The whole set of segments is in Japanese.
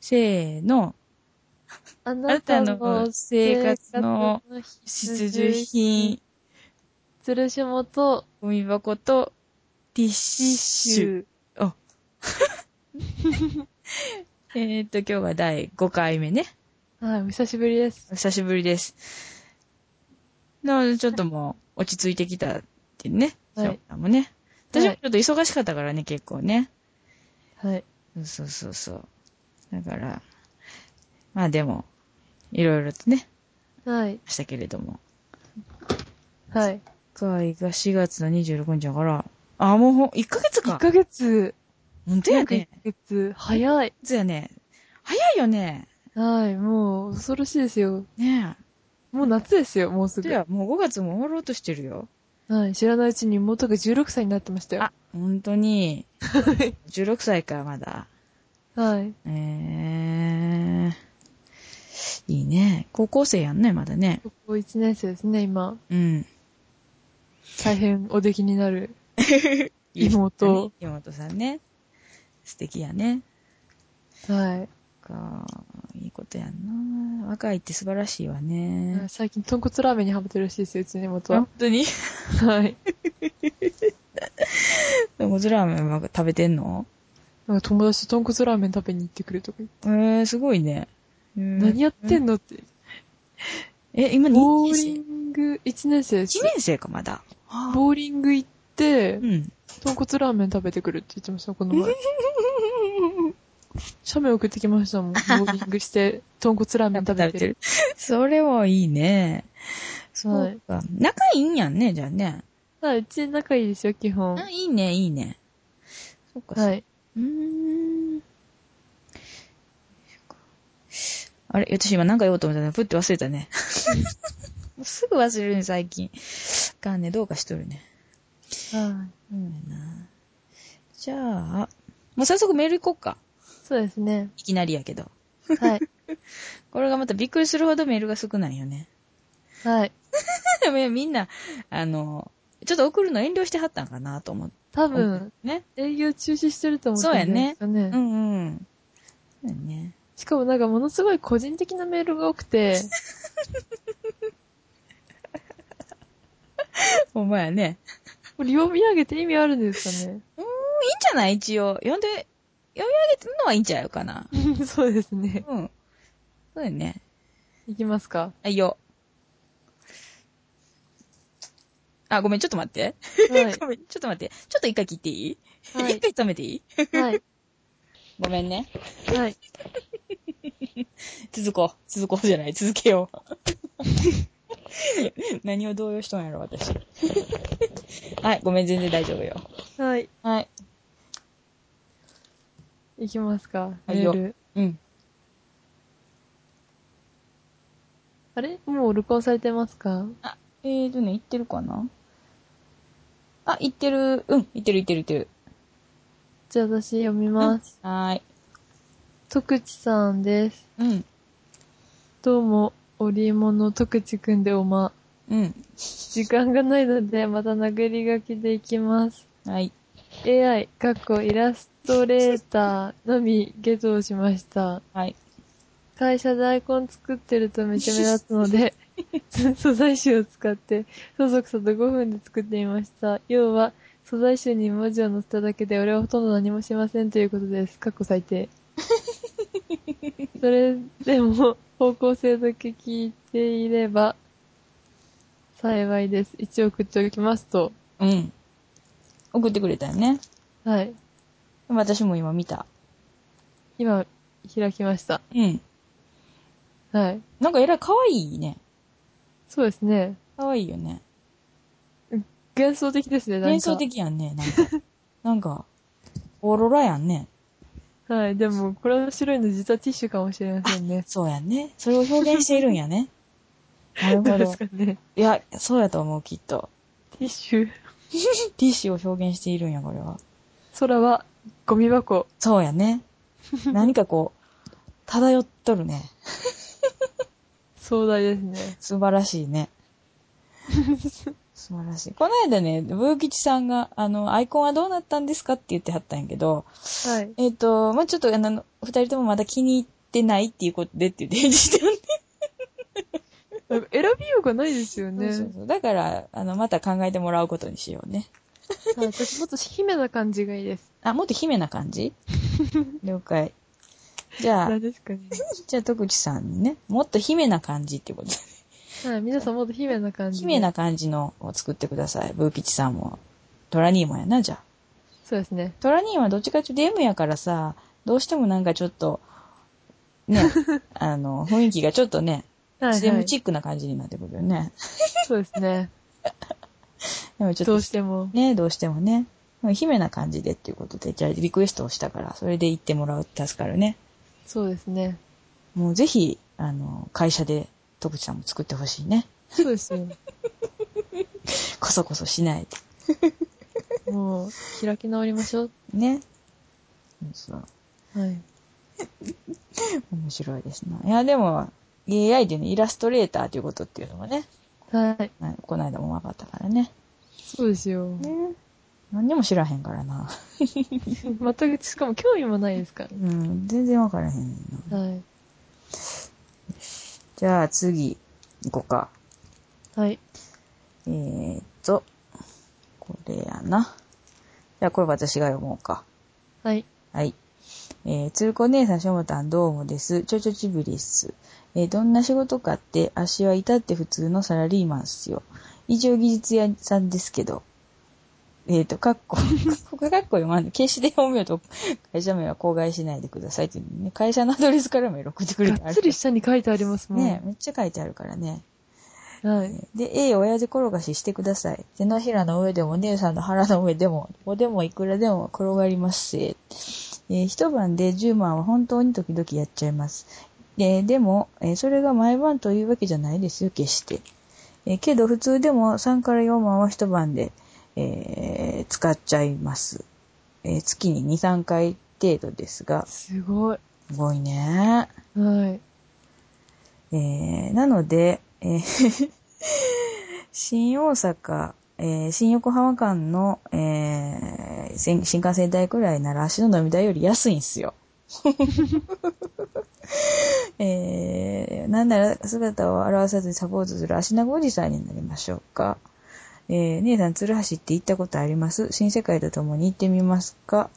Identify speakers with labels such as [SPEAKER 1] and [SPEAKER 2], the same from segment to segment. [SPEAKER 1] せーの。
[SPEAKER 2] あ
[SPEAKER 1] あな
[SPEAKER 2] な
[SPEAKER 1] た
[SPEAKER 2] た
[SPEAKER 1] の
[SPEAKER 2] の
[SPEAKER 1] 生活の
[SPEAKER 2] 生活の
[SPEAKER 1] 必需品、
[SPEAKER 2] つるしもと
[SPEAKER 1] ゴミ箱とティッ
[SPEAKER 2] ティッシ
[SPEAKER 1] シュ。
[SPEAKER 2] ュ。
[SPEAKER 1] えーっと、今日が第5回目ね。
[SPEAKER 2] はい、お久しぶりです。
[SPEAKER 1] お久しぶりです。なので、ちょっともう、落ち着いてきたってね。
[SPEAKER 2] はい
[SPEAKER 1] 翔太もね。
[SPEAKER 2] は
[SPEAKER 1] 私
[SPEAKER 2] い
[SPEAKER 1] もちょっと忙しかったからね、結構ね。
[SPEAKER 2] はい。
[SPEAKER 1] そうそうそう。だから、まあでも、いろいろとね、
[SPEAKER 2] はい。
[SPEAKER 1] したけれども。
[SPEAKER 2] はい。
[SPEAKER 1] 今回が4月の26日だから、あ、もうほん、1ヶ月
[SPEAKER 2] 1
[SPEAKER 1] か。
[SPEAKER 2] ヶ月。
[SPEAKER 1] 本当や
[SPEAKER 2] 約1
[SPEAKER 1] ね。
[SPEAKER 2] ヶ月。早い。
[SPEAKER 1] そうやね。早いよね。
[SPEAKER 2] はい、もう恐ろしいですよ。
[SPEAKER 1] ね
[SPEAKER 2] もう夏ですよ、もうす
[SPEAKER 1] え。
[SPEAKER 2] ぐ。
[SPEAKER 1] では、もう5月も終わろうとしてるよ。
[SPEAKER 2] はい、知らないうちに妹が16歳になってましたよ
[SPEAKER 1] あ。、本当に。16歳か、まだ。
[SPEAKER 2] はい。
[SPEAKER 1] えー、いいね。高校生やんね、まだね。
[SPEAKER 2] 高校1年生ですね、今。
[SPEAKER 1] うん。
[SPEAKER 2] 大変お出来になる。妹。
[SPEAKER 1] 妹さんね。素敵やね。
[SPEAKER 2] は
[SPEAKER 1] か、いいことやんな。若いって素晴らしいわ
[SPEAKER 2] い。
[SPEAKER 1] ね。
[SPEAKER 2] 最近、豚骨ラーメンにハマってるらしいですよ、うちの妹は
[SPEAKER 1] 本。当に
[SPEAKER 2] はい。
[SPEAKER 1] ゴズラーメン食べてんの
[SPEAKER 2] なんか友達と豚骨ラーメン食べに行ってくるとか言って。
[SPEAKER 1] えー、すごいね。
[SPEAKER 2] 何やって
[SPEAKER 1] の
[SPEAKER 2] んのって。
[SPEAKER 1] え、今2
[SPEAKER 2] ボ
[SPEAKER 1] 年
[SPEAKER 2] ー
[SPEAKER 1] 生
[SPEAKER 2] リング、1年生です
[SPEAKER 1] 一。年生か、まだ。
[SPEAKER 2] ボーリング行って
[SPEAKER 1] う、ん。
[SPEAKER 2] 豚骨ラーメン食べてくるって言ってました、この前。写メ送ってきました もん。ボーリングして、豚骨ラーメン食べてる。
[SPEAKER 1] る。 それはいいね。そ
[SPEAKER 2] はいう
[SPEAKER 1] か。仲いいんやんね、じゃあね。
[SPEAKER 2] はい、うち仲いいですよ、基本。
[SPEAKER 1] あいいね、いいね。そっか、。
[SPEAKER 2] はいい。
[SPEAKER 1] うーん。あれ私今何か言おうと思ったのにプって忘れたね。もう すぐ忘れるね、最近。あかんね、どうかしとるね。
[SPEAKER 2] はい。
[SPEAKER 1] そうやな。じゃあ、もう早速メール行こうか。
[SPEAKER 2] そうですね。
[SPEAKER 1] いきなりやけど。
[SPEAKER 2] はい。
[SPEAKER 1] これがまたびっくりするほどメールが少ないよね。
[SPEAKER 2] はい。
[SPEAKER 1] でもみんな、あの、ちょっと送るの遠慮してはったんかなと思って。
[SPEAKER 2] 多分、
[SPEAKER 1] ね。
[SPEAKER 2] 営業中止してると思ってるんですよ
[SPEAKER 1] う
[SPEAKER 2] ね。
[SPEAKER 1] んうん。そうやね。
[SPEAKER 2] しかもなんかものすごい個人的なメールが多く て、
[SPEAKER 1] ほんまやね。
[SPEAKER 2] これ読み上げて意味あるんですか
[SPEAKER 1] い
[SPEAKER 2] ね。
[SPEAKER 1] いんじゃない一応。読んで、読み上げてるのはいいんちゃうかな。
[SPEAKER 2] そうですね。
[SPEAKER 1] うん。そうだよね。
[SPEAKER 2] いきますか。
[SPEAKER 1] あ、いいよ。あ、ごめん、ちょっと待って。
[SPEAKER 2] はい。
[SPEAKER 1] ごめん、ちょっと待って。ちょっと一回切っていい 一、
[SPEAKER 2] はい
[SPEAKER 1] 回止めていい
[SPEAKER 2] はい。
[SPEAKER 1] ごめんね。
[SPEAKER 2] はい。
[SPEAKER 1] 続こう。続こうじゃない。続けよう。 何を動揺しとんやろ、私。 はい、ごめん、全然大丈夫よ。
[SPEAKER 2] はい。
[SPEAKER 1] はい。
[SPEAKER 2] いきますか。
[SPEAKER 1] はい
[SPEAKER 2] メー
[SPEAKER 1] よ
[SPEAKER 2] ル。
[SPEAKER 1] うん。
[SPEAKER 2] あれもう録音されてますか
[SPEAKER 1] えーとね、行ってるかなあ、行ってる。うん、行ってる行ってる行ってる。
[SPEAKER 2] じゃあ私読みます。
[SPEAKER 1] はーい。
[SPEAKER 2] 徳地さんです。
[SPEAKER 1] うん。
[SPEAKER 2] どうも、織物徳地くんでおま。
[SPEAKER 1] うん。
[SPEAKER 2] 時間がないので、また殴り書きでいきます。
[SPEAKER 1] はい。
[SPEAKER 2] AI、かっこイラストレーターのみゲットしました。
[SPEAKER 1] はい。
[SPEAKER 2] 会社でアイコン作ってるとめちゃ目立つの で、素材集を使って、そそくさと5分で作ってみました。要は、素材集に文字を載せただけで、俺はほとんど何もしませんということです。かっこ 最低。それでも、方向性だけ聞いていれば、幸いです。一応送っておきますと。
[SPEAKER 1] うん。送ってくれたよね。
[SPEAKER 2] はい。
[SPEAKER 1] 私も今見た。
[SPEAKER 2] 今、開きました。
[SPEAKER 1] うん。
[SPEAKER 2] はい。
[SPEAKER 1] なんかえらい可愛いね。
[SPEAKER 2] そうですね。
[SPEAKER 1] 可愛いよね。
[SPEAKER 2] 幻想的ですね、なんか。
[SPEAKER 1] 幻想。的やんね。なんか。なんか、オーロラやんね。
[SPEAKER 2] はい。でも、これの白いの実はティッシュかもしれませんね。
[SPEAKER 1] そうやんね。それを表現しているんや ね。なる
[SPEAKER 2] ど
[SPEAKER 1] ほ
[SPEAKER 2] う
[SPEAKER 1] ど。
[SPEAKER 2] ですかね。
[SPEAKER 1] いや、そうやと思う、きっと。
[SPEAKER 2] ティッシュ。
[SPEAKER 1] ティッシュを表現しているんや、これは。
[SPEAKER 2] 空はゴミ箱。
[SPEAKER 1] そうやね。何かこう、漂っとるね。
[SPEAKER 2] 壮大ですね。
[SPEAKER 1] 素晴らしい ね。素晴らしい。この間ね、ブーキチさんが、あの、アイコンはどうなったんですかって言ってはったんやけど、
[SPEAKER 2] はい。
[SPEAKER 1] えっ、と、まあ、ちょっと、あの、二人ともまだ気に入ってないっていうことでって言って返事してるん
[SPEAKER 2] なんか選びようがないですよ
[SPEAKER 1] で
[SPEAKER 2] ね。
[SPEAKER 1] そうそうそうだから、あの、また考えてもらうことにしようね。
[SPEAKER 2] あ私もっと姫な感じがいいです。
[SPEAKER 1] あ、もっと姫な感 じ了解。じゃあ
[SPEAKER 2] 何、ですかね。
[SPEAKER 1] じゃあ、徳地さんにね、もっと姫な感じってことで。
[SPEAKER 2] はい、皆さんもっと姫な感じで。
[SPEAKER 1] 姫な感じのを作ってください。ブー吉さんも。トラニーマやな、じゃあ。
[SPEAKER 2] そうですね。
[SPEAKER 1] トラニーマどっちかっていうと DM やからさ、どうしてもなんかちょっと、 ね、あの、雰囲気がちょっとね、
[SPEAKER 2] はい、はい。
[SPEAKER 1] DM チックな感じになってくるよね。
[SPEAKER 2] そうですね。
[SPEAKER 1] でもちょっ
[SPEAKER 2] ど
[SPEAKER 1] と
[SPEAKER 2] うしても。
[SPEAKER 1] ね、どうしてもね。でも姫な感じでっていうことで、じゃあリクエストをしたから、それで行ってもらうって助かるね。
[SPEAKER 2] そうですね。
[SPEAKER 1] もうぜひ、あの、会社で、徳地さんも作ってほしいね。
[SPEAKER 2] そうですよ。
[SPEAKER 1] こそこそしないで。
[SPEAKER 2] もう、開き直りましょう。
[SPEAKER 1] ね。そう
[SPEAKER 2] はい。
[SPEAKER 1] 面白いですな。いや、でも、AI でね、イラストレーターということっていうのがね、
[SPEAKER 2] はい。
[SPEAKER 1] なこの間も分かったからね。
[SPEAKER 2] そうですよ。
[SPEAKER 1] ね。何にも知らへんからな。
[SPEAKER 2] 全く、しかも興味もないですから
[SPEAKER 1] うん、全然分からへんな。
[SPEAKER 2] ね。
[SPEAKER 1] じゃあ次、行こうか。
[SPEAKER 2] はい。はい。
[SPEAKER 1] えーっと、これやな。じゃあこれ私が読もうか。
[SPEAKER 2] はい。
[SPEAKER 1] はい。えー、つるこ姉さん、しょもたん、どうもです。ちょちょちぶりっす。えーどんな仕事かって、あっしは至って普通のサラリーマンっすよ。一応技術屋さんですけど。えーと、かっこ、 ここかっこ読まんで、決して本名と会社名は口外しないでくださいっていうね、会社のアドレスからも送ってくれて
[SPEAKER 2] がっつり下に書いてありますもん。
[SPEAKER 1] ねめっちゃ書いてあるからね。
[SPEAKER 2] はい。
[SPEAKER 1] で、ええ、親父転がししてください。手のひらの上でも、姉さんの腹の上でも、おでもいくらでも転がりますせ。えー一晩で10万は本当に時々やっちゃいます。えーでも、えーそれが毎晩というわけじゃないですよ、決して。えーけど、普通でも3から4万は一晩で、えー使っちゃいます。えー月に2、3回程度ですが、
[SPEAKER 2] すごい。
[SPEAKER 1] すごいね。
[SPEAKER 2] はい。
[SPEAKER 1] えーなので、えー 新大阪、えー新横浜間の、えー新新幹線代くらいなら足の飲み代より安いんすよ。 えーなんなら姿を現さずにサポートする足長おじさんになりましょうか。えー姉さん、鶴橋って行ったことあります新世界と共に行ってみますか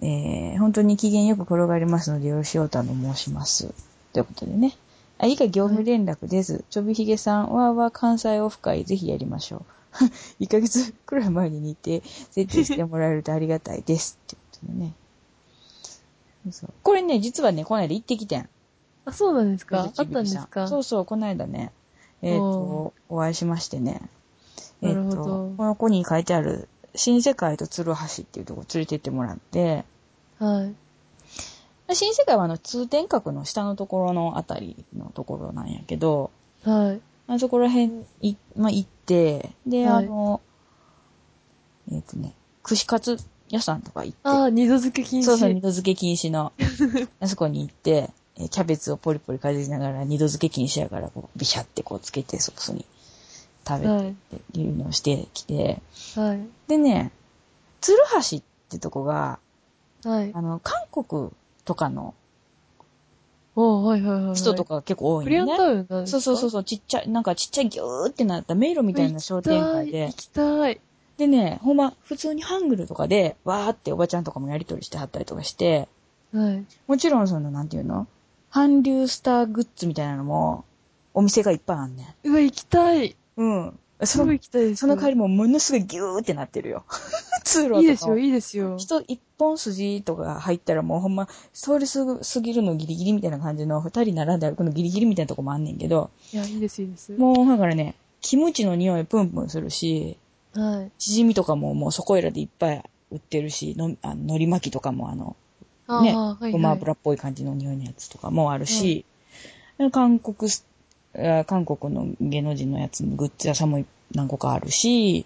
[SPEAKER 1] えー本当に機嫌よく転がりますので、よろしおうたの申します。ということでね。あ、以下業務連絡です。ちょびひげさん、わーわー関西オフ会、ぜひやりましょう。1ヶ月 くらい前に似て、設定してもらえるとありがたいです。ってことでね。そうこれね、実はね、この間行ってきてん。
[SPEAKER 2] あ、そうなんですかあ
[SPEAKER 1] 藤
[SPEAKER 2] っ
[SPEAKER 1] 木
[SPEAKER 2] た
[SPEAKER 1] 美
[SPEAKER 2] ん
[SPEAKER 1] 貴
[SPEAKER 2] で
[SPEAKER 1] さ
[SPEAKER 2] すか
[SPEAKER 1] そうそう、この間ね、えっ、と
[SPEAKER 2] お、
[SPEAKER 1] お会いしましてね。えっ、
[SPEAKER 2] なる
[SPEAKER 1] と、
[SPEAKER 2] ほど
[SPEAKER 1] この子に書いてある、新世界と鶴橋っていうとこ連れてってもらって、
[SPEAKER 2] はい。
[SPEAKER 1] 新世界はあの通天閣の下のところのあたりのところなんやけど、
[SPEAKER 2] はい。
[SPEAKER 1] あそこら辺い、まあ、行って、で、
[SPEAKER 2] はい
[SPEAKER 1] あの、えっ、とね、串カツ屋さんとか行って、
[SPEAKER 2] ああ、二度漬け禁止。
[SPEAKER 1] そうそう、二度漬け禁止 の、あそこに行って、えーキャベツをポリポリかじりながら二度漬け禁止やから、こう、ビシャってこうつけて、ソースに食べて
[SPEAKER 2] はい。
[SPEAKER 1] っていうのをしてきて、
[SPEAKER 2] はい。
[SPEAKER 1] でね、鶴橋ってとこが、
[SPEAKER 2] はい。
[SPEAKER 1] あの、韓国とかの
[SPEAKER 2] おーはいはいはいはい。
[SPEAKER 1] 人とかが結構多い
[SPEAKER 2] クリア
[SPEAKER 1] よ
[SPEAKER 2] ン
[SPEAKER 1] ね。
[SPEAKER 2] タウンなんで
[SPEAKER 1] そ
[SPEAKER 2] す
[SPEAKER 1] う
[SPEAKER 2] か
[SPEAKER 1] そうそうそう、ちっちゃい、なんかちっちゃいギューってなった迷路みたいな商店街で
[SPEAKER 2] 行、きたい。行きたい。
[SPEAKER 1] でね、ほんま、普通にハングルとかで、わーっておばちゃんとかもやりとりしてはったりとかして、
[SPEAKER 2] はい。
[SPEAKER 1] もちろんその、なんていうの韓流スターグッズみたいなのも、お店がいっぱいあんねん。
[SPEAKER 2] うわ、行きたい。
[SPEAKER 1] うん。
[SPEAKER 2] す
[SPEAKER 1] そ
[SPEAKER 2] ごい
[SPEAKER 1] の、
[SPEAKER 2] 行きたいです。
[SPEAKER 1] その代わりもうものすごいギューってなって るよ。通路とかも
[SPEAKER 2] いいですよ、いいですよ。
[SPEAKER 1] 人一本筋とか入ったらもうほんま、通り過ぎるのギリギリみたいな感じの、二人並んで歩くのギリギリみたいなとこもあんねんけど、
[SPEAKER 2] いや、いいです、いいです。は
[SPEAKER 1] もうだからね、キムチの匂いプンプンするし、
[SPEAKER 2] い。
[SPEAKER 1] チヂミとかももうそこいらでいっぱい売ってるし、のあの海苔巻きとかもあの、
[SPEAKER 2] あ
[SPEAKER 1] ね
[SPEAKER 2] あ、はい。
[SPEAKER 1] ごま
[SPEAKER 2] はい。
[SPEAKER 1] 油っぽい感じの匂いのやつとかもあるし、韓国す、あ韓国の芸能人のやつのグッズ屋さんも何個かあるし、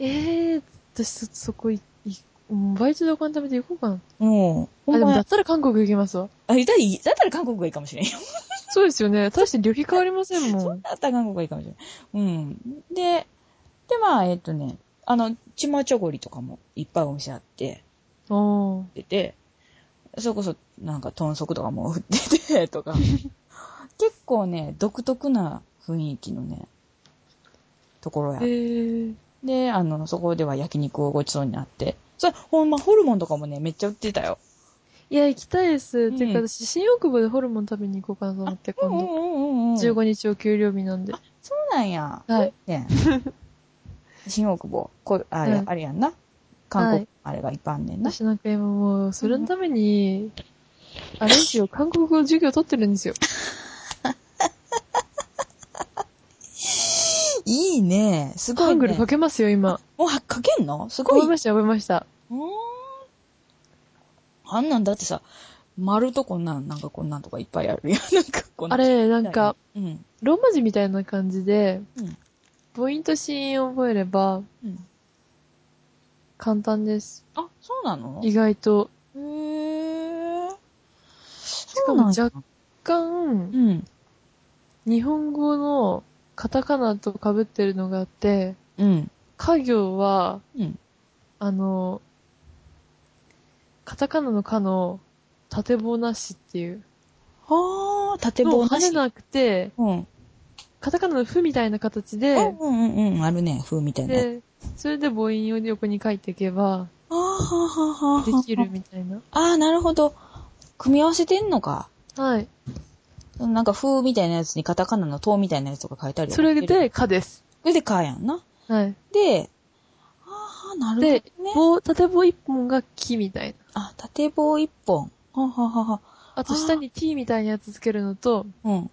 [SPEAKER 2] ええー、私そ、そこい、い、うんバイトでお金貯めて行こうかな。
[SPEAKER 1] もう、ほ
[SPEAKER 2] あ、
[SPEAKER 1] ん
[SPEAKER 2] でもだ
[SPEAKER 1] ま
[SPEAKER 2] っ、たら韓国行きますわ。
[SPEAKER 1] あ、いたらいいだったら韓国がいいかもしれんよ。
[SPEAKER 2] そうですよね。大して旅費変わりませんもん。
[SPEAKER 1] だったら韓国がいいかもしれん。うん。で、で、まあ、えっとね、あの、チマチョゴリとかもいっぱいお店あって、
[SPEAKER 2] あ
[SPEAKER 1] 出て、それこそ、なんか、豚足とかも売ってて、 とか。結構ね、独特な雰囲気のね、ところや
[SPEAKER 2] え。ー、
[SPEAKER 1] で、あの、そこでは焼肉をごちそうになって。それ、ほんま、ホルモンとかもね、めっちゃ売ってたよ。
[SPEAKER 2] いや、行きたいです。
[SPEAKER 1] ん
[SPEAKER 2] っていうか、私、新大久保でホルモン食べに行こうかなと思って、
[SPEAKER 1] う
[SPEAKER 2] 今
[SPEAKER 1] んうん
[SPEAKER 2] 度。
[SPEAKER 1] うんうん。そう
[SPEAKER 2] 15日お給料日なんで。
[SPEAKER 1] なんや。
[SPEAKER 2] はい。
[SPEAKER 1] ね 新大久保、こうあれ、
[SPEAKER 2] はい
[SPEAKER 1] あれやんな。韓
[SPEAKER 2] は
[SPEAKER 1] 国
[SPEAKER 2] い、
[SPEAKER 1] あれがいっぱいあんねんな。
[SPEAKER 2] 私なんか今もう、それのために、あれですよ、韓国語授業取ってるんですよ。
[SPEAKER 1] いいね。すご
[SPEAKER 2] ハ
[SPEAKER 1] い
[SPEAKER 2] ングル
[SPEAKER 1] ね
[SPEAKER 2] か。けますよ、今。
[SPEAKER 1] もうはかけんのすご
[SPEAKER 2] 覚え
[SPEAKER 1] い。
[SPEAKER 2] ました、覚えました。
[SPEAKER 1] うーんあんなんだってさ、丸とこんなん、なんかこんなんとかいっぱいあるやん。 なんかこん
[SPEAKER 2] あれ、なんか、、
[SPEAKER 1] うん。
[SPEAKER 2] ローマ字みたいな感じで、
[SPEAKER 1] うん。
[SPEAKER 2] 母音と子音を覚えれば、
[SPEAKER 1] うん。
[SPEAKER 2] 簡単です。
[SPEAKER 1] あ、そうなの
[SPEAKER 2] 意外と。
[SPEAKER 1] へー。
[SPEAKER 2] し
[SPEAKER 1] そ
[SPEAKER 2] か
[SPEAKER 1] う
[SPEAKER 2] も
[SPEAKER 1] なん
[SPEAKER 2] 若
[SPEAKER 1] だ。う
[SPEAKER 2] 干、
[SPEAKER 1] ん。
[SPEAKER 2] 日本語のカタカナと被ってるのがあって、
[SPEAKER 1] うん。
[SPEAKER 2] 家業は、
[SPEAKER 1] うん。
[SPEAKER 2] あの、カタカナのカの縦棒なしっていう。
[SPEAKER 1] はあ、縦棒なし。
[SPEAKER 2] 跳ねなくて、
[SPEAKER 1] うん。うん
[SPEAKER 2] カタカナのフみたいな形
[SPEAKER 1] う
[SPEAKER 2] で
[SPEAKER 1] ん、うんうん。あるね、風みたいなやつ。
[SPEAKER 2] で、それで母音を横に書いていけば、
[SPEAKER 1] あーはあはあはあ
[SPEAKER 2] できるみたいな。
[SPEAKER 1] ああ、なるほど。組み合わせてんのか。
[SPEAKER 2] はい。
[SPEAKER 1] なんか、風みたいなやつにカタカナの塔みたいなやつとか書いたり
[SPEAKER 2] それ
[SPEAKER 1] で、
[SPEAKER 2] で、かです。
[SPEAKER 1] それでかやんな。
[SPEAKER 2] はい。
[SPEAKER 1] で、ああ、なるほどね
[SPEAKER 2] で。、棒、縦棒一本が木みたいな。
[SPEAKER 1] あ、縦棒一本。はははは。
[SPEAKER 2] あと下に t みたいなやつつけるのと、
[SPEAKER 1] うん。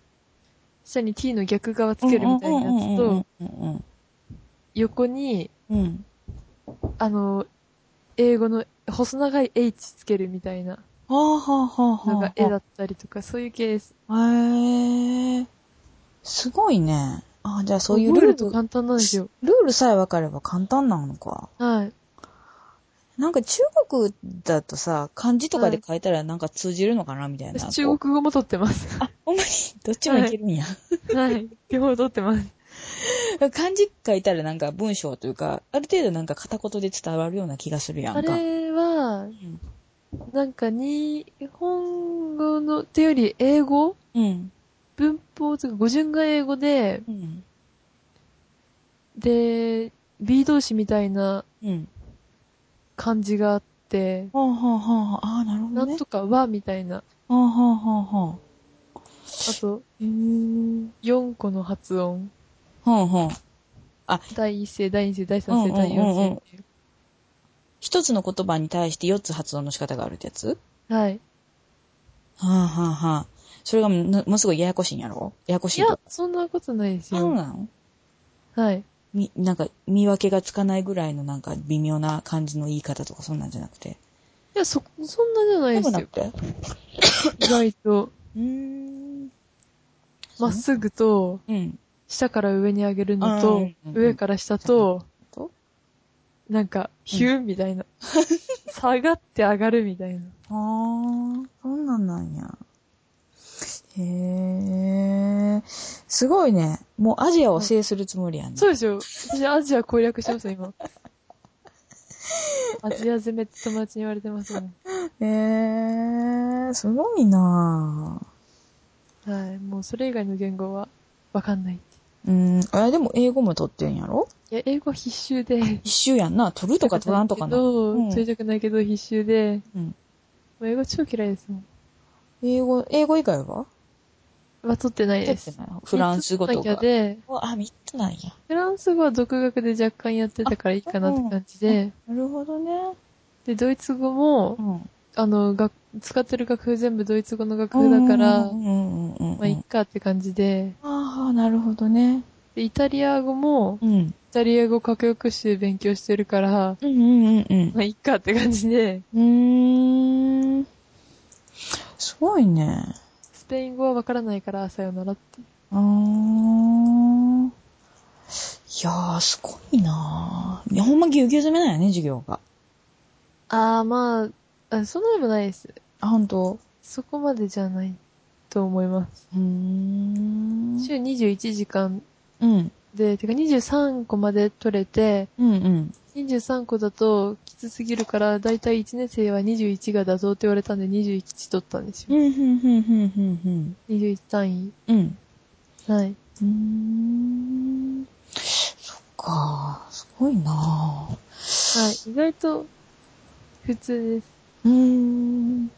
[SPEAKER 2] 下に t の逆側つけるみたいなやつと、
[SPEAKER 1] うんうん
[SPEAKER 2] 横に、
[SPEAKER 1] うんうん。うん。
[SPEAKER 2] あの、英語の細長い h つけるみたいな
[SPEAKER 1] はあはあはあはあ。
[SPEAKER 2] のが絵だったりとか、そういう系です。
[SPEAKER 1] へえ。すごいね。あ、じゃあそういう
[SPEAKER 2] 覚え
[SPEAKER 1] ル
[SPEAKER 2] る
[SPEAKER 1] ー
[SPEAKER 2] と
[SPEAKER 1] ル、
[SPEAKER 2] 簡単なんですよ。
[SPEAKER 1] ルールさえ分かれば簡単なのか。
[SPEAKER 2] はい。
[SPEAKER 1] なんか中国だとさ、漢字とかで書いたらなんか通じるのかなみたいな。
[SPEAKER 2] 私中国語も取ってます。
[SPEAKER 1] ほんまに、どっちもいけるんや。
[SPEAKER 2] はい。両方取ってます。
[SPEAKER 1] 漢字書いたらなんか文章というか、ある程度なんか片言で伝わるような気がするや
[SPEAKER 2] あ
[SPEAKER 1] んか。
[SPEAKER 2] れは、
[SPEAKER 1] ん
[SPEAKER 2] なんか日本語の、ってより英語
[SPEAKER 1] うん。
[SPEAKER 2] 文法というか語順が英語で、
[SPEAKER 1] うん。
[SPEAKER 2] で、B 動詞みたいな
[SPEAKER 1] うん。
[SPEAKER 2] 感じがあって、
[SPEAKER 1] はあはあはあ。ああ、なるほ
[SPEAKER 2] な
[SPEAKER 1] どね。
[SPEAKER 2] んとかはみたいな。
[SPEAKER 1] はあはあはあはあ。
[SPEAKER 2] あと、
[SPEAKER 1] へえ。
[SPEAKER 2] 4個の発音。
[SPEAKER 1] はあはあ。
[SPEAKER 2] 第一声、第二声、第三声、
[SPEAKER 1] うんうんうんうん
[SPEAKER 2] 第四声っていう。
[SPEAKER 1] 一つの言葉に対して四つ発音の仕方があるってやつ
[SPEAKER 2] はい。
[SPEAKER 1] はあはあはあ。それがももうすごいややこしいんやろややこし
[SPEAKER 2] い
[SPEAKER 1] いと
[SPEAKER 2] や、そんなことないです
[SPEAKER 1] そう
[SPEAKER 2] よ。
[SPEAKER 1] なの
[SPEAKER 2] はい。
[SPEAKER 1] み、なんか見分けがつかないぐらいのなんか微妙な感じの言い方とかそんなんじゃなくて。
[SPEAKER 2] いや、そ、そんなじゃない
[SPEAKER 1] で
[SPEAKER 2] で
[SPEAKER 1] も
[SPEAKER 2] す
[SPEAKER 1] な
[SPEAKER 2] よ
[SPEAKER 1] く。て。
[SPEAKER 2] 意外と、
[SPEAKER 1] うーん。
[SPEAKER 2] まっすぐと、
[SPEAKER 1] うん。
[SPEAKER 2] 下から上に上げるの
[SPEAKER 1] う
[SPEAKER 2] と
[SPEAKER 1] んうん、うん
[SPEAKER 2] 上から下と、
[SPEAKER 1] と
[SPEAKER 2] なんか、ヒューみたいな。下がって上がるみたいな。
[SPEAKER 1] あー、そんなんなんや。へー。すごいね。もうアジアを制するつもりやんね。
[SPEAKER 2] そうですよ。私、アジア攻略してますよ、今。アジア攻めって友達に言われてますもん。
[SPEAKER 1] へー、すごいなぁ。
[SPEAKER 2] はい。もう、それ以外の言語は、わかんないって。
[SPEAKER 1] うーん、あでも英語も取ってんやろ
[SPEAKER 2] いや、英語は必修で。
[SPEAKER 1] 一周やんな。取るとか取らんとかな。
[SPEAKER 2] ど
[SPEAKER 1] うん
[SPEAKER 2] 取りたくないけど、必修で。
[SPEAKER 1] うん
[SPEAKER 2] もう英語超嫌いですもん。
[SPEAKER 1] 英語、英語以外は
[SPEAKER 2] は取ってな
[SPEAKER 1] 取
[SPEAKER 2] いで
[SPEAKER 1] って
[SPEAKER 2] す。
[SPEAKER 1] ないフランス語と
[SPEAKER 2] 取
[SPEAKER 1] か
[SPEAKER 2] っなき。ゃで、
[SPEAKER 1] あ、ミッドなんや。
[SPEAKER 2] フランス語は独学で若干やってたからいいかなって感じで、
[SPEAKER 1] なるほどね。
[SPEAKER 2] で、ドイツ語も
[SPEAKER 1] う、ん。
[SPEAKER 2] あの、学使ってる楽譜全部ドイツ語の楽譜だから
[SPEAKER 1] う、んうんうんうんうん。
[SPEAKER 2] まあ、いっかって感じで、
[SPEAKER 1] ああ、なるほどね。
[SPEAKER 2] で、イタリア語も、
[SPEAKER 1] うん。
[SPEAKER 2] イタリア語歌曲集勉強してるから、
[SPEAKER 1] うんうんうん
[SPEAKER 2] まあ、いっかって感じで、
[SPEAKER 1] うん。うーん。すごいね。
[SPEAKER 2] スペイン語はわからないから、さよならって。
[SPEAKER 1] うーん。いやー、すごいなー。いや、ほんまぎゅうぎゅう詰めなんやね、授業が。
[SPEAKER 2] あー、まあ、あそんなでもないです。
[SPEAKER 1] あ、ほんと
[SPEAKER 2] そこまでじゃないと思います。
[SPEAKER 1] うーん。
[SPEAKER 2] 週21時間
[SPEAKER 1] うん。
[SPEAKER 2] で、てか23個まで取れて、
[SPEAKER 1] うんうん。
[SPEAKER 2] 23個だときつすぎるから、だいたい1年生は21が妥当って言われたんで21取ったんです
[SPEAKER 1] う
[SPEAKER 2] よ。
[SPEAKER 1] ん、ふんふんふんふんふん。
[SPEAKER 2] 21単位。
[SPEAKER 1] うん。
[SPEAKER 2] はい。
[SPEAKER 1] うーん。そっか。すごいなぁ。
[SPEAKER 2] はい。意外と、普通
[SPEAKER 1] うーん。
[SPEAKER 2] で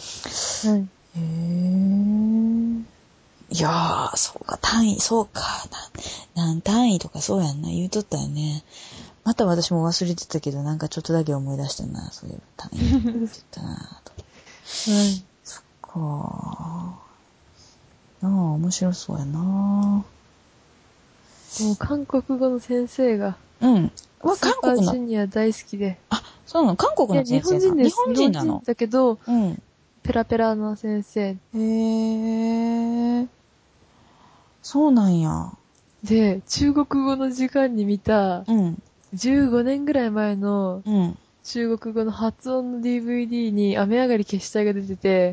[SPEAKER 2] す。はい。
[SPEAKER 1] へえ。いやー、そうか、単位、そうか、な何単位とかそうやんな、言うとったよね。また私も忘れてたけど、なんかちょっとだけ思い出したな、そういう単位って言ったなと。
[SPEAKER 2] はい。
[SPEAKER 1] そっかー。なあ、面白そうやな
[SPEAKER 2] もう韓国語の先生が、
[SPEAKER 1] うん。わ、
[SPEAKER 2] スー
[SPEAKER 1] 韓
[SPEAKER 2] パ
[SPEAKER 1] 国
[SPEAKER 2] ージ
[SPEAKER 1] の、
[SPEAKER 2] ュニア大好きで。
[SPEAKER 1] あ、そうなの韓国
[SPEAKER 2] いや、
[SPEAKER 1] の
[SPEAKER 2] 日
[SPEAKER 1] 先生
[SPEAKER 2] 本
[SPEAKER 1] さ
[SPEAKER 2] 人
[SPEAKER 1] ん。
[SPEAKER 2] です。
[SPEAKER 1] 日本人な
[SPEAKER 2] 日
[SPEAKER 1] の
[SPEAKER 2] だけど、
[SPEAKER 1] うん。
[SPEAKER 2] ペラペラな先生
[SPEAKER 1] へえ。そうなんや。
[SPEAKER 2] で、中国語の時間に見た、
[SPEAKER 1] うん。
[SPEAKER 2] 15年ぐらい前の
[SPEAKER 1] うん。
[SPEAKER 2] 中国語の発音の DVD に雨上がり消したいが出てて、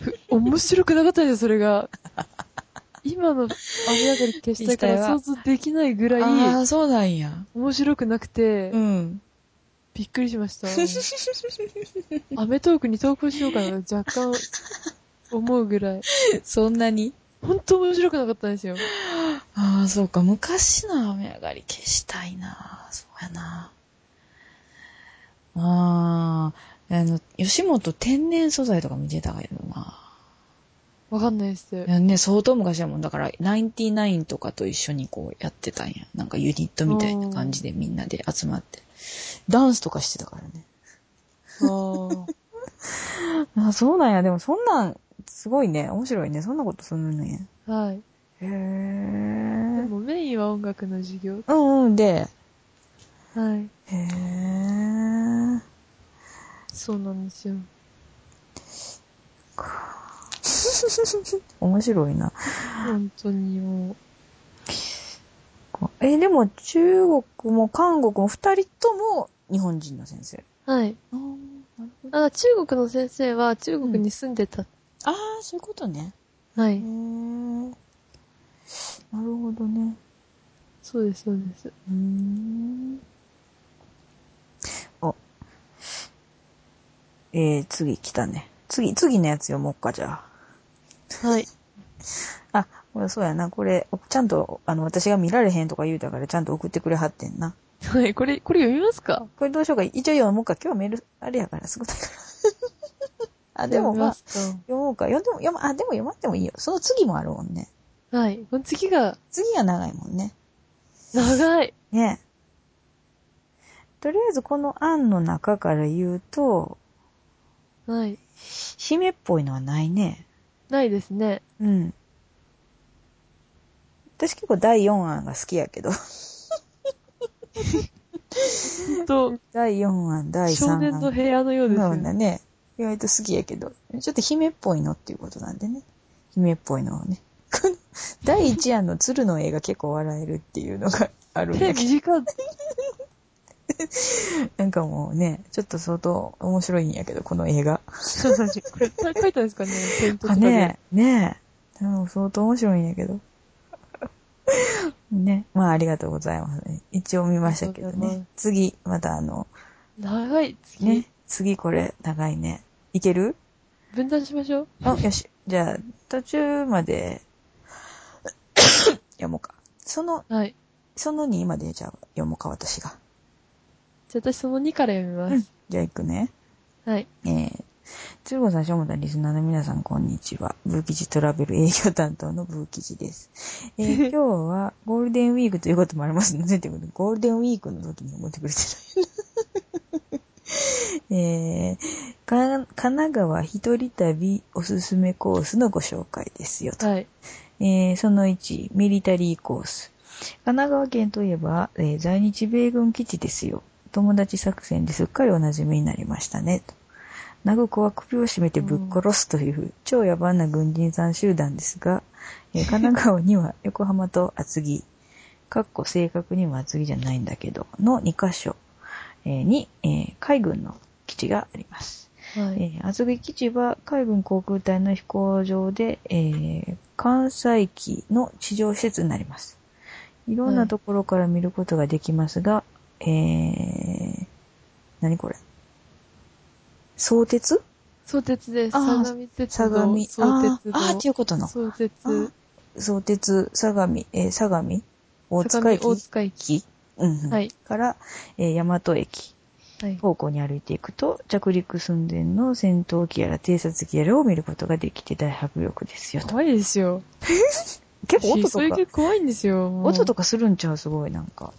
[SPEAKER 2] ふ面白くなかったんですよ、それが。今の雨上がり消した
[SPEAKER 1] 消
[SPEAKER 2] いか
[SPEAKER 1] したい
[SPEAKER 2] ら
[SPEAKER 1] は
[SPEAKER 2] 想像できないぐら
[SPEAKER 1] あ
[SPEAKER 2] い
[SPEAKER 1] あ、そうなんや。
[SPEAKER 2] 面白くなくて、
[SPEAKER 1] うん。
[SPEAKER 2] びっくりし ました。アメトークに投稿しようかな、若干思うぐらい。
[SPEAKER 1] そんなに
[SPEAKER 2] ほんと面白くなかったんですよ。
[SPEAKER 1] ああ、そうか。昔の雨上がり消したいな。そうやな。ああ、あの、吉本天然素材とか見てたけどな。
[SPEAKER 2] わかんないです。
[SPEAKER 1] いやね、相当昔やもん。だから、ナインティナインとかと一緒にこうやってたんや。なんかユニットみたいな感じでみんなで集まって。ダンスとかしてたからね。
[SPEAKER 2] あー
[SPEAKER 1] あそうなんや。でもそんなん、すごいね。面白いね。そんなことするのや。
[SPEAKER 2] は
[SPEAKER 1] へ
[SPEAKER 2] い。で
[SPEAKER 1] え。
[SPEAKER 2] もメインは音楽の授業。
[SPEAKER 1] うんうん。で、
[SPEAKER 2] はい。
[SPEAKER 1] へえ。
[SPEAKER 2] そうなんですよ。
[SPEAKER 1] 面白いな。
[SPEAKER 2] 本当にも
[SPEAKER 1] え、でも中国も韓国も二人とも日本人の先生。
[SPEAKER 2] う。はい。
[SPEAKER 1] ああ、なるほど。
[SPEAKER 2] あ、中国の先生は中国に住んでた。
[SPEAKER 1] ああ、そういうことね。
[SPEAKER 2] は
[SPEAKER 1] へえ。
[SPEAKER 2] い。
[SPEAKER 1] なるほどね。
[SPEAKER 2] そうです、そうです。
[SPEAKER 1] うーん。お。えー、次来たね。次、次のやつよ、もっかじゃあ。
[SPEAKER 2] はい。
[SPEAKER 1] あ、これそうやな。これ、ちゃんと、あの、私が見られへんとか言うたから、ちゃんと送ってくれはってんな。
[SPEAKER 2] はい。これ、これ読みますか
[SPEAKER 1] これどうしようか。一応読もうか。今日はメール、あれやから、すぐだ から。あ、でも
[SPEAKER 2] 読み
[SPEAKER 1] ま
[SPEAKER 2] ま
[SPEAKER 1] あ、
[SPEAKER 2] すか
[SPEAKER 1] 読もうか。読んでも、読ま、あ、でも読まってもいいよ。その次もあるもんね。
[SPEAKER 2] はい。この次が、
[SPEAKER 1] 次が長いもんね。
[SPEAKER 2] 長い。
[SPEAKER 1] ねえとりあえずこの案の中から言うと、
[SPEAKER 2] はい。
[SPEAKER 1] 姫っぽいのはないね。
[SPEAKER 2] ないですね。
[SPEAKER 1] うん。私結構第4案が好きやけど。
[SPEAKER 2] ほんと、
[SPEAKER 1] 第4案、第3
[SPEAKER 2] 少年の
[SPEAKER 1] 案。
[SPEAKER 2] 部屋のようです
[SPEAKER 1] そうだ
[SPEAKER 2] ね。
[SPEAKER 1] ね。意外と好きやけど。ちょっと姫っぽいのっていうことなんでね。姫っぽいのをね。 この第1案の鶴の絵が結構笑えるっていうのがあるん
[SPEAKER 2] 手
[SPEAKER 1] だけ
[SPEAKER 2] 短い。
[SPEAKER 1] ど。なんかもうね、ちょっと相当面白いんやけど、この絵が。
[SPEAKER 2] これ、これ書いたんですかねペイントとかで。
[SPEAKER 1] ねえ、ねえ。うん相当面白いんやけど。 ね。まあありがとうございます。一応見ましたけど
[SPEAKER 2] ありがとうございま
[SPEAKER 1] ね。次、またあの、
[SPEAKER 2] 長い。次。
[SPEAKER 1] ね。次これ、長いね。いける
[SPEAKER 2] 分断しましょう。
[SPEAKER 1] あ、よし。じゃあ、途中まで、 読もうか。その、
[SPEAKER 2] はい。
[SPEAKER 1] その2まで、じゃあ、読もうか、私が。
[SPEAKER 2] じゃあ私その2から読みま
[SPEAKER 1] うん
[SPEAKER 2] す。。
[SPEAKER 1] じゃあ、行くね。
[SPEAKER 2] はい。
[SPEAKER 1] えー、鶴子さん、しょもたん、リスナーの皆さん、こんにちは。ブーキジトラベル営業担当のブーキジです。えー今日はゴールデンウィークということもありますので、ということでゴールデンウィークの時に思ってくれてない。 えー、か神奈川一人旅おすすめコースのご紹介ですよと。
[SPEAKER 2] はい。
[SPEAKER 1] えーその1、ミリタリーコース。神奈川県といえば、えー在日米軍基地ですよ。友達作戦ですっかりお馴染みになりましたね。と殴子は首を絞めてぶっ殺すという超野蛮な軍人さん集団ですが、えー神奈川には横浜と厚木、かっこ正確には厚木じゃないんだけど、の2箇所えーに、えー海軍の基地があります。
[SPEAKER 2] はい。
[SPEAKER 1] えー厚木基地は海軍航空隊の飛行場で、えー関西機の地上施設になります。いろんなところから見ることができますが、えー、何これ相鉄
[SPEAKER 2] 相鉄です。
[SPEAKER 1] あー
[SPEAKER 2] 相模鉄道。
[SPEAKER 1] 相模。
[SPEAKER 2] 相鉄道。
[SPEAKER 1] あーあー、っていうことな。
[SPEAKER 2] 相鉄。
[SPEAKER 1] 相鉄、相模、えー相模大
[SPEAKER 2] 相模
[SPEAKER 1] 塚駅
[SPEAKER 2] 大塚駅。
[SPEAKER 1] うんうん
[SPEAKER 2] はい
[SPEAKER 1] から、えー大和駅
[SPEAKER 2] はい。
[SPEAKER 1] 方向に歩いていくと、着陸寸前の戦闘機やら偵察機やらを見ることができて大迫力ですよと。
[SPEAKER 2] 怖いですよ。
[SPEAKER 1] 結構音
[SPEAKER 2] それ
[SPEAKER 1] とか
[SPEAKER 2] が、怖いんですよ。もう
[SPEAKER 1] 音とかするんちゃうすごいなんか。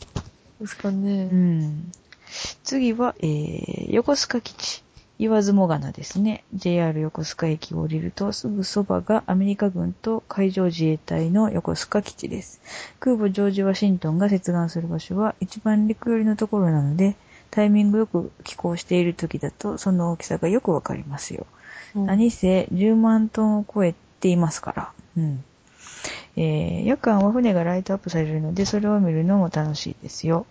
[SPEAKER 2] ですか
[SPEAKER 1] う
[SPEAKER 2] ね。
[SPEAKER 1] ん。次は、えー、横須賀基地。言わずもがなですね。JR 横須賀駅を降りると、すぐそばがアメリカ軍と海上自衛隊の横須賀基地です。空母ジョージ・ワシントンが接岸する場所は一番陸寄りのところなので、タイミングよく寄港している時だと、その大きさがよくわかりますよ。
[SPEAKER 2] うん
[SPEAKER 1] 何せ10万トンを超えていますから。うん。えー夜間は船がライトアップされるので、それを見るのも楽しいですよ。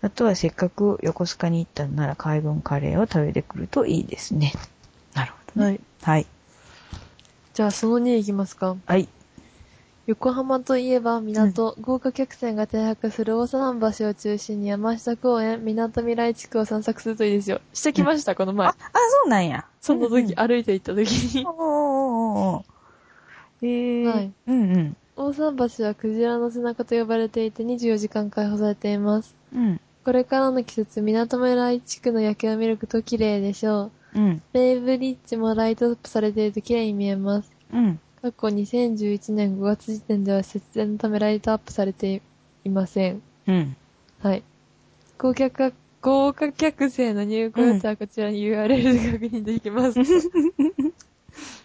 [SPEAKER 1] あとはせっかく横須賀に行ったんなら海軍カレーを食べてくるといいですね。なるほどね。
[SPEAKER 2] はい。
[SPEAKER 1] はい。
[SPEAKER 2] じゃあ、その2行きますか。
[SPEAKER 1] はい。
[SPEAKER 2] 横浜といえば港、豪華客船が停泊する大桟橋を中心に山下公園、港未来地区を散策するといいですよ。してきました、この前
[SPEAKER 1] あ、あ。、そうなんや。
[SPEAKER 2] その
[SPEAKER 1] うんうん
[SPEAKER 2] 時、歩いて行った時に
[SPEAKER 1] おー。おーおーおーえー、
[SPEAKER 2] はい
[SPEAKER 1] うんうん。
[SPEAKER 2] 大桟橋はクジラの背中と呼ばれていて24時間解放されています。
[SPEAKER 1] うん。
[SPEAKER 2] これからの季節、港未来地区の夜景を見ると綺麗でしょう。
[SPEAKER 1] うん。
[SPEAKER 2] ベイブリッジもライトアップされていると綺麗に見えます。
[SPEAKER 1] うん。
[SPEAKER 2] 過去2011年5月時点では節電のためライトアップされていません。
[SPEAKER 1] うん。
[SPEAKER 2] はい。豪華客、豪華客船の入港予定はこちらに URL で確認できます。
[SPEAKER 1] うん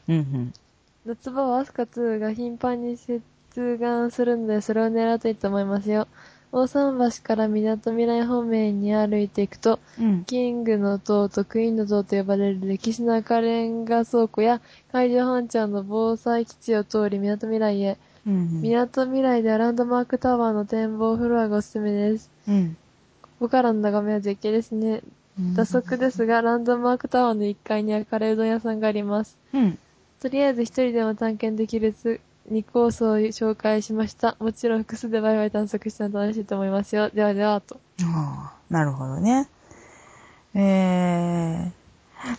[SPEAKER 1] うん。
[SPEAKER 2] 夏場はアスカ2が頻繁に接岸するので、それを狙うといいと思いますよ。大桟橋から港未来方面に歩いていくと、
[SPEAKER 1] うん。
[SPEAKER 2] キングの塔とクイーンの塔と呼ばれる歴史の赤レンガ倉庫や海上保安庁の防災基地を通り港未来へ。
[SPEAKER 1] うん。
[SPEAKER 2] 港未来ではランドマークタワーの展望フロアがおすすめです。
[SPEAKER 1] うん。
[SPEAKER 2] ここからの眺めは絶景ですね。打足ですが、ランドマークタワーの1階にはカレーうどん屋さんがあります。
[SPEAKER 1] うん。
[SPEAKER 2] とりあえず一人でも探検できる2コースを紹介しました。もちろん複数でバイバイ探索したの楽しいと思いますよ。ではでは、と。
[SPEAKER 1] ああ、なるほどね。え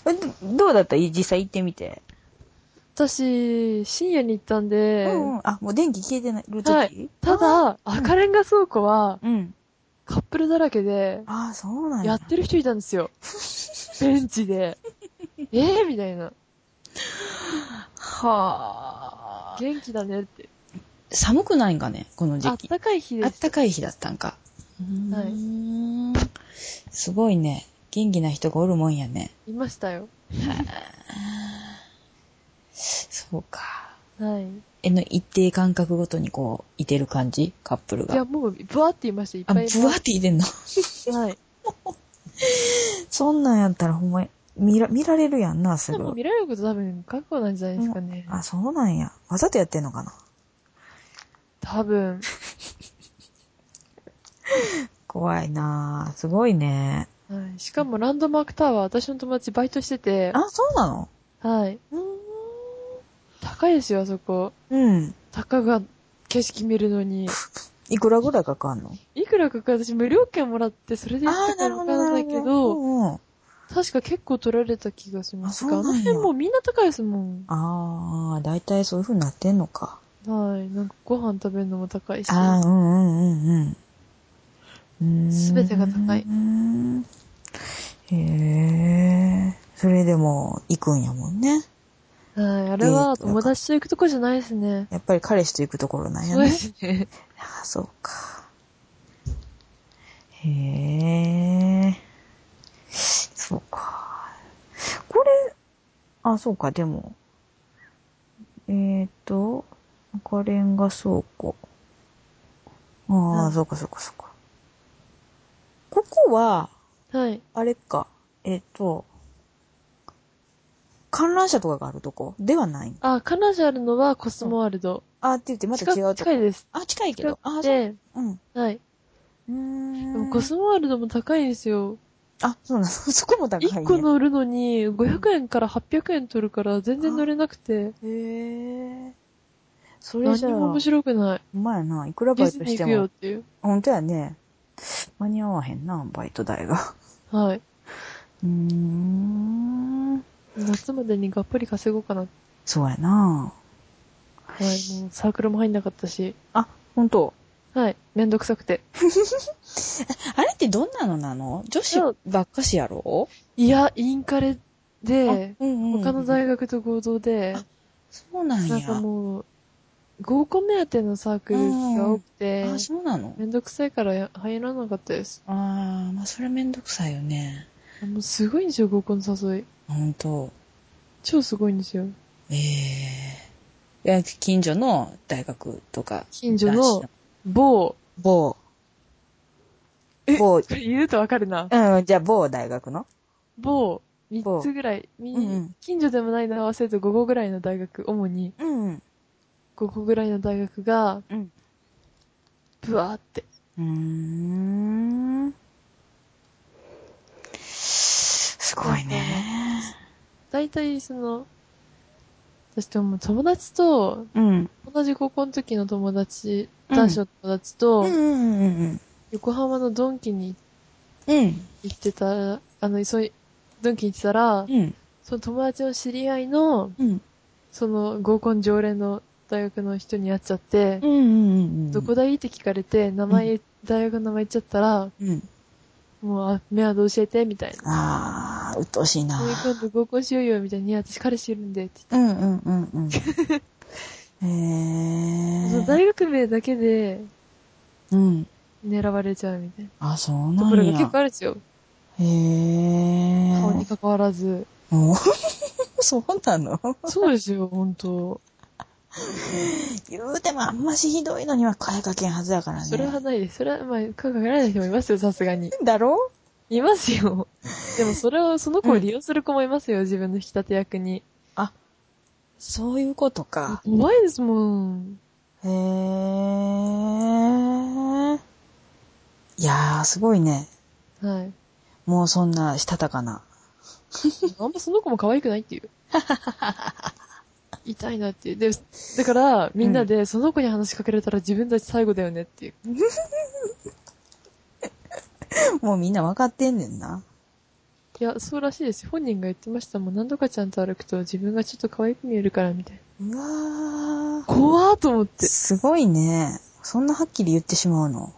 [SPEAKER 1] ー、どどうだった実際行ってみて。
[SPEAKER 2] 私、深夜に行ったんで、
[SPEAKER 1] うんうん。あ、もう電気消えてない。る時、
[SPEAKER 2] はい。ただ、赤レンガ倉庫は
[SPEAKER 1] うん。
[SPEAKER 2] カップルだらけで、
[SPEAKER 1] ああ、そうなん
[SPEAKER 2] や
[SPEAKER 1] や。
[SPEAKER 2] ってる人いた んですよ。ベンチで。えーみたいな。
[SPEAKER 1] はあ。
[SPEAKER 2] 元気だねって。
[SPEAKER 1] 寒くないんかね、この
[SPEAKER 2] あっ
[SPEAKER 1] 時期。
[SPEAKER 2] たかい日
[SPEAKER 1] あ
[SPEAKER 2] で
[SPEAKER 1] っ
[SPEAKER 2] す。
[SPEAKER 1] たかい日だったんか。うーん。すごいね。元気な人がおるもんやね。
[SPEAKER 2] いましたよ。
[SPEAKER 1] そうか。
[SPEAKER 2] はい。
[SPEAKER 1] えの、一定間隔ごとにこう、いてる感じカップル
[SPEAKER 2] いや、
[SPEAKER 1] が。
[SPEAKER 2] もう、ブワーっていました。いっ
[SPEAKER 1] あ、ブ
[SPEAKER 2] ぱい
[SPEAKER 1] ワ
[SPEAKER 2] いま
[SPEAKER 1] ーっていてんの
[SPEAKER 2] す。はい。
[SPEAKER 1] そんなんやったらほんま、見ら、見られるやんな、す
[SPEAKER 2] でも
[SPEAKER 1] ぐ。
[SPEAKER 2] 見られること多分覚悟なんじゃないですかね。
[SPEAKER 1] あ、そうなんや。わざとやってんのかな
[SPEAKER 2] 多分。
[SPEAKER 1] 怖いなぁ。すごいね
[SPEAKER 2] はい。しかもランドマークタワー、私の友達バイトしてて、
[SPEAKER 1] あ、そうなの
[SPEAKER 2] はい。高いですよ、あそこ。
[SPEAKER 1] うん。
[SPEAKER 2] たかが景色見るのに。
[SPEAKER 1] いくらぐらいかかんの
[SPEAKER 2] いくらかかる私無料券もらって、それで行ったかわからないけど、
[SPEAKER 1] うんうん。
[SPEAKER 2] 確か結構取られた気がしますが、あ
[SPEAKER 1] あそう
[SPEAKER 2] の
[SPEAKER 1] なんや
[SPEAKER 2] 辺もうみんな高いですもん。
[SPEAKER 1] あー、だいたいそういう風になってんのか。
[SPEAKER 2] はい。なんかご飯食べるのも高いし。
[SPEAKER 1] あー、うんうんうんうんうーん。
[SPEAKER 2] 全てが高いう
[SPEAKER 1] ーん。へえ。それでも、行くんやもんね。
[SPEAKER 2] はい。あれは友達と行くとこじゃないですね。
[SPEAKER 1] やっぱり彼氏と行くところなんや
[SPEAKER 2] そうで
[SPEAKER 1] ね。
[SPEAKER 2] すね。
[SPEAKER 1] ああ、そうか。へえ。そうか。これ、あ、そうか、でも。えっ、ー、と、赤レンガ倉庫。あ
[SPEAKER 2] うん
[SPEAKER 1] あ、そうか、そうか、そうか。ここは、
[SPEAKER 2] はい。
[SPEAKER 1] あれか、えっ、と、観覧車とかがあるとこではない。
[SPEAKER 2] あ、カナジャルのはコスモワールド。
[SPEAKER 1] あーって言って、また
[SPEAKER 2] 近
[SPEAKER 1] 違うとこ
[SPEAKER 2] 近。いです。
[SPEAKER 1] あ、近いけ
[SPEAKER 2] 近
[SPEAKER 1] ど。あ
[SPEAKER 2] く
[SPEAKER 1] ー、そう。
[SPEAKER 2] て、
[SPEAKER 1] うん。う
[SPEAKER 2] はい。
[SPEAKER 1] ー
[SPEAKER 2] で
[SPEAKER 1] ん。
[SPEAKER 2] もコスモワールドも高いんですよ。
[SPEAKER 1] あ、そうなの。 そこも高い、ね。
[SPEAKER 2] 1個乗るのに500円から800円取るから全然乗れなく
[SPEAKER 1] へ
[SPEAKER 2] て、
[SPEAKER 1] え。それ
[SPEAKER 2] 何
[SPEAKER 1] じゃあ、
[SPEAKER 2] も
[SPEAKER 1] ほ
[SPEAKER 2] 面白くない。
[SPEAKER 1] んまやな。いくら
[SPEAKER 2] デ
[SPEAKER 1] バ
[SPEAKER 2] ィ
[SPEAKER 1] イ
[SPEAKER 2] ズ
[SPEAKER 1] ト
[SPEAKER 2] ニー
[SPEAKER 1] して
[SPEAKER 2] 行くよっ
[SPEAKER 1] も。
[SPEAKER 2] ていう。
[SPEAKER 1] ほんとやね。間に合わへんな、バイト代が。
[SPEAKER 2] は い。
[SPEAKER 1] うーん。
[SPEAKER 2] 夏までにがっぽり稼ごうかな。はい。
[SPEAKER 1] そうやな
[SPEAKER 2] もうサークルも入んなかったし。
[SPEAKER 1] あ、ほんと。
[SPEAKER 2] はい。めんどくさくて。
[SPEAKER 1] あれってどんなのなの女
[SPEAKER 2] そ
[SPEAKER 1] 子
[SPEAKER 2] う
[SPEAKER 1] ばっかしやろ
[SPEAKER 2] いや、インカレで、
[SPEAKER 1] うん
[SPEAKER 2] 他の大学と合同で、
[SPEAKER 1] あそうなんや。
[SPEAKER 2] なんかもう、合コン目当てのサークルが多くて、
[SPEAKER 1] あ、そうなの
[SPEAKER 2] めんどくさいからや入らなかったです。
[SPEAKER 1] ああ、まあそれめんどくさいよね。
[SPEAKER 2] もうすごいんですよ、合コンの誘い。
[SPEAKER 1] ほんと。
[SPEAKER 2] 超すごいんですよ。
[SPEAKER 1] ええいや、近所の大学とか。
[SPEAKER 2] 近所の某、
[SPEAKER 1] 某。
[SPEAKER 2] え
[SPEAKER 1] 某、
[SPEAKER 2] これ言うとわかるな。
[SPEAKER 1] うん、じゃあ某大学の
[SPEAKER 2] 某、
[SPEAKER 1] 某
[SPEAKER 2] 3つぐらい、み
[SPEAKER 1] うんうん
[SPEAKER 2] 近所でもないの合わせると5個ぐらいの大学、主に
[SPEAKER 1] うん。
[SPEAKER 2] 5個ぐらいの大学が、
[SPEAKER 1] うん。
[SPEAKER 2] ブワーって。
[SPEAKER 1] うーん。すごいね。
[SPEAKER 2] 大体、その、私でも友達と、
[SPEAKER 1] うん。
[SPEAKER 2] 同じ高校の時の友達、
[SPEAKER 1] うん
[SPEAKER 2] 男子の友達と
[SPEAKER 1] う、んうんうん
[SPEAKER 2] 横浜のドンキに
[SPEAKER 1] うん。うん。
[SPEAKER 2] 行ってた、あの、そういう、ドンキに行ってたら、
[SPEAKER 1] うん。
[SPEAKER 2] その友達の知り合いの、
[SPEAKER 1] うん。
[SPEAKER 2] その合コン常連の大学の人に会っちゃって
[SPEAKER 1] う、んうんうん。
[SPEAKER 2] どこだいって聞かれて、名前、大学の名前言っちゃったら、
[SPEAKER 1] うん。
[SPEAKER 2] もう、あ、メアド教えて、みたいな。
[SPEAKER 1] ああ、うっとうしいな
[SPEAKER 2] もう。今度合コンしようよ、みたいに、いや私彼氏いるんで、って
[SPEAKER 1] うんうんうんうん。へ
[SPEAKER 2] 言
[SPEAKER 1] え。
[SPEAKER 2] って。その大学名だけで
[SPEAKER 1] うん。
[SPEAKER 2] 狙われちゃうみたい
[SPEAKER 1] あ、そう
[SPEAKER 2] な。と
[SPEAKER 1] な
[SPEAKER 2] ころ
[SPEAKER 1] ん
[SPEAKER 2] が結
[SPEAKER 1] や
[SPEAKER 2] 構。あるんですよ。
[SPEAKER 1] へえ。
[SPEAKER 2] 顔に関わらず。
[SPEAKER 1] もうそうなの
[SPEAKER 2] そうですよ、本当
[SPEAKER 1] 言うてもあんましひどいのには声かけんはずやからね。
[SPEAKER 2] それはないです。それは、まあ、声かけられない人もいますよ、さすがに。
[SPEAKER 1] だろ
[SPEAKER 2] います よ。でも、それを、その子を利用する子もいますよ、自分の引き立て役に。
[SPEAKER 1] そういうことか。
[SPEAKER 2] 怖いですもん。
[SPEAKER 1] へえ。いやー、すごいね。
[SPEAKER 2] はい。
[SPEAKER 1] もうそんなしたたかな。
[SPEAKER 2] あんまその子も可愛くないって いう。痛いなっていう。で、だから、みんなで、その子に話しかけられたら自分たち最後だよねっていう。
[SPEAKER 1] もうみんなわかってんねんな。
[SPEAKER 2] いや、そうらしいです。本人が言ってましたもん。何度かちゃんと歩くと自分がちょっと可愛く見えるから、みたいな。
[SPEAKER 1] うわー。
[SPEAKER 2] 怖ーと思って。
[SPEAKER 1] すごいね。そんなはっきり言ってしまうの。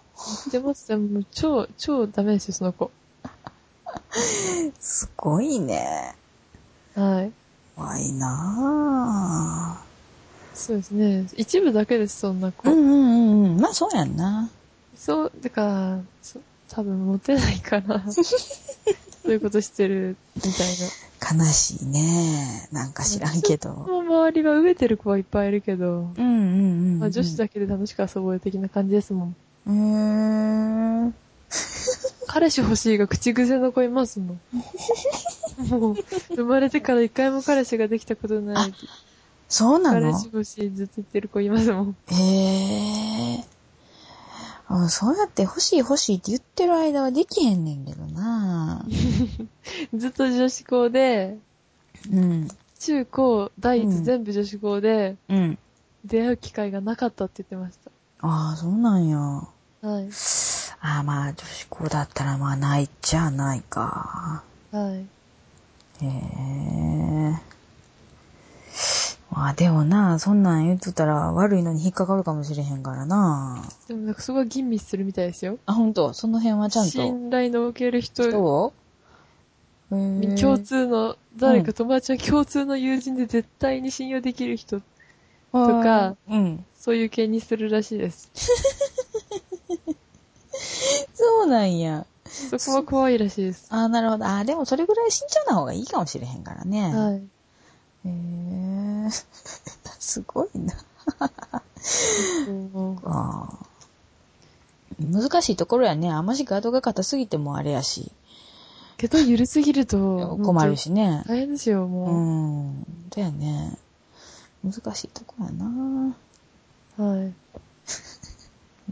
[SPEAKER 2] 言ってました。もう超、超ダメですよ、その子。
[SPEAKER 1] すごいね。
[SPEAKER 2] はい。
[SPEAKER 1] 怖いな
[SPEAKER 2] そうですね。一部だけです、そんな
[SPEAKER 1] ぁ。う
[SPEAKER 2] 子。
[SPEAKER 1] んうんうんうん。まあそうやんな。
[SPEAKER 2] そう、だから、そ多分モテない から、そういうことしてる、みたい
[SPEAKER 1] 悲しいね。なんか知らんけど。
[SPEAKER 2] な。もう周りは飢えてる子はいっぱいいるけど、
[SPEAKER 1] うんうんうん、
[SPEAKER 2] まあ、女子だけで楽しく遊ぼうよ的な感じですもん。
[SPEAKER 1] うーん。
[SPEAKER 2] 彼氏欲しいが口癖の子いますもん。 もう、生まれてから一回も彼氏ができたことない。
[SPEAKER 1] そうな
[SPEAKER 2] 彼
[SPEAKER 1] の
[SPEAKER 2] 氏欲しいずっと言ってる子いますもん。
[SPEAKER 1] へえ。あそうやって欲しい欲しいって言ってる間はできへんねんけどな
[SPEAKER 2] ずっと女子校で、
[SPEAKER 1] うん。
[SPEAKER 2] 中高、第
[SPEAKER 1] う
[SPEAKER 2] 一
[SPEAKER 1] ん
[SPEAKER 2] 全部女子校で、
[SPEAKER 1] うん。
[SPEAKER 2] 出会う機会がなかったって言ってまし
[SPEAKER 1] ああ、そうなんや。
[SPEAKER 2] た。はい。
[SPEAKER 1] ああ、まあ、女子校だったらまあ、ないっちゃないか。
[SPEAKER 2] はい。
[SPEAKER 1] へえ。まあ、でもな、そんなん言っとったら悪いのに引っかかるかもしれへんからな。
[SPEAKER 2] でもなんかそこは吟味するみたいですよ。
[SPEAKER 1] あ、ほんと、その辺はちゃんと。
[SPEAKER 2] 信頼の受ける人
[SPEAKER 1] どう
[SPEAKER 2] に共通の、誰か友達の共通の友人で絶対に信用できる人、
[SPEAKER 1] と
[SPEAKER 2] か、
[SPEAKER 1] うん。
[SPEAKER 2] そういう系にするらしいです。
[SPEAKER 1] そうなんや。
[SPEAKER 2] そこは怖いらしいです。
[SPEAKER 1] あーなるほど。あーでもそれぐらい慎重な方がいいかもしれへんからね。
[SPEAKER 2] はい。
[SPEAKER 1] へえ。 すごいな。
[SPEAKER 2] も
[SPEAKER 1] あー難しいところやね。あんましガードが硬すぎてもあれやし。
[SPEAKER 2] うけど、ゆるすぎると、
[SPEAKER 1] 困る。しね。
[SPEAKER 2] 大変ですよ、
[SPEAKER 1] う
[SPEAKER 2] も
[SPEAKER 1] ん。だよね。難しいところやな。
[SPEAKER 2] う。はい。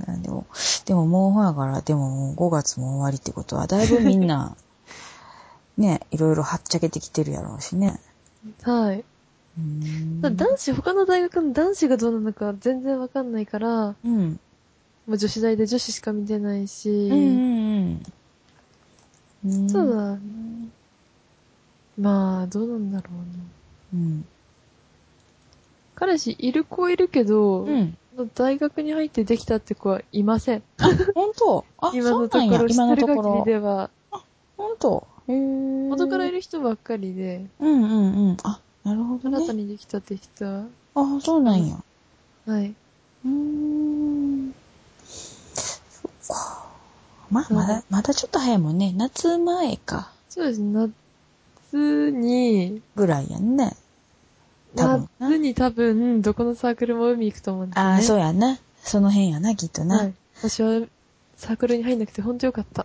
[SPEAKER 1] なんでも、でももうほやから、でももう5月も終わりってことは、だいぶみん な、ね、いろいろはっちゃけてきてるやろうしね。
[SPEAKER 2] はい。
[SPEAKER 1] うん
[SPEAKER 2] だ男子、他の大学の男子がどうなのか全然わかんないから、
[SPEAKER 1] うん。
[SPEAKER 2] もう女子大で女子しか見てないし、
[SPEAKER 1] うんうんうん。うん
[SPEAKER 2] そう。だ。まあ、どうなんだろうな。
[SPEAKER 1] うん。
[SPEAKER 2] 彼氏いる子いるけど、
[SPEAKER 1] うん。
[SPEAKER 2] 大学に入ってできたって子はいません。
[SPEAKER 1] 本当あ、
[SPEAKER 2] 今
[SPEAKER 1] そう
[SPEAKER 2] のと
[SPEAKER 1] なん
[SPEAKER 2] こ
[SPEAKER 1] や
[SPEAKER 2] ろ、、
[SPEAKER 1] 今
[SPEAKER 2] 一
[SPEAKER 1] の
[SPEAKER 2] 人
[SPEAKER 1] とこ
[SPEAKER 2] がき
[SPEAKER 1] ろ
[SPEAKER 2] り。では、
[SPEAKER 1] 本当へー
[SPEAKER 2] 元からいる人ばっかりで、
[SPEAKER 1] うんうんうん。あ、なるほど
[SPEAKER 2] 新た
[SPEAKER 1] ね。
[SPEAKER 2] にできたって人は、
[SPEAKER 1] あ、そうなんや。
[SPEAKER 2] はい。
[SPEAKER 1] うーん。そっか。まあ、まだ、まだちょっと早いもんね。夏前か。
[SPEAKER 2] そうですね、夏に、
[SPEAKER 1] ぐらいやんね。多分な
[SPEAKER 2] 夏に多分、どこのサークルも海行くと思うんですよね。
[SPEAKER 1] ああ、そううやな。その辺やな、きっとな。
[SPEAKER 2] はい。私は、サークルに入んなくてほんとよ かった。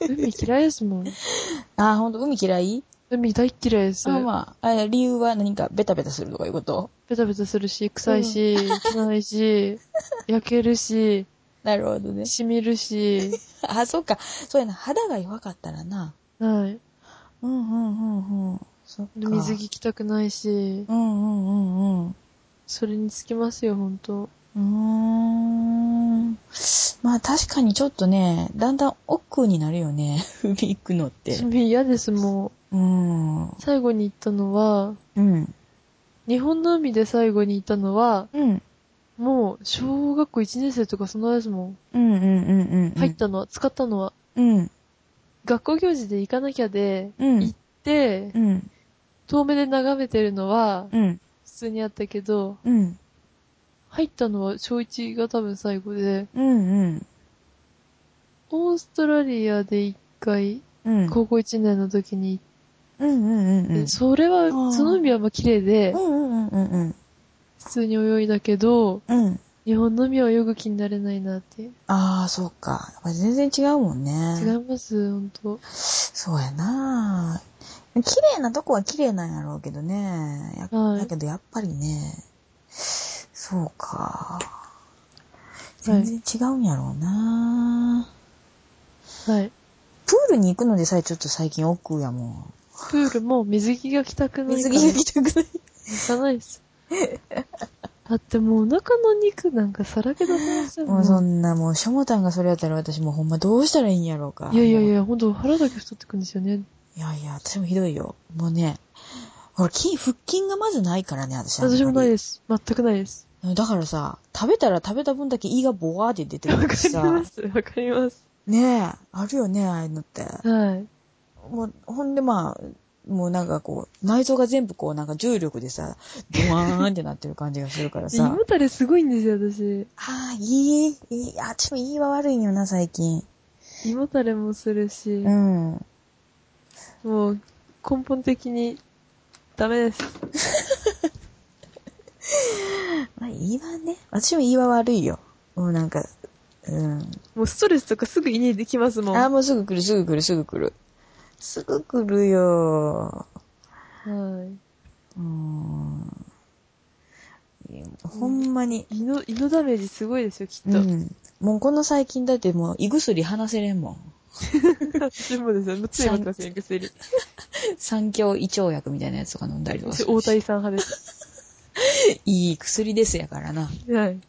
[SPEAKER 2] 海嫌いですもん。
[SPEAKER 1] ああ、ほんと、海嫌い
[SPEAKER 2] 海大っ嫌いです。
[SPEAKER 1] あまあ、あ理由は何かベタベタするとかいうこと
[SPEAKER 2] ベタベタするし、臭いし、汚いし、焼けるし、
[SPEAKER 1] なるほどね。
[SPEAKER 2] 染みるし、
[SPEAKER 1] あ、そっか。そうやな。肌が弱かったらな。
[SPEAKER 2] はい。
[SPEAKER 1] うんうんうんうん。そっか。
[SPEAKER 2] 水。着着たくないし、
[SPEAKER 1] うんうんうんうん。
[SPEAKER 2] それにつきますよ、ほんと。
[SPEAKER 1] うーん。まあ確かにちょっとね、だんだん億劫になるよね。 海行くのって。
[SPEAKER 2] 海嫌です、も
[SPEAKER 1] うーん。
[SPEAKER 2] う。最後に行ったのは、
[SPEAKER 1] うん。
[SPEAKER 2] 日本の海で最後に行ったのは、
[SPEAKER 1] うん。
[SPEAKER 2] もう、小学校1年生とかそんなですもん。
[SPEAKER 1] うんうんうんうん。
[SPEAKER 2] 入っ。たのは、使ったのは、
[SPEAKER 1] うん。
[SPEAKER 2] 学校行事で行かなきゃで、
[SPEAKER 1] うん。
[SPEAKER 2] 行って
[SPEAKER 1] う、ん。
[SPEAKER 2] 遠目で眺めてるのは、
[SPEAKER 1] うん。
[SPEAKER 2] 普通にあったけど、
[SPEAKER 1] うん。
[SPEAKER 2] 入ったのは小1が多分最後で、
[SPEAKER 1] うん。
[SPEAKER 2] オーストラリアで一回、
[SPEAKER 1] うん。
[SPEAKER 2] 高校1年の時に
[SPEAKER 1] う
[SPEAKER 2] 行
[SPEAKER 1] んうんうん
[SPEAKER 2] って、
[SPEAKER 1] うん。
[SPEAKER 2] それは、
[SPEAKER 1] ー
[SPEAKER 2] その海はまあ綺麗で
[SPEAKER 1] う、んうんうんうん
[SPEAKER 2] 普通に泳いだけど、
[SPEAKER 1] うん。うん。
[SPEAKER 2] 日本の海は泳ぐ気になれないなって。違
[SPEAKER 1] ああ、そうか。やっぱり全然違うもんね。
[SPEAKER 2] い。ます、ほんと。
[SPEAKER 1] そうやな綺麗なとこは綺麗なんやろうけどね。や
[SPEAKER 2] はい
[SPEAKER 1] だけどやっぱりね、そうか。
[SPEAKER 2] い
[SPEAKER 1] 全然違うんやろうな、
[SPEAKER 2] はい。
[SPEAKER 1] プールに行くのでさえちょっと最近億劫やもん。
[SPEAKER 2] プールも水着が着たくない
[SPEAKER 1] 水
[SPEAKER 2] から。
[SPEAKER 1] 着が着たくない。
[SPEAKER 2] 行かないです。だってもうお腹の肉なんかさらけ出せません
[SPEAKER 1] もうそんなもう、しょもたんがそれやったら私もうほんまどうしたらいいんやろうか。
[SPEAKER 2] いやいやい
[SPEAKER 1] もう。
[SPEAKER 2] や、ほんと腹だけ太ってくんですよね。
[SPEAKER 1] いやいや、私もひどいよ。もうね、ほら、筋、腹筋がまずないからね、私。
[SPEAKER 2] 私もない
[SPEAKER 1] で
[SPEAKER 2] です。全くないです。
[SPEAKER 1] す。だからさ、食べたら食べた分だけ胃がボワーって出て
[SPEAKER 2] わ
[SPEAKER 1] く
[SPEAKER 2] か
[SPEAKER 1] るし
[SPEAKER 2] り
[SPEAKER 1] さ。
[SPEAKER 2] ます。わかります。
[SPEAKER 1] ねえ、あるよね、ああいうのって。
[SPEAKER 2] はい。
[SPEAKER 1] もう、ほんでまあ、もうなんかこう、内臓が全部こう、なんか重力でさ、ドワーンってなってる感じがするから
[SPEAKER 2] で胃
[SPEAKER 1] さ
[SPEAKER 2] も。たれすごいんですよ、私。
[SPEAKER 1] ああ、いい、いい、あっちもいいは悪いんよな、最近。
[SPEAKER 2] 胃もたれもするし
[SPEAKER 1] う、ん。
[SPEAKER 2] もう根本的にダメです。
[SPEAKER 1] まあ、いいわね。私もいいわ悪いよ。もうなんか、うん。
[SPEAKER 2] もうストレスとかすぐ胃にできますもん。
[SPEAKER 1] ああ、もうすぐ来る、すぐ来る、すぐ来る。すぐ来るよ。
[SPEAKER 2] はい。
[SPEAKER 1] うん。いやほんまに。
[SPEAKER 2] 胃の、胃のダメージすごいですよ、きっ
[SPEAKER 1] う
[SPEAKER 2] と。
[SPEAKER 1] ん。もうこの最近だってもう胃薬離せれんもん。
[SPEAKER 2] 私もですよ。もうついばっかですよ、薬。
[SPEAKER 1] 三強胃腸薬みたいなやつとか飲んだりとか
[SPEAKER 2] 私、
[SPEAKER 1] す
[SPEAKER 2] 大
[SPEAKER 1] るし。
[SPEAKER 2] 谷さん派です。
[SPEAKER 1] いい薬ですやからな。
[SPEAKER 2] はい。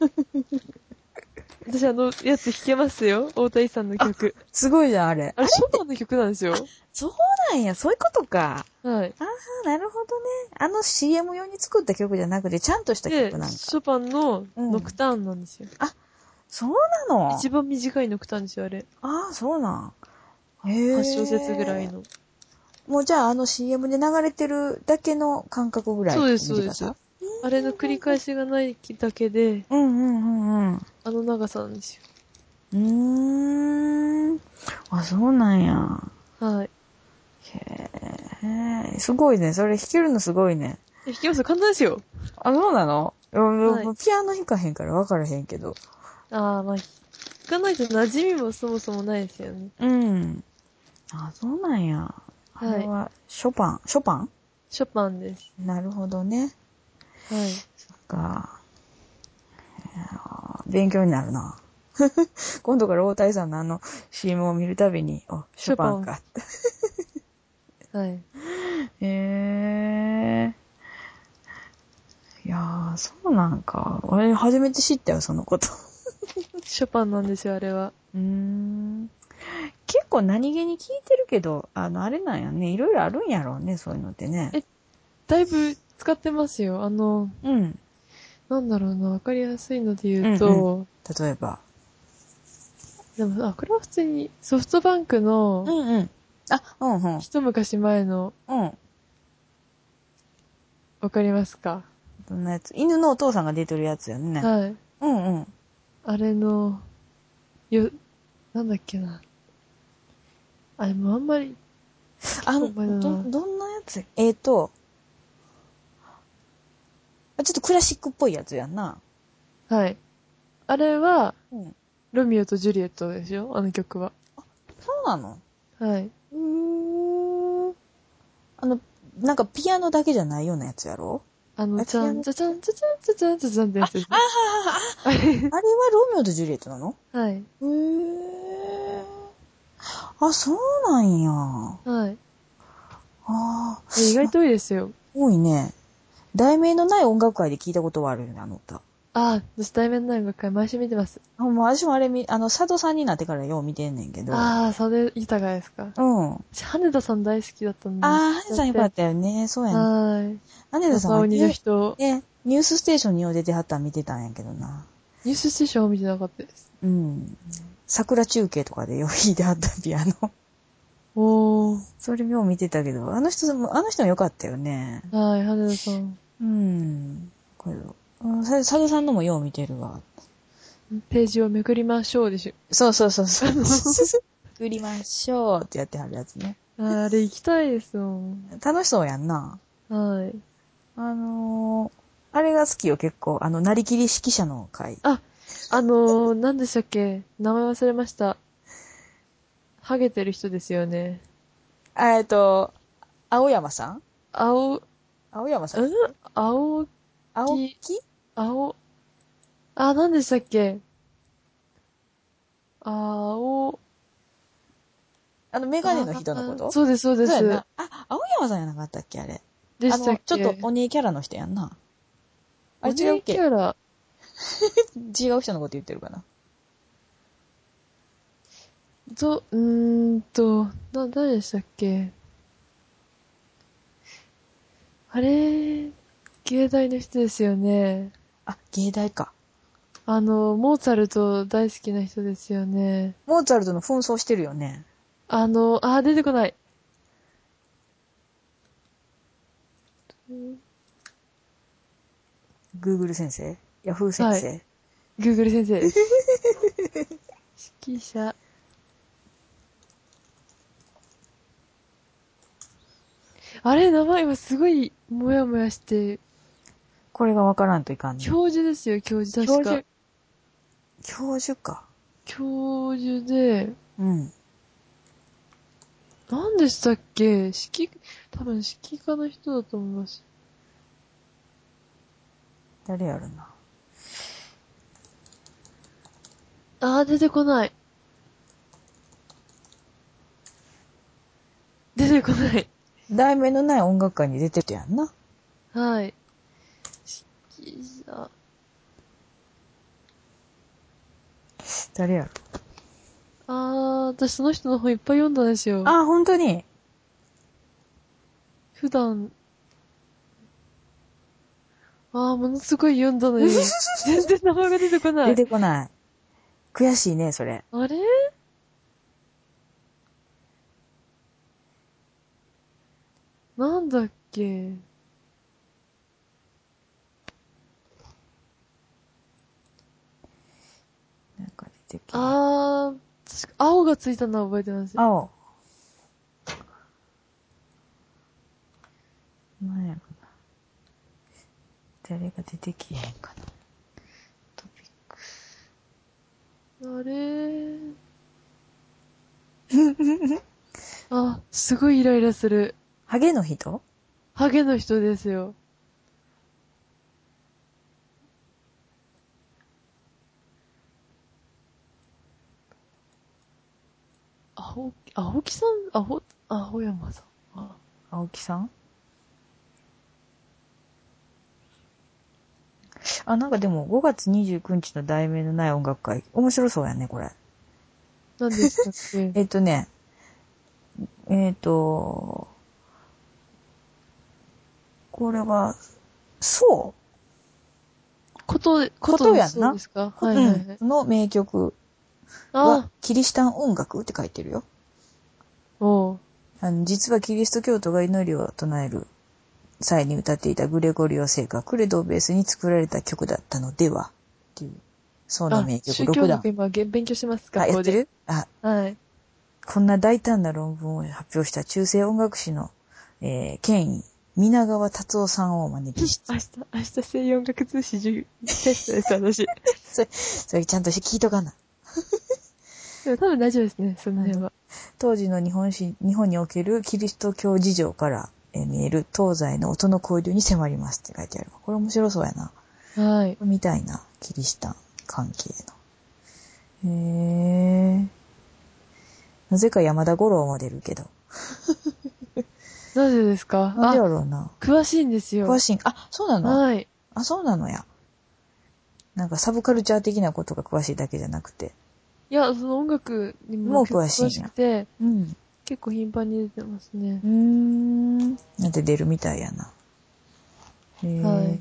[SPEAKER 2] 私、あの、やつ弾けますよ。大谷さんの曲。
[SPEAKER 1] すごいじゃん、あれ。
[SPEAKER 2] あれ、ショパンの曲なんですよ。
[SPEAKER 1] そうなんや、そういうことか。
[SPEAKER 2] はい。
[SPEAKER 1] あなるほどね。あの CM 用に作った曲じゃなくて、ちゃんとした
[SPEAKER 2] で
[SPEAKER 1] 曲なん、か。
[SPEAKER 2] ショパンの
[SPEAKER 1] うん
[SPEAKER 2] ノクターンなんですよ。
[SPEAKER 1] そうなの
[SPEAKER 2] 一番短いノクターンですよ、あれ。
[SPEAKER 1] ああ、そうなん。へえ。
[SPEAKER 2] 8小節ぐらい。の。
[SPEAKER 1] もうじゃあ、あの CM で流れてるだけの感覚ぐらい
[SPEAKER 2] そう
[SPEAKER 1] の
[SPEAKER 2] です、そう
[SPEAKER 1] 短
[SPEAKER 2] で
[SPEAKER 1] さ。
[SPEAKER 2] す。あれの繰り返しがないだけで、
[SPEAKER 1] うんうんうん
[SPEAKER 2] あの長さなんです
[SPEAKER 1] うん。うーん。あ、そうなんや。
[SPEAKER 2] よ。はい。
[SPEAKER 1] へえ。すごいね。それ弾けるのすごいね。
[SPEAKER 2] え弾きますよ、簡単ですよ。
[SPEAKER 1] あ、そうなの、うん
[SPEAKER 2] はい
[SPEAKER 1] ピアノ弾かへんから分からへんけど。
[SPEAKER 2] ああ、まあ、弾かないと馴染みもそもそもないですよね。
[SPEAKER 1] うん。あ、そうなんや。あ
[SPEAKER 2] はい
[SPEAKER 1] れは、ショパン。ショパン
[SPEAKER 2] ショパンです。
[SPEAKER 1] なるほどね。
[SPEAKER 2] はい。
[SPEAKER 1] そっか。いやー勉強になるな。 今度から大谷さんのあの CM を見るたびに、あ、ショパンかって。
[SPEAKER 2] はい。
[SPEAKER 1] へえー。いやー、そうなんか。俺初めて知ったよ、そのこと。
[SPEAKER 2] ショパンなんですよ、あれは。
[SPEAKER 1] うーん。結構何気に聞いてるけど、あの、あれなんやね。いろいろあるんやろうね、そういうのってね。
[SPEAKER 2] えだいぶ使ってますよ。あの、
[SPEAKER 1] うん。
[SPEAKER 2] なんだろうな、わかりやすいので言うと、
[SPEAKER 1] 例えば。
[SPEAKER 2] でも、あ、これは普通にソフトバンクの
[SPEAKER 1] んうん。あ、うんうん。
[SPEAKER 2] 一昔前の、
[SPEAKER 1] うん。
[SPEAKER 2] わかりますか、
[SPEAKER 1] どんなやつ犬のお父さんが出てるやつやんね。
[SPEAKER 2] はい。
[SPEAKER 1] うんうん。
[SPEAKER 2] あれの、よ、なんだっけな。あれもうあんまり、
[SPEAKER 1] あ
[SPEAKER 2] そう
[SPEAKER 1] の、
[SPEAKER 2] かな
[SPEAKER 1] ど、どんなやつえーと、あちょっとクラシックっぽいやつやんな。
[SPEAKER 2] はい。あれは、
[SPEAKER 1] うん。
[SPEAKER 2] ロミオとジュリエットでしょあの曲は。
[SPEAKER 1] そうなの
[SPEAKER 2] はい。
[SPEAKER 1] うーん。あの、なんかピアノだけじゃないようなやつや ろ
[SPEAKER 2] あの、
[SPEAKER 1] あ
[SPEAKER 2] ちゃ
[SPEAKER 1] 違うん
[SPEAKER 2] ちゃちゃんちゃちゃんちゃちゃんちゃちゃんってやつですね。
[SPEAKER 1] あれはロミオとジュリエットなの
[SPEAKER 2] はい。
[SPEAKER 1] へー。あ、そうなんや。あ
[SPEAKER 2] はい。
[SPEAKER 1] あー、
[SPEAKER 2] え意外と多いですよ。
[SPEAKER 1] 多いね。題名のない音楽会で聞いたことはあるよね、あの歌。
[SPEAKER 2] ああ、私対面の音楽会毎週見てます。
[SPEAKER 1] あもう私もあれみ、あの、佐藤さんになってからよう見てんねんけど。
[SPEAKER 2] ああ、それ、豊かですか。
[SPEAKER 1] うん。あ
[SPEAKER 2] 私、羽田さん大好きだったんで。
[SPEAKER 1] あー、羽根さんよかったよね。そうやね。
[SPEAKER 2] はい。
[SPEAKER 1] 羽根田さん
[SPEAKER 2] 朝
[SPEAKER 1] は
[SPEAKER 2] 鬼の
[SPEAKER 1] ね、
[SPEAKER 2] 人、
[SPEAKER 1] ねニュースステーションによう出てはったん見てたんやけどな。
[SPEAKER 2] ニュースステーションを見てなかったです。
[SPEAKER 1] うん。桜中継とかでよう弾いてはったピアノ。
[SPEAKER 2] おー。
[SPEAKER 1] それよう見てたけど、あの人も、あの人もよかったよね。
[SPEAKER 2] はい、羽田さん。
[SPEAKER 1] うん。これ、うん、さ佐藤さんのもよう見てるわ。
[SPEAKER 2] ページをめくりましょうでしょ。
[SPEAKER 1] そうそうそう そう。売りましょうってやってはるやつね。
[SPEAKER 2] あーあれ行きたいですもん。
[SPEAKER 1] 楽しそうやんな。
[SPEAKER 2] はい。
[SPEAKER 1] あのー、あれが好きよ、結構。あの、なりきり指揮者の回。
[SPEAKER 2] あのー、何でしたっけ名前忘れました。ハゲてる人ですよね。
[SPEAKER 1] あえっと、青山さん
[SPEAKER 2] 青、ん
[SPEAKER 1] 青山さん
[SPEAKER 2] 青、
[SPEAKER 1] 青木
[SPEAKER 2] 青、あ、何でしたっけ青、
[SPEAKER 1] あの、メガネの人のこと
[SPEAKER 2] あそうです、そうで
[SPEAKER 1] そうやん
[SPEAKER 2] す
[SPEAKER 1] な。。あ、青山さんやなかったっけ、あれ。
[SPEAKER 2] で
[SPEAKER 1] あ
[SPEAKER 2] した
[SPEAKER 1] の
[SPEAKER 2] っけ、
[SPEAKER 1] ちょっとお姉キャラの人やんな。あれ違うっけ
[SPEAKER 2] 鬼キャラ。
[SPEAKER 1] 違う人のこと言ってるかな。
[SPEAKER 2] と、うーんと、な、誰でしたっけあれ、芸大の人ですよね。
[SPEAKER 1] あ、芸大か。
[SPEAKER 2] あの、モーツァルト大好きな人ですよね。
[SPEAKER 1] モーツァルトの紛争してるよね。
[SPEAKER 2] あの、あ、出てこない。
[SPEAKER 1] グーグル先生ヤフー先生、
[SPEAKER 2] は Google 先 生です。指揮者。あれ、名前今すごい、もやもやして、
[SPEAKER 1] これがわからんといかんね。
[SPEAKER 2] 教授ですよ、教授。確か。
[SPEAKER 1] 教授か。
[SPEAKER 2] 教授で、
[SPEAKER 1] うん。
[SPEAKER 2] 何でしたっけ指揮、多分指揮家の人だと思います。
[SPEAKER 1] 誰やるな。
[SPEAKER 2] あー、出てこない。出てこない。
[SPEAKER 1] 題名のない音楽会に出てたやんな。
[SPEAKER 2] はい。指揮者。
[SPEAKER 1] 誰やろ。
[SPEAKER 2] あー、私その人の本いっぱい読んだんですよ。
[SPEAKER 1] あ、本当に。
[SPEAKER 2] 普段。あー、ものすごい読んだ のに。全然名前が出てこな
[SPEAKER 1] 出
[SPEAKER 2] い。
[SPEAKER 1] てこない。悔しいね、それ。
[SPEAKER 2] あれなんだっけ
[SPEAKER 1] なんか出てきた。
[SPEAKER 2] あー、確か青がついたのは覚えてます。
[SPEAKER 1] 青。なんやろな。誰が出てきへんかな。トピックス。
[SPEAKER 2] あれーあ、すごいイライラする。
[SPEAKER 1] ハゲの人
[SPEAKER 2] ハゲの人ですよ。青木、青木さん、青、青山さん。あ
[SPEAKER 1] 青木さんあ、なんかでも5月29日の題名のない音楽会、面白そうやね、これ。
[SPEAKER 2] 何でしたっけ
[SPEAKER 1] えっとね、えっ、と、これは、そう
[SPEAKER 2] こと、こ
[SPEAKER 1] こと
[SPEAKER 2] と
[SPEAKER 1] や
[SPEAKER 2] や
[SPEAKER 1] ん
[SPEAKER 2] ん
[SPEAKER 1] な
[SPEAKER 2] な。そうですかはいはいはい。
[SPEAKER 1] うんの名曲
[SPEAKER 2] あ
[SPEAKER 1] は、キリシタン音楽って書いてるよ。
[SPEAKER 2] あ、おう。
[SPEAKER 1] あの、実はキリスト教徒が祈りを唱える際に歌っていたグレゴリオ聖歌、クレドをベースに作られた曲だったのではっていう、そうの
[SPEAKER 2] あ
[SPEAKER 1] 名、曲
[SPEAKER 2] 宗
[SPEAKER 1] 6
[SPEAKER 2] 教
[SPEAKER 1] 段
[SPEAKER 2] 学。今げ勉強しますか
[SPEAKER 1] あ、やってるあ、
[SPEAKER 2] はい。
[SPEAKER 1] こんな大胆な論文を発表した中世音楽史の、えー、権威、皆川達夫さんをお招
[SPEAKER 2] 明
[SPEAKER 1] きし
[SPEAKER 2] 日、明日西音楽通信授業テストです、 私。
[SPEAKER 1] それちゃんと聞いとかな。
[SPEAKER 2] でも多分大丈夫ですね、その辺は。
[SPEAKER 1] 当時の日本史、日本におけるキリスト教事情から、えー見える東西の音の交流に迫りますって書いてあるわ。これ面白そうやな。
[SPEAKER 2] はい。
[SPEAKER 1] みたいな、キリシタン関係の。へえ。なぜか山田五郎も出るけど。
[SPEAKER 2] なぜですか
[SPEAKER 1] なんでや
[SPEAKER 2] あ、
[SPEAKER 1] ろうな。
[SPEAKER 2] 詳しいんですよ。
[SPEAKER 1] 詳しい。あ、そうなの
[SPEAKER 2] はい。
[SPEAKER 1] あ、そうなのや。なんかサブカルチャー的なことが詳しいだけじゃなくて。
[SPEAKER 2] いや、その音楽にも
[SPEAKER 1] もう
[SPEAKER 2] 結構
[SPEAKER 1] 詳しいんや
[SPEAKER 2] しくて、
[SPEAKER 1] うん。
[SPEAKER 2] 結構頻繁に出てますね
[SPEAKER 1] うー。ん。なんて出るみたいやな。へえ。
[SPEAKER 2] はい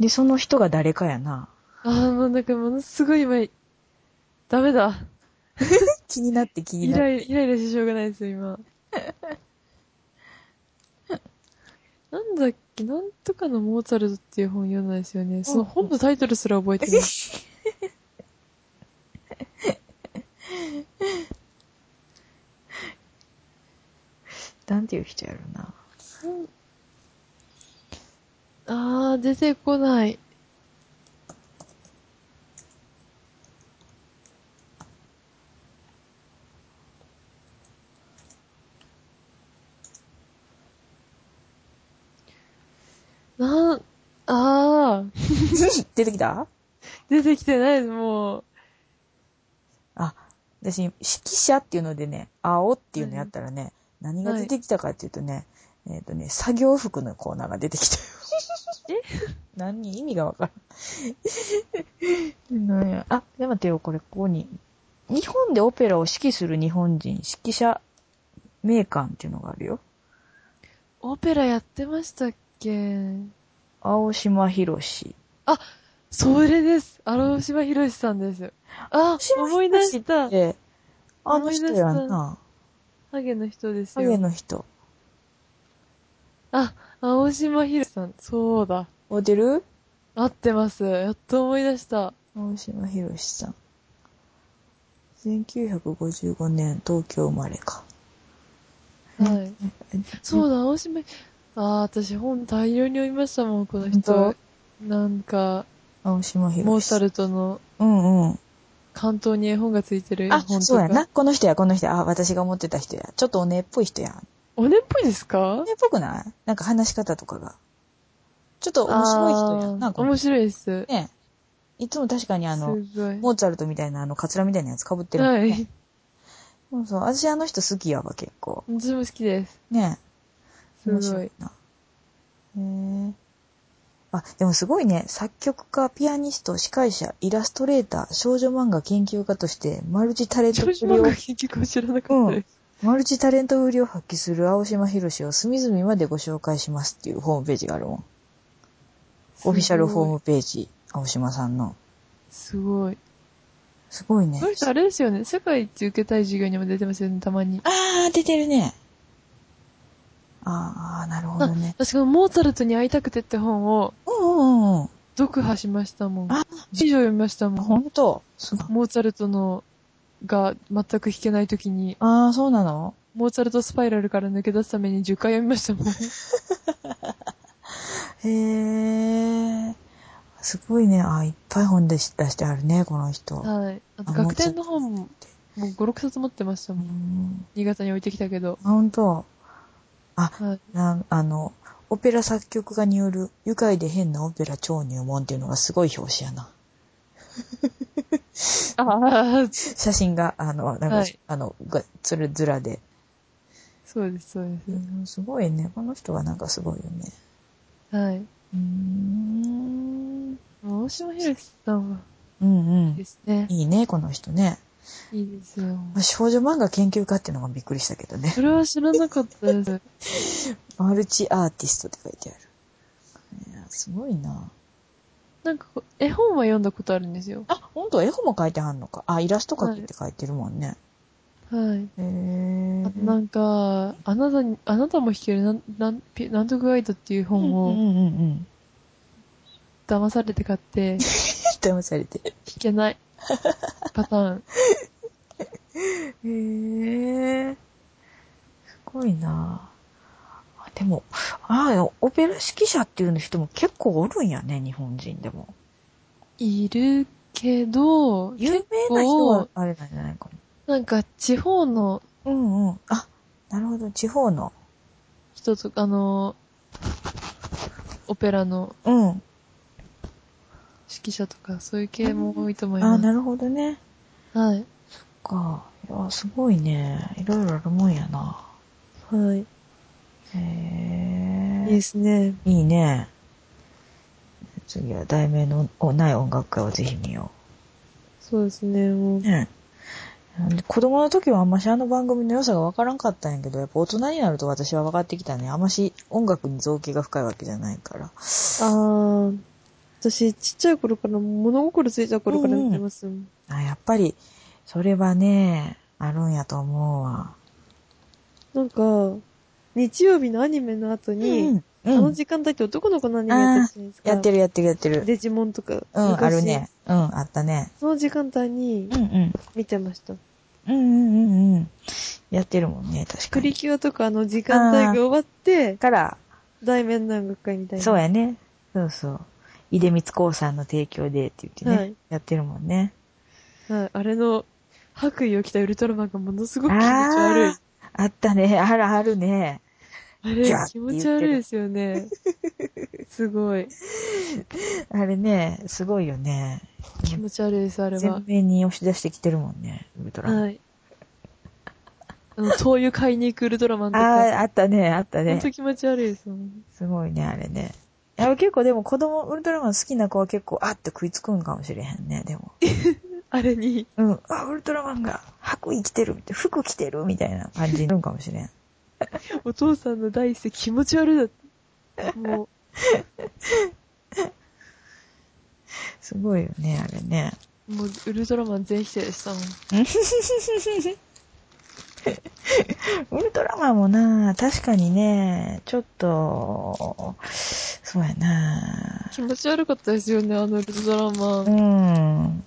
[SPEAKER 1] で、その人が誰かやな。
[SPEAKER 2] ああ、もうなんかものすごい今、ダメだ。
[SPEAKER 1] 気になって気に
[SPEAKER 2] イ
[SPEAKER 1] なって。
[SPEAKER 2] ライイライラしてしょうがないですよ、 今。なんだっけ、なんとかのモーツァルトっていう本読んだんですよね。その本のタイトルすら覚えてない。
[SPEAKER 1] なんていう人やろ な。
[SPEAKER 2] あー、出てこない。なん、あー、
[SPEAKER 1] 出てきた
[SPEAKER 2] 出てきてないです、もう。
[SPEAKER 1] あ、私、指揮者っていうのでね、青っていうのやったらね、何が出てきたかっていうとね、えっ、とね、作業服のコーナーが出てきたよ。 何意味がわからん。 なんやあ、で待ってよ、これ、ここに。日本でオペラを指揮する日本人、指揮者名鑑っていうのがあるよ。
[SPEAKER 2] オペラやってましたっけ
[SPEAKER 1] 青島博士。
[SPEAKER 2] それです。荒島博さんです。あ、思い出した。
[SPEAKER 1] で、あの人やんな。
[SPEAKER 2] ハゲの人です
[SPEAKER 1] 影
[SPEAKER 2] よ。
[SPEAKER 1] の人。
[SPEAKER 2] あ、青島博さん。そうだ。
[SPEAKER 1] 合うてる
[SPEAKER 2] 合ってます。やっと思い出した。
[SPEAKER 1] 大島博さん。1955年、東京生まれか。
[SPEAKER 2] はい。
[SPEAKER 1] え
[SPEAKER 2] そうだ、青島、あー、私本大量に読みましたもん、この
[SPEAKER 1] 本
[SPEAKER 2] 人。なんか、
[SPEAKER 1] 青島博
[SPEAKER 2] モーツァルトの
[SPEAKER 1] うんうん。
[SPEAKER 2] 関東に絵本がついてる絵
[SPEAKER 1] あ
[SPEAKER 2] 本と、か。
[SPEAKER 1] そうやな。。この人や、この人や。あ、私が思ってた人や。ちょっとお姉っぽい人や。
[SPEAKER 2] おねっぽいですか
[SPEAKER 1] お姉っぽくないなんか話し方とかが。ちょっと面白い人やん
[SPEAKER 2] あ
[SPEAKER 1] な、
[SPEAKER 2] ー
[SPEAKER 1] この
[SPEAKER 2] 面
[SPEAKER 1] 人。
[SPEAKER 2] 白いです。
[SPEAKER 1] ねいつも確かにあの、
[SPEAKER 2] すごい。
[SPEAKER 1] モーツァルトみたいなあの、カツラみたいなやつ被ってるもん
[SPEAKER 2] は
[SPEAKER 1] ね、
[SPEAKER 2] い。
[SPEAKER 1] そうそう。私あの人好きやわ、結構。
[SPEAKER 2] 私も好きです。
[SPEAKER 1] ね
[SPEAKER 2] す
[SPEAKER 1] 面白
[SPEAKER 2] ごい。
[SPEAKER 1] な。へえ。あ、でもすごいね。作曲家、ピアニスト、司会者、イラストレーター、少女漫画研究家として、マルチタレント
[SPEAKER 2] 少
[SPEAKER 1] ぶ
[SPEAKER 2] 女
[SPEAKER 1] り
[SPEAKER 2] 漫
[SPEAKER 1] を
[SPEAKER 2] 画、結局知らなかったです。
[SPEAKER 1] マルチタレントぶりを発揮する青島博士を隅々までご紹介しますっていうホームページがあるもん。オフィシャルホームページ、青島さんの。
[SPEAKER 2] すごい。
[SPEAKER 1] すごいね
[SPEAKER 2] こ。の人あれですよね、世界一受けたい授業にも出てますよね、たまに。
[SPEAKER 1] あー、出てるね。あー、なるほどね。
[SPEAKER 2] 私このモーツァルトに会いたくてって本を
[SPEAKER 1] うんうんうん。
[SPEAKER 2] 読破しましたもん。
[SPEAKER 1] あ
[SPEAKER 2] 以上読みましたも
[SPEAKER 1] ほ
[SPEAKER 2] ん。
[SPEAKER 1] んと。そう
[SPEAKER 2] モーツァルトのが全く弾けない時に、
[SPEAKER 1] あー、そうなの
[SPEAKER 2] モーツァルトスパイラルから抜け出すために10回読みましたもん。
[SPEAKER 1] へえ。すごいね。あ、いっぱい本でし出してあるね、この人。
[SPEAKER 2] はい。あと
[SPEAKER 1] あ
[SPEAKER 2] 学典の本も、もう5、6冊持ってました
[SPEAKER 1] う
[SPEAKER 2] もん。
[SPEAKER 1] ん。
[SPEAKER 2] 新潟に置いてきたけど。
[SPEAKER 1] あ、ほんと。
[SPEAKER 2] はい。
[SPEAKER 1] なんあの、オペラ作曲家による愉快で変なオペラ超入門っていうのがすごい表紙やな。
[SPEAKER 2] ああ、
[SPEAKER 1] 写真が、あの、なんか、
[SPEAKER 2] はい
[SPEAKER 1] あの、がつるずらで、
[SPEAKER 2] そうです、そうです。
[SPEAKER 1] うんすごいね。この人はなんかすごいよね。
[SPEAKER 2] はい。
[SPEAKER 1] うーん。
[SPEAKER 2] 大島ひろきさんは
[SPEAKER 1] うんう
[SPEAKER 2] で
[SPEAKER 1] ん。
[SPEAKER 2] すね。
[SPEAKER 1] いいね、この人ね。
[SPEAKER 2] いいですよ。
[SPEAKER 1] まあ少女漫画研究家っていうのがびっくりしたけどね
[SPEAKER 2] そ。れは知らなかったです。
[SPEAKER 1] マルチアーティストって書いてある。いやすごいな。
[SPEAKER 2] なんかこう、絵本は読んだことあるんですよ。
[SPEAKER 1] あ、ほんと、絵本も書いてはんのか。あ、イラスト描くって書いてるもんね。
[SPEAKER 2] はい。
[SPEAKER 1] へ
[SPEAKER 2] あ
[SPEAKER 1] え。
[SPEAKER 2] なんか、あなたに、あなたも弾けるなん、なん、ピなんとかガイドっていう
[SPEAKER 1] うん
[SPEAKER 2] 本
[SPEAKER 1] う
[SPEAKER 2] を
[SPEAKER 1] んうんうん。
[SPEAKER 2] 騙されて買って、弾
[SPEAKER 1] 騙されてる。
[SPEAKER 2] け ない。パターン。
[SPEAKER 1] へえ。すごいなあでも、ああ、オペラ指揮者っていう人も結構おるんやね、日本人でも。
[SPEAKER 2] いるけど、
[SPEAKER 1] 有名な人はあれなんじゃないか
[SPEAKER 2] なんか地方の
[SPEAKER 1] も。うんうん。あ、なるほど、地方の。
[SPEAKER 2] 人とか、あの、オペラの
[SPEAKER 1] うん。
[SPEAKER 2] 指揮者とか、そういう系も多いと思い
[SPEAKER 1] ああ、
[SPEAKER 2] ま
[SPEAKER 1] な
[SPEAKER 2] す。
[SPEAKER 1] るほどね。
[SPEAKER 2] はい。
[SPEAKER 1] か。いや、すごいね。いろいろあるもんやな。
[SPEAKER 2] はい。
[SPEAKER 1] へえ。
[SPEAKER 2] すね。
[SPEAKER 1] いいね。次は題名のない音楽会をぜひ見よ
[SPEAKER 2] そうですね、もう
[SPEAKER 1] う。。ね。子供の時はあんましあの番組の良さが分からんかったんやけど、やっぱ大人になると私は分かってきたね。あんまし音楽に造形が深いわけじゃないから。
[SPEAKER 2] あー、私、ちっちゃい頃から、物心ついた頃から見てますよ。
[SPEAKER 1] あやっぱり、それはね、あるんやと思うわ。
[SPEAKER 2] なんか、日曜日のアニメの後に、
[SPEAKER 1] う
[SPEAKER 2] あ
[SPEAKER 1] ん、う
[SPEAKER 2] の
[SPEAKER 1] ん。
[SPEAKER 2] 時間帯って男の子のアニメやってるじゃないですか。
[SPEAKER 1] やってるやってるやってる。
[SPEAKER 2] デジモンとか。
[SPEAKER 1] うん、
[SPEAKER 2] 昔
[SPEAKER 1] あるね。。うん、あったね。
[SPEAKER 2] その時間帯に
[SPEAKER 1] うんうん。
[SPEAKER 2] 見てました。
[SPEAKER 1] うんうんうんうん。やってるもんね、確か
[SPEAKER 2] プリ
[SPEAKER 1] に。
[SPEAKER 2] キュアとかあの時間帯が終わって、
[SPEAKER 1] から、
[SPEAKER 2] 大面談学会みたいな。
[SPEAKER 1] そうやね。そうそう。井出光興産の提供でって言ってね、
[SPEAKER 2] はい
[SPEAKER 1] やってるもんね。
[SPEAKER 2] はい、あれの、白衣を着たウルトラマンがものすごく気持ち悪
[SPEAKER 1] あ
[SPEAKER 2] い。あ
[SPEAKER 1] あ、あったね。あるあるね。ギャー
[SPEAKER 2] れ
[SPEAKER 1] っ、て
[SPEAKER 2] 気
[SPEAKER 1] 言ってる
[SPEAKER 2] 持ち悪いですよね。すごい。
[SPEAKER 1] あれね、すごいよね。
[SPEAKER 2] 気持ち悪いです、あれは
[SPEAKER 1] 全。面に押し出してきてるもんね、ウルトラマン。
[SPEAKER 2] はい。あの、灯油買いに行くウルトラマンとか。
[SPEAKER 1] ああ、あったね、あった
[SPEAKER 2] ほん
[SPEAKER 1] ね
[SPEAKER 2] と。気持ち悪いですもん。
[SPEAKER 1] すごいね、あれね。あ結構でも子供、ウルトラマン好きな子は結構、あって食いつくんかもしれへんね、でも。
[SPEAKER 2] あれに。
[SPEAKER 1] うん、あ、ウルトラマンが白衣着てるみたいな、服着てるみたいな感じになるかもしれん。
[SPEAKER 2] お父さんの第一声気持ち悪いだって。も
[SPEAKER 1] すごいよね、あれね。
[SPEAKER 2] う、もうウルトラマン全否定でしたもん。
[SPEAKER 1] ウルトラマンもな、確かにね、ちょっと、そうやな。
[SPEAKER 2] 気持ち悪かったですよね、あのウルトラマ
[SPEAKER 1] う
[SPEAKER 2] ン。
[SPEAKER 1] ん。あん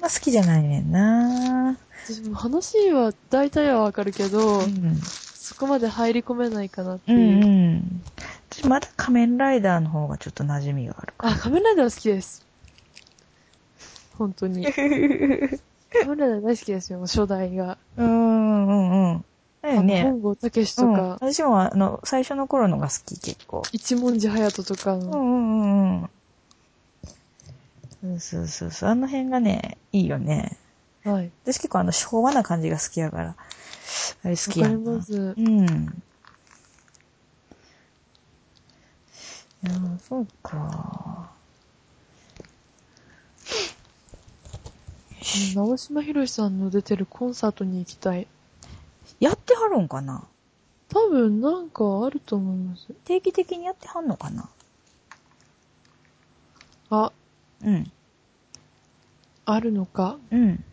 [SPEAKER 1] ま好きじゃないねんな。
[SPEAKER 2] 私も話は大体はわかるけど、
[SPEAKER 1] うん。
[SPEAKER 2] そこまで入り込めないかなって
[SPEAKER 1] う
[SPEAKER 2] いう。
[SPEAKER 1] んうん。私まだ仮面ライダーの方がちょっと馴染みがある か
[SPEAKER 2] あ、仮面ライダー好きです。本当 に。仮面ライダー大好きですよ、初代が。
[SPEAKER 1] ら。うんうんうん。だよ
[SPEAKER 2] あの
[SPEAKER 1] ね。
[SPEAKER 2] 本郷武史
[SPEAKER 1] う
[SPEAKER 2] と
[SPEAKER 1] ん、
[SPEAKER 2] か、
[SPEAKER 1] 私もあの、最初の頃のが好き、結構。
[SPEAKER 2] 一文字隼人とか
[SPEAKER 1] う
[SPEAKER 2] の、
[SPEAKER 1] んうんうんうん。そうそうそうそう。あの辺がね、いいよね。
[SPEAKER 2] はい。
[SPEAKER 1] 私結構あの昭和な感じが好きやから。あれ好き
[SPEAKER 2] わ
[SPEAKER 1] や
[SPEAKER 2] かり
[SPEAKER 1] んな。
[SPEAKER 2] ます。
[SPEAKER 1] うん。いやーそうか。
[SPEAKER 2] 直島ひろしさんの出てるコンサートに行きたい。
[SPEAKER 1] やってはるんかな
[SPEAKER 2] 多分なんかあると思います。
[SPEAKER 1] 定期的にやってはんのかな
[SPEAKER 2] あ、
[SPEAKER 1] うん。
[SPEAKER 2] あるのか。
[SPEAKER 1] うん。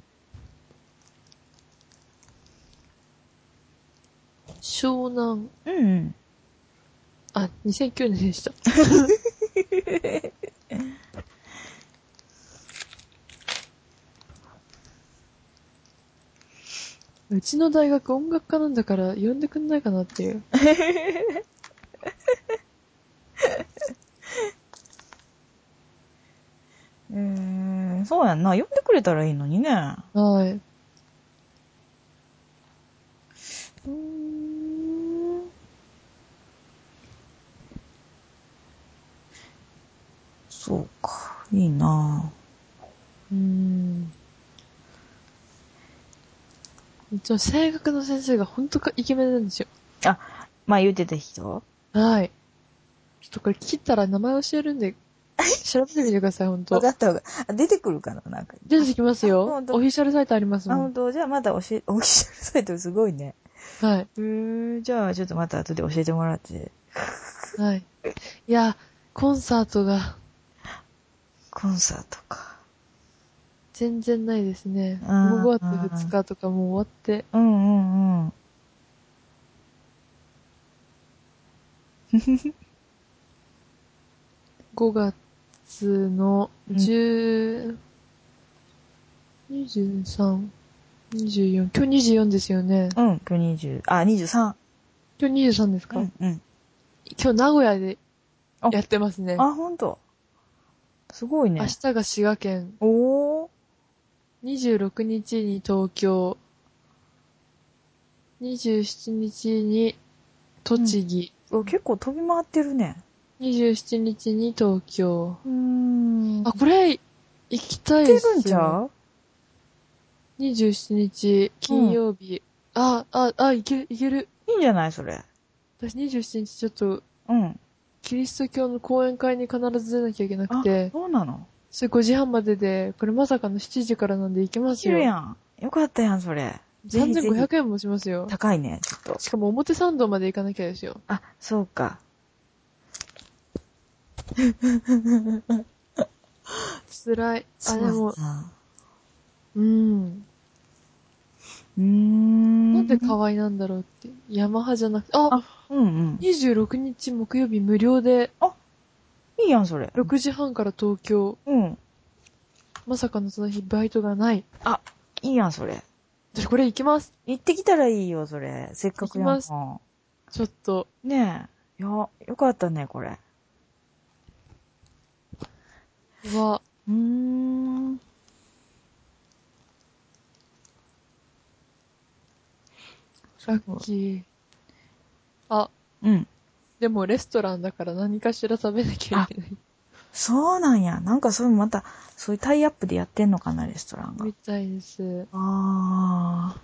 [SPEAKER 2] 湘南。
[SPEAKER 1] うんうん。
[SPEAKER 2] あ、2009年でした。うちの大学音楽科なんだから呼んでくんないかなっていう。
[SPEAKER 1] うーん、そうやんな。呼んでくれたらいいのにね。
[SPEAKER 2] はい。
[SPEAKER 1] うーん。そうか。いいなぁ。
[SPEAKER 2] うーん。うちの声楽の先生が本当かイケメンなんですよ。
[SPEAKER 1] まあ言うてた人
[SPEAKER 2] はい。ちょっとこれ切ったら名前教えるんで、調べてみてください、ほんと。
[SPEAKER 1] 分か
[SPEAKER 2] 出
[SPEAKER 1] った方が。あ出てくるかななんか。
[SPEAKER 2] てきます
[SPEAKER 1] あ
[SPEAKER 2] よ。
[SPEAKER 1] ほ
[SPEAKER 2] オ
[SPEAKER 1] ん
[SPEAKER 2] フ
[SPEAKER 1] と
[SPEAKER 2] ィシャルサイトあります
[SPEAKER 1] あ、
[SPEAKER 2] も
[SPEAKER 1] 本
[SPEAKER 2] ん。
[SPEAKER 1] 当じゃあまた教え、オフ ィシャルサイトすごいね。
[SPEAKER 2] はい。
[SPEAKER 1] うーん、じゃあちょっとまた後で教えてもらって。
[SPEAKER 2] はい。いや、コンサートが
[SPEAKER 1] コンサートか。
[SPEAKER 2] 全然ないですね。
[SPEAKER 1] あー
[SPEAKER 2] 5月2日とかもう終わって、
[SPEAKER 1] うんうんうん。
[SPEAKER 2] 5月の
[SPEAKER 1] うん
[SPEAKER 2] 10、23、24、今日24ですよね。
[SPEAKER 1] うん、今日20、あ、23。
[SPEAKER 2] 今日23ですか、
[SPEAKER 1] うんうん。
[SPEAKER 2] 今日名古屋で
[SPEAKER 1] あ
[SPEAKER 2] やってますね。
[SPEAKER 1] あ、本当すごいね
[SPEAKER 2] 明。日が滋賀県、
[SPEAKER 1] おー。
[SPEAKER 2] 26日に東京、27日に栃木、
[SPEAKER 1] お結構飛び回ってるね。
[SPEAKER 2] 27日に東京。
[SPEAKER 1] うーん。
[SPEAKER 2] あ、これ、行きたい
[SPEAKER 1] 行
[SPEAKER 2] で
[SPEAKER 1] って
[SPEAKER 2] すね。
[SPEAKER 1] るんちゃう
[SPEAKER 2] 27日、金曜日。あ、あ、あ、いける、いける。
[SPEAKER 1] いいんじゃないそれ。
[SPEAKER 2] 私27日ちょっと、
[SPEAKER 1] うん。
[SPEAKER 2] キリスト教の講演会に必ず出なきゃいけなく
[SPEAKER 1] あ、
[SPEAKER 2] て、
[SPEAKER 1] そうなの
[SPEAKER 2] それ5時半までで、これまさかの7時からなんで行きます
[SPEAKER 1] いる
[SPEAKER 2] よ。
[SPEAKER 1] やん。よかったやん、それ。ぜひぜひ
[SPEAKER 2] 3500円もしますよ。
[SPEAKER 1] 高いね、ちょっと。
[SPEAKER 2] しかも表参道まで行かなきゃですよ。
[SPEAKER 1] あ、そうか。
[SPEAKER 2] 辛い。あ、
[SPEAKER 1] そう
[SPEAKER 2] でも、
[SPEAKER 1] な
[SPEAKER 2] うん。
[SPEAKER 1] うーん。
[SPEAKER 2] なんで河合なんだろうって。ヤマハじゃなくて、あ、
[SPEAKER 1] うんうん。
[SPEAKER 2] 26日木曜日無料で、
[SPEAKER 1] いいやん、それ。
[SPEAKER 2] 6時半から東京。
[SPEAKER 1] うん。
[SPEAKER 2] まさかのその日バイトがない。
[SPEAKER 1] いいやん、それ。
[SPEAKER 2] 私これ行きます。
[SPEAKER 1] 行ってきたらいいよ、それ。せっかくやん
[SPEAKER 2] 行きます
[SPEAKER 1] か。
[SPEAKER 2] ちょっと。
[SPEAKER 1] ねえ。いや、よかったね、これ。
[SPEAKER 2] は、
[SPEAKER 1] うーん。
[SPEAKER 2] ラッキー。あ、
[SPEAKER 1] うん。
[SPEAKER 2] でもレストランだから何かしら食べなきゃいけない。
[SPEAKER 1] そうなんや。なんかそういうまた、そういうタイアップでやってんのかな、レストランが
[SPEAKER 2] み。たいです。
[SPEAKER 1] ああ。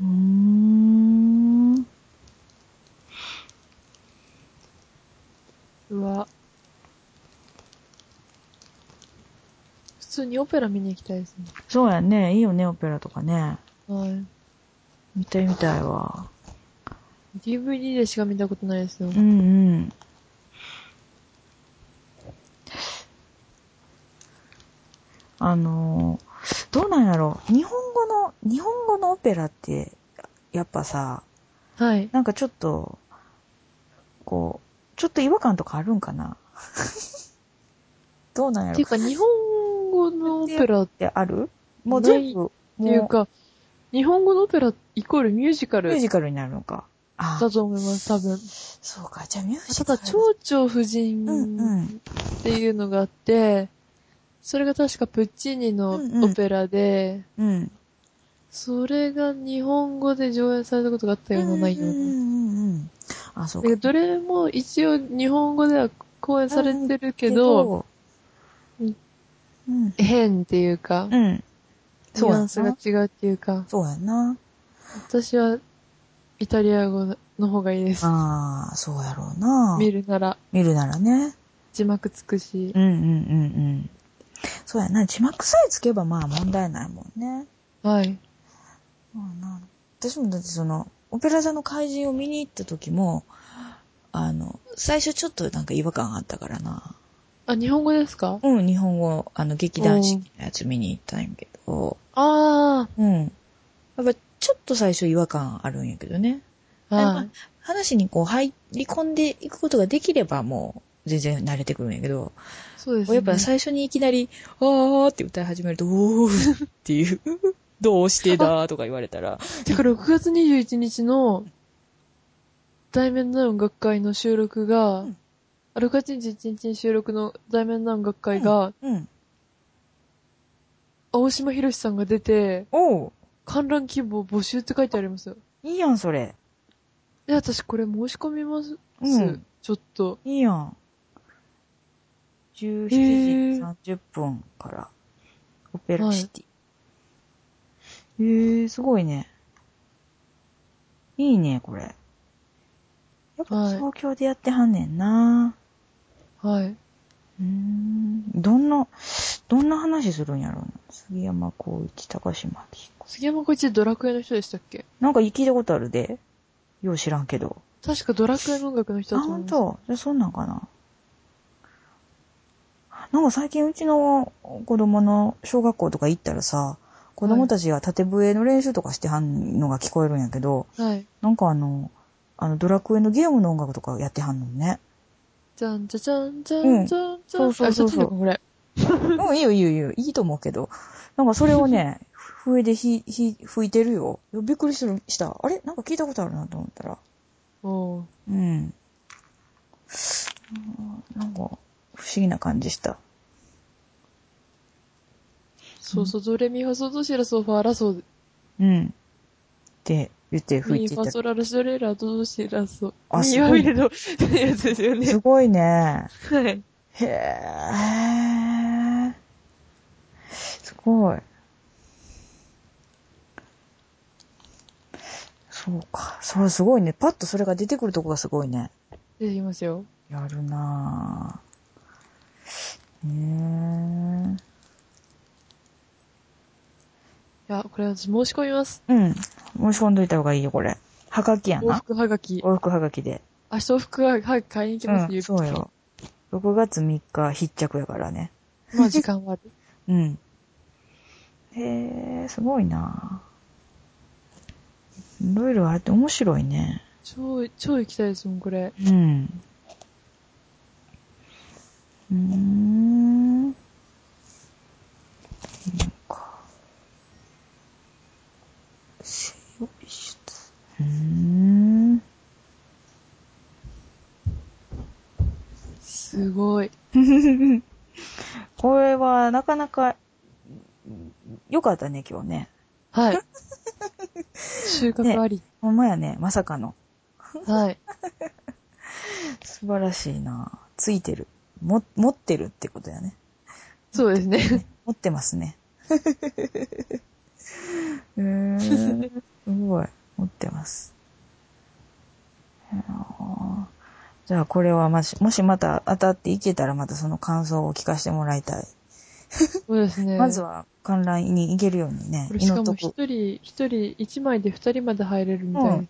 [SPEAKER 1] うーん。
[SPEAKER 2] うわ。普通にオペラ見に行きたいですね。
[SPEAKER 1] そうやね。いいよね、オペラとかね。
[SPEAKER 2] はい。
[SPEAKER 1] 見てみたいわ。
[SPEAKER 2] DVD でしか見たことないですよ。
[SPEAKER 1] うんうん。あのーどうなんやろう。日本語の、日本語のオペラって、やっぱさ、
[SPEAKER 2] はい。
[SPEAKER 1] なんかちょっと、こう、ちょっと違和感とかあるんかな。 どうなんや
[SPEAKER 2] てい
[SPEAKER 1] ろ
[SPEAKER 2] う。か、日本語のオペラっ
[SPEAKER 1] ってあるもう全部、
[SPEAKER 2] ていう
[SPEAKER 1] も
[SPEAKER 2] か、日本語のオペライコールミュージカ
[SPEAKER 1] うミュー
[SPEAKER 2] ル
[SPEAKER 1] ジカルになるのか。あ
[SPEAKER 2] だと思います、多分。
[SPEAKER 1] そうか。じゃあミュージ
[SPEAKER 2] た
[SPEAKER 1] カ
[SPEAKER 2] だ、
[SPEAKER 1] ル。
[SPEAKER 2] 蝶々夫人
[SPEAKER 1] うんうん
[SPEAKER 2] っていうのがあって、それが確かプッチーニの
[SPEAKER 1] うんうん
[SPEAKER 2] オペラで、
[SPEAKER 1] うん。
[SPEAKER 2] それが日本語で上演されたことがあったようなないよう
[SPEAKER 1] うんう
[SPEAKER 2] な。
[SPEAKER 1] んうんうん。あ、そうか
[SPEAKER 2] で。どれも一応日本語では公演されてるけど、、
[SPEAKER 1] うん。うん。
[SPEAKER 2] 変っていうか、
[SPEAKER 1] うん。
[SPEAKER 2] ニ
[SPEAKER 1] そう
[SPEAKER 2] ュ
[SPEAKER 1] や
[SPEAKER 2] ア
[SPEAKER 1] な
[SPEAKER 2] ンスが違うっていうか、
[SPEAKER 1] そうやな。
[SPEAKER 2] 私はイタリア語の方がいいです。
[SPEAKER 1] ああ、そうやろうな。
[SPEAKER 2] 見るなら
[SPEAKER 1] 見るならね。
[SPEAKER 2] 字幕つくし
[SPEAKER 1] う、んうんうんうん。そうやな。字幕さえつけばまあ問題ないもんね。
[SPEAKER 2] はい。
[SPEAKER 1] そうやな。私もだってその、オペラ座の怪人を見に行った時も、あの、最初ちょっとなんか違和感があったからな。
[SPEAKER 2] あ、日本語ですか
[SPEAKER 1] うん、日本語、あの、劇団四季のやつ見に行ったんやけど、
[SPEAKER 2] あ
[SPEAKER 1] うん。やっぱちょっと最初違和感あるんやけどね。
[SPEAKER 2] あ、はい。
[SPEAKER 1] 話にこう入り込んでいくことができればもう全然慣れてくるんやけど、
[SPEAKER 2] そうですね。
[SPEAKER 1] やっぱ最初にいきなり、あーって歌い始めると、おーっていう、 どうしてだとか言われたら、
[SPEAKER 2] てか6月21日の、題面な音楽会の収録が、
[SPEAKER 1] うん
[SPEAKER 2] あ6月21日に収録の題面な音楽会が、
[SPEAKER 1] うん。
[SPEAKER 2] 青島博さんが出て、
[SPEAKER 1] おう、
[SPEAKER 2] 観覧希望募集って書いてありますよ。
[SPEAKER 1] いいやん、それ。
[SPEAKER 2] え、私これ申し込みます、
[SPEAKER 1] うん
[SPEAKER 2] ちょっと。
[SPEAKER 1] いいやん。17時30分から、オペラシティ。えー、すごいね。いいね、これ。やっぱ東京でやってはんねんな。
[SPEAKER 2] はい。
[SPEAKER 1] うーん。どんな、どんな話するんやろうな。杉山浩一、高島明子。
[SPEAKER 2] 杉山こいつドラクエの人でしたっけ
[SPEAKER 1] なんか聞いたことあるで。よう知らんけど。
[SPEAKER 2] 確かドラクエの音楽の人
[SPEAKER 1] あ、
[SPEAKER 2] だと
[SPEAKER 1] ほ
[SPEAKER 2] 思うん
[SPEAKER 1] ん
[SPEAKER 2] です。
[SPEAKER 1] とじゃあそんなんかな。なんか最近うちの子供の小学校とか行ったらさ、子供たちが縦笛の練習とかしてはんのが聞こえるんやけど、
[SPEAKER 2] はい。
[SPEAKER 1] なんかあの、あのドラクエのゲームの音楽とかやってはんのね。
[SPEAKER 2] じゃんじゃじゃんじゃ
[SPEAKER 1] うん
[SPEAKER 2] んじゃんじゃ
[SPEAKER 1] そ
[SPEAKER 2] ん。
[SPEAKER 1] うそうそうそう
[SPEAKER 2] あちょっと待ってこれ。
[SPEAKER 1] うん、いいよいいよいいよ。いいと思うけど。なんかそれをね、笛でひ、ひ、吹いてるよ。いやびっくりする、した。あれなんか聞いたことあるなと思ったら。
[SPEAKER 2] おー
[SPEAKER 1] うん。なんか、不思議な感じした。
[SPEAKER 2] そうそう、ドレミファソドシラソファラソ、
[SPEAKER 1] うん。って言って吹
[SPEAKER 2] ミ
[SPEAKER 1] いて
[SPEAKER 2] フ
[SPEAKER 1] た
[SPEAKER 2] ァ。ソララシドレラドドシラソ。
[SPEAKER 1] あ
[SPEAKER 2] ミ
[SPEAKER 1] す
[SPEAKER 2] は
[SPEAKER 1] ごい
[SPEAKER 2] ミレド、 やつですよね
[SPEAKER 1] す。ごいね。
[SPEAKER 2] はい。
[SPEAKER 1] へえ。すごい。そうか。それすごいね。パッとそれが出てくるとこがすごいね。
[SPEAKER 2] 出てきますよ。
[SPEAKER 1] やるなぁ。ね
[SPEAKER 2] いや、これ私申し込みます。
[SPEAKER 1] え。うん。申し込んどいた方がいいよ、これ。はがきや
[SPEAKER 2] 往
[SPEAKER 1] な。
[SPEAKER 2] 復はがき。
[SPEAKER 1] 往復はがきで。
[SPEAKER 2] 明日往復はがき買いに行きます、
[SPEAKER 1] う
[SPEAKER 2] ゆ
[SPEAKER 1] ん、
[SPEAKER 2] っく
[SPEAKER 1] そう
[SPEAKER 2] り。
[SPEAKER 1] よ。6月3日、必着やからね。
[SPEAKER 2] まあ時間はある。
[SPEAKER 1] うん。へえ、すごいなぁ。いろいろあって面白いね。
[SPEAKER 2] 超、超行きたいですもん、これ。
[SPEAKER 1] うん。うーん。なんか。性欲美術。うーん。
[SPEAKER 2] すごい。
[SPEAKER 1] これはなかなか、よかったね、今日ね。
[SPEAKER 2] はい。収穫あり。
[SPEAKER 1] ほんまやね、まさかの。
[SPEAKER 2] はい。
[SPEAKER 1] 素晴らしいなついてる。も、持ってるってことやね。
[SPEAKER 2] そうで すね。
[SPEAKER 1] 持ってますね。 うーん。すごい。持ってます。あーじゃあこれはもし、もしまた当たっていけたらまたその感想を聞かせてもらいたい。
[SPEAKER 2] そうですね。
[SPEAKER 1] まずは観覧に行けるようにね
[SPEAKER 2] こ。れし
[SPEAKER 1] 祈
[SPEAKER 2] か
[SPEAKER 1] っ
[SPEAKER 2] も
[SPEAKER 1] と
[SPEAKER 2] 一
[SPEAKER 1] く。
[SPEAKER 2] 人、一人、一枚で二人まで入れるみたい。
[SPEAKER 1] うん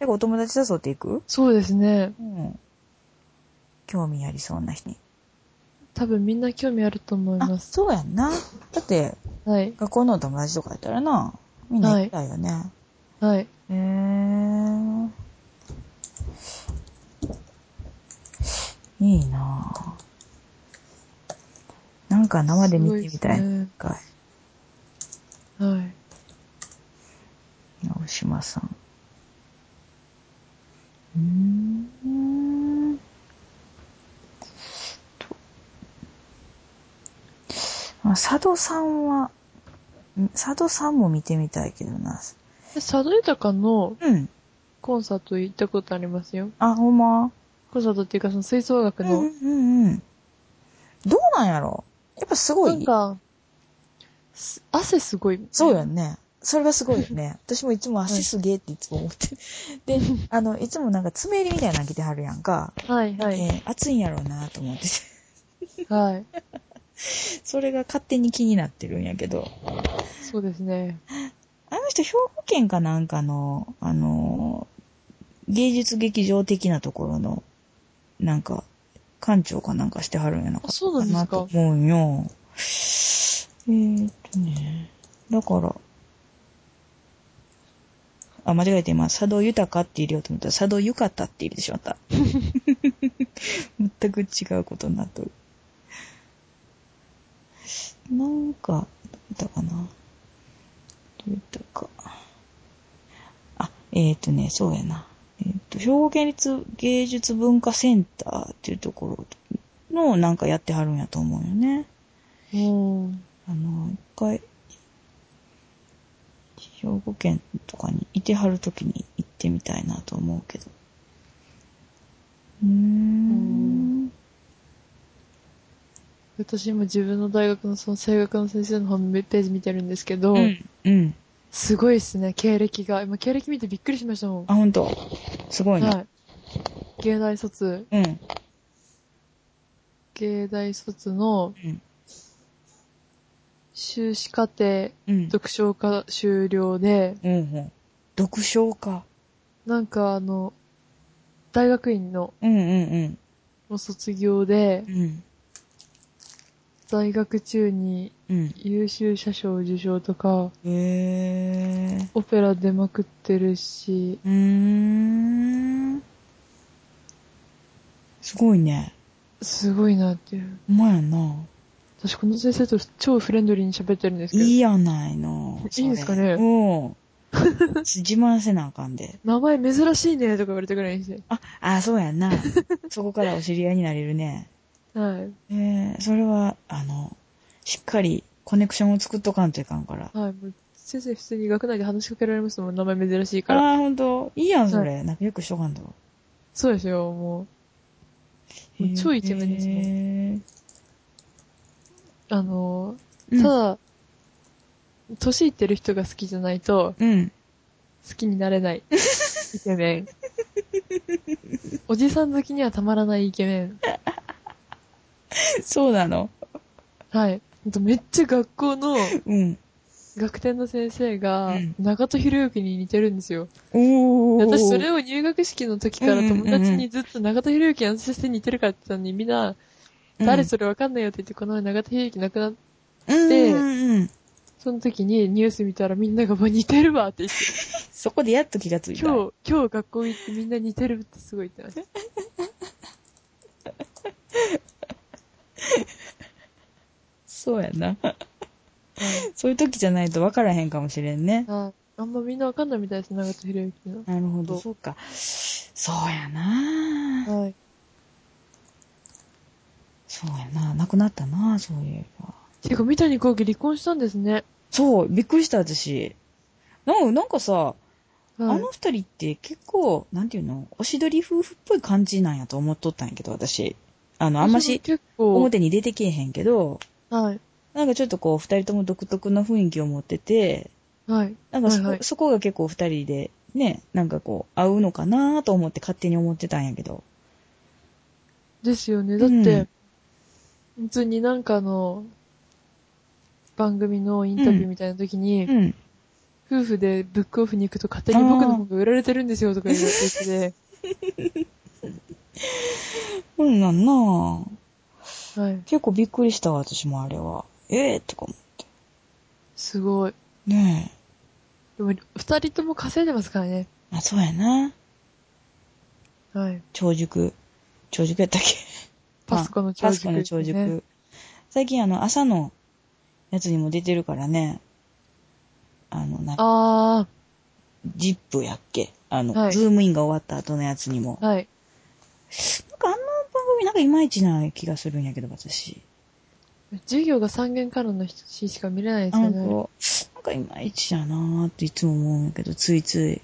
[SPEAKER 1] てかお友達誘っていく
[SPEAKER 2] そうですね。
[SPEAKER 1] うん。興味ありそうな人に。
[SPEAKER 2] 多分みんな興味あると思い
[SPEAKER 1] あ、
[SPEAKER 2] ます。
[SPEAKER 1] そうやんな。だって、
[SPEAKER 2] はい。
[SPEAKER 1] 学校のお友達とかやったらな、みんな行きたいよね。
[SPEAKER 2] はい。
[SPEAKER 1] へーいいなぁ。なんか生で見てみたい
[SPEAKER 2] すごいですね
[SPEAKER 1] 一回
[SPEAKER 2] はい。
[SPEAKER 1] 直島さん。うーん。とあ佐渡さんは、ん佐渡さんも見てみたいけどな。
[SPEAKER 2] で佐渡豊の
[SPEAKER 1] うん。
[SPEAKER 2] コンサート行ったことありますよ。
[SPEAKER 1] あ、ほんま。
[SPEAKER 2] コンサートっていうかその吹奏楽
[SPEAKER 1] うん
[SPEAKER 2] の。
[SPEAKER 1] うんうん。どうなんやろやっぱすご
[SPEAKER 2] ないんか、す汗すごい。
[SPEAKER 1] そうよね。それがすごいよ ね。私もいつも足すげえっていつも思って。で、あの、いつもなんか爪襟みたいなの着てはるやんか。
[SPEAKER 2] はいは
[SPEAKER 1] え
[SPEAKER 2] い。
[SPEAKER 1] ー暑いんやろうなと思ってて。
[SPEAKER 2] はい。
[SPEAKER 1] それが勝手に気になってるんやけど。
[SPEAKER 2] そうですね。
[SPEAKER 1] あの人、兵庫県かなんかの、あのー芸術劇場的なところの、なんか、館長かなんかしてはるんやなか
[SPEAKER 2] あそうなんですか
[SPEAKER 1] と思うんよ。えーっとね。だから、あ、間違えて今、佐渡豊って入れようと思ったら、佐渡浴衣って入れてしまった。全く違うことになっとる。なんか、どうやったかな。どうやったか。あ、えっ、ー、とね、そうやな。えっ、と、兵庫県立芸術文化センターっていうところのなんかやってはるんやと思うよね。
[SPEAKER 2] うん。
[SPEAKER 1] あの、一回、兵庫県とかにいてはるときに行ってみたいなと思うけど。うーん。
[SPEAKER 2] 私今自分の大学のその声楽の先生のホームページ見てるんですけど、
[SPEAKER 1] うん。うん。
[SPEAKER 2] すごいっすね、経歴が。今経歴見てびっくりしましたもん。
[SPEAKER 1] あ、ほんと。すごいな。
[SPEAKER 2] はい。芸大卒、
[SPEAKER 1] うん。
[SPEAKER 2] 芸大卒の
[SPEAKER 1] うん、
[SPEAKER 2] 修士課程、
[SPEAKER 1] うん。
[SPEAKER 2] 読書科修了で、
[SPEAKER 1] うんうん。読書か。
[SPEAKER 2] なんかあの、大学院の
[SPEAKER 1] うんうん
[SPEAKER 2] もう卒業で
[SPEAKER 1] うん。う、ん。
[SPEAKER 2] 在学中に
[SPEAKER 1] うん。
[SPEAKER 2] 優秀者賞受賞とか、
[SPEAKER 1] へー。
[SPEAKER 2] オペラ出まくってるし、
[SPEAKER 1] うーん。すごいね。
[SPEAKER 2] すごいなっていう。
[SPEAKER 1] ほんまやな。
[SPEAKER 2] 私この先生と超フレンドリーに喋ってるんですけど、
[SPEAKER 1] いいやないの。
[SPEAKER 2] いいですかね
[SPEAKER 1] うん。自慢せなあかん で。
[SPEAKER 2] 名前珍しいねとか言われたぐらいにして。
[SPEAKER 1] あ、あ、そうやんな。そこからお知り合いになれるね。
[SPEAKER 2] はい。
[SPEAKER 1] えー、それは、あの、しっかりコネクションを作っとかんといかんから。
[SPEAKER 2] はい。もう先生普通に学内で話しかけられますもん、名前珍しいから。
[SPEAKER 1] ああ、ほんと。いいやん、それ。仲良くしとかんと。
[SPEAKER 2] そうですよ、もう。もう超イケメンですもん。あの
[SPEAKER 1] へ
[SPEAKER 2] ー、
[SPEAKER 1] ー
[SPEAKER 2] ただ、年いってる人が好きじゃないと、
[SPEAKER 1] うん。うん。
[SPEAKER 2] 好きにな れない。イケメン。おじさん好きにはたまらないイケメン。
[SPEAKER 1] そうなの。
[SPEAKER 2] はい。ほんとめっちゃ学校の
[SPEAKER 1] うん。
[SPEAKER 2] 学店の先生が
[SPEAKER 1] うん、
[SPEAKER 2] 長戸博之に似てるんですよ。
[SPEAKER 1] おー。
[SPEAKER 2] 私それを入学式の時から友達にずっと長田博之の先生に似てるからって言ったのに、みんな、誰それわかんないよって言って、この前長田博之亡くなっ
[SPEAKER 1] うんうんうん。
[SPEAKER 2] その時にニュース見たらみんながわ似てるわって言って、
[SPEAKER 1] そこでやっと気がついた。
[SPEAKER 2] 今日、今日学校行ってみんな似てるってすごい言ってました。
[SPEAKER 1] そうやな。
[SPEAKER 2] はい
[SPEAKER 1] そういう時じゃないと分からへんかもしれんね。
[SPEAKER 2] ああんまみんなわかんないみたいです、長田博之 の。
[SPEAKER 1] なるほど。
[SPEAKER 2] そ
[SPEAKER 1] そうか。そうやな
[SPEAKER 2] はい。
[SPEAKER 1] そうやななくなったなそういえば。
[SPEAKER 2] てか、三谷幸喜離婚したんですね。
[SPEAKER 1] そう、びっくりした、私。なんかなんかさ、
[SPEAKER 2] は
[SPEAKER 1] あ
[SPEAKER 2] い
[SPEAKER 1] の。二人って結構、なんていうの、おしどり夫婦っぽい感じなんやと思っとったんやけど、私。あの、あんま
[SPEAKER 2] 私も
[SPEAKER 1] し
[SPEAKER 2] 結構、
[SPEAKER 1] 表に出てけえへんけど、
[SPEAKER 2] はい。
[SPEAKER 1] なんかちょっとこう、二人とも独特な雰囲気を持ってて、
[SPEAKER 2] はい。
[SPEAKER 1] なんかそこ,、
[SPEAKER 2] はいはい
[SPEAKER 1] そこが結構二人で、ね、なんかこう、合うのかなと思って勝手に思ってたんやけど。
[SPEAKER 2] ですよね。だって、普通になんかの、番組のインタビューみたいな時に、
[SPEAKER 1] うん。
[SPEAKER 2] 夫婦でブックオフに行くと勝手に僕の方が売られてるんですよとか言われて て、
[SPEAKER 1] うんなんなぁ
[SPEAKER 2] はい。
[SPEAKER 1] 結構びっくりしたわ、私もあれは。ええとかも。
[SPEAKER 2] すごい。
[SPEAKER 1] ね
[SPEAKER 2] でも、二人とも稼いでますからね。
[SPEAKER 1] え。あ、そうやな
[SPEAKER 2] はい。
[SPEAKER 1] 長熟。長熟やったっけ
[SPEAKER 2] パスコの長
[SPEAKER 1] パ
[SPEAKER 2] 熟
[SPEAKER 1] スコの長熟。
[SPEAKER 2] ね
[SPEAKER 1] 最近あの、朝のやつにも出てるからね。あの、なんか、
[SPEAKER 2] あ
[SPEAKER 1] ジップやっけあの、
[SPEAKER 2] はい
[SPEAKER 1] ズームインが終わった後のやつにも。
[SPEAKER 2] ー、はい。
[SPEAKER 1] なんかあの番組なんかいまいちな気がするんやけど、私。
[SPEAKER 2] 授業が三元からの人しか見れないです
[SPEAKER 1] あ
[SPEAKER 2] よ
[SPEAKER 1] の
[SPEAKER 2] ね。
[SPEAKER 1] 子、なんかいまいちだなーっていつも思うんやけど、ついつい。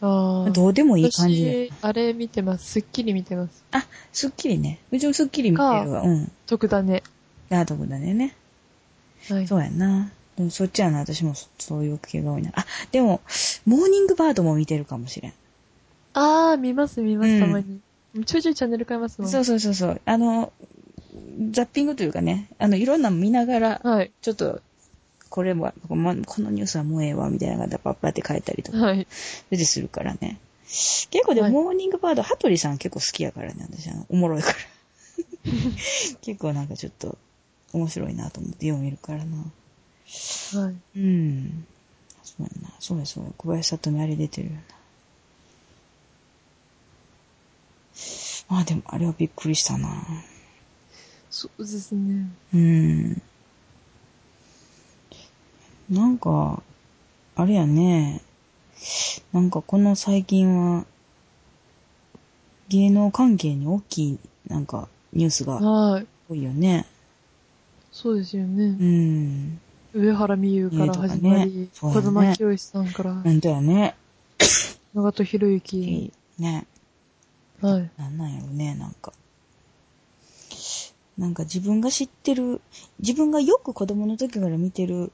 [SPEAKER 2] ああ。
[SPEAKER 1] どうでもいい感じで。
[SPEAKER 2] 私、あれ見てます。スッキリ見てます。
[SPEAKER 1] すっきりね。うちもすっきり見てるわ。うん。
[SPEAKER 2] 特ダネ。
[SPEAKER 1] あ、どこだねね。
[SPEAKER 2] はい。
[SPEAKER 1] そうやな。でもそっちやな、私もそそういう系が多いな。あ、でも、モーニングバードも見てるかもしれん。
[SPEAKER 2] ああ、見ます見ま
[SPEAKER 1] う
[SPEAKER 2] す、
[SPEAKER 1] ん
[SPEAKER 2] たまに。ちょいちょいチャンネル変えますもん。
[SPEAKER 1] そうそうそうそう。あの、ザッピングというかね、あの、いろんなの見ながら、
[SPEAKER 2] はい。
[SPEAKER 1] ちょっと、これも、まこのニュースはもうええわ、みたいなのがパッパって書いたりとか、
[SPEAKER 2] はい。
[SPEAKER 1] 出てするからね。結構でも、
[SPEAKER 2] はい
[SPEAKER 1] モーニングバード、羽鳥さん結構好きやからね、私、あの、おもろい から。結構なんかちょっと、面白いなと思って読めるからな。
[SPEAKER 2] はい。
[SPEAKER 1] うん。そうやな。そうやそうや。小林聡美あれ出てるよな。まあでもあれはびっくりしたな。
[SPEAKER 2] そうですね。
[SPEAKER 1] うん。なんか、あれやね。なんかこの最近は、芸能関係に大きい、なんか、ニュースが
[SPEAKER 2] はい。
[SPEAKER 1] 多いよね。
[SPEAKER 2] そうですよね。
[SPEAKER 1] うん。
[SPEAKER 2] 上原美優から始まり
[SPEAKER 1] ね、とかねそうだね
[SPEAKER 2] 小玉清さんから、
[SPEAKER 1] ほんとやね。
[SPEAKER 2] 長戸博之、
[SPEAKER 1] ね。
[SPEAKER 2] はい。
[SPEAKER 1] なんなんやろね、なんか。なんか自分が知ってる、自分がよく子供の時から見てる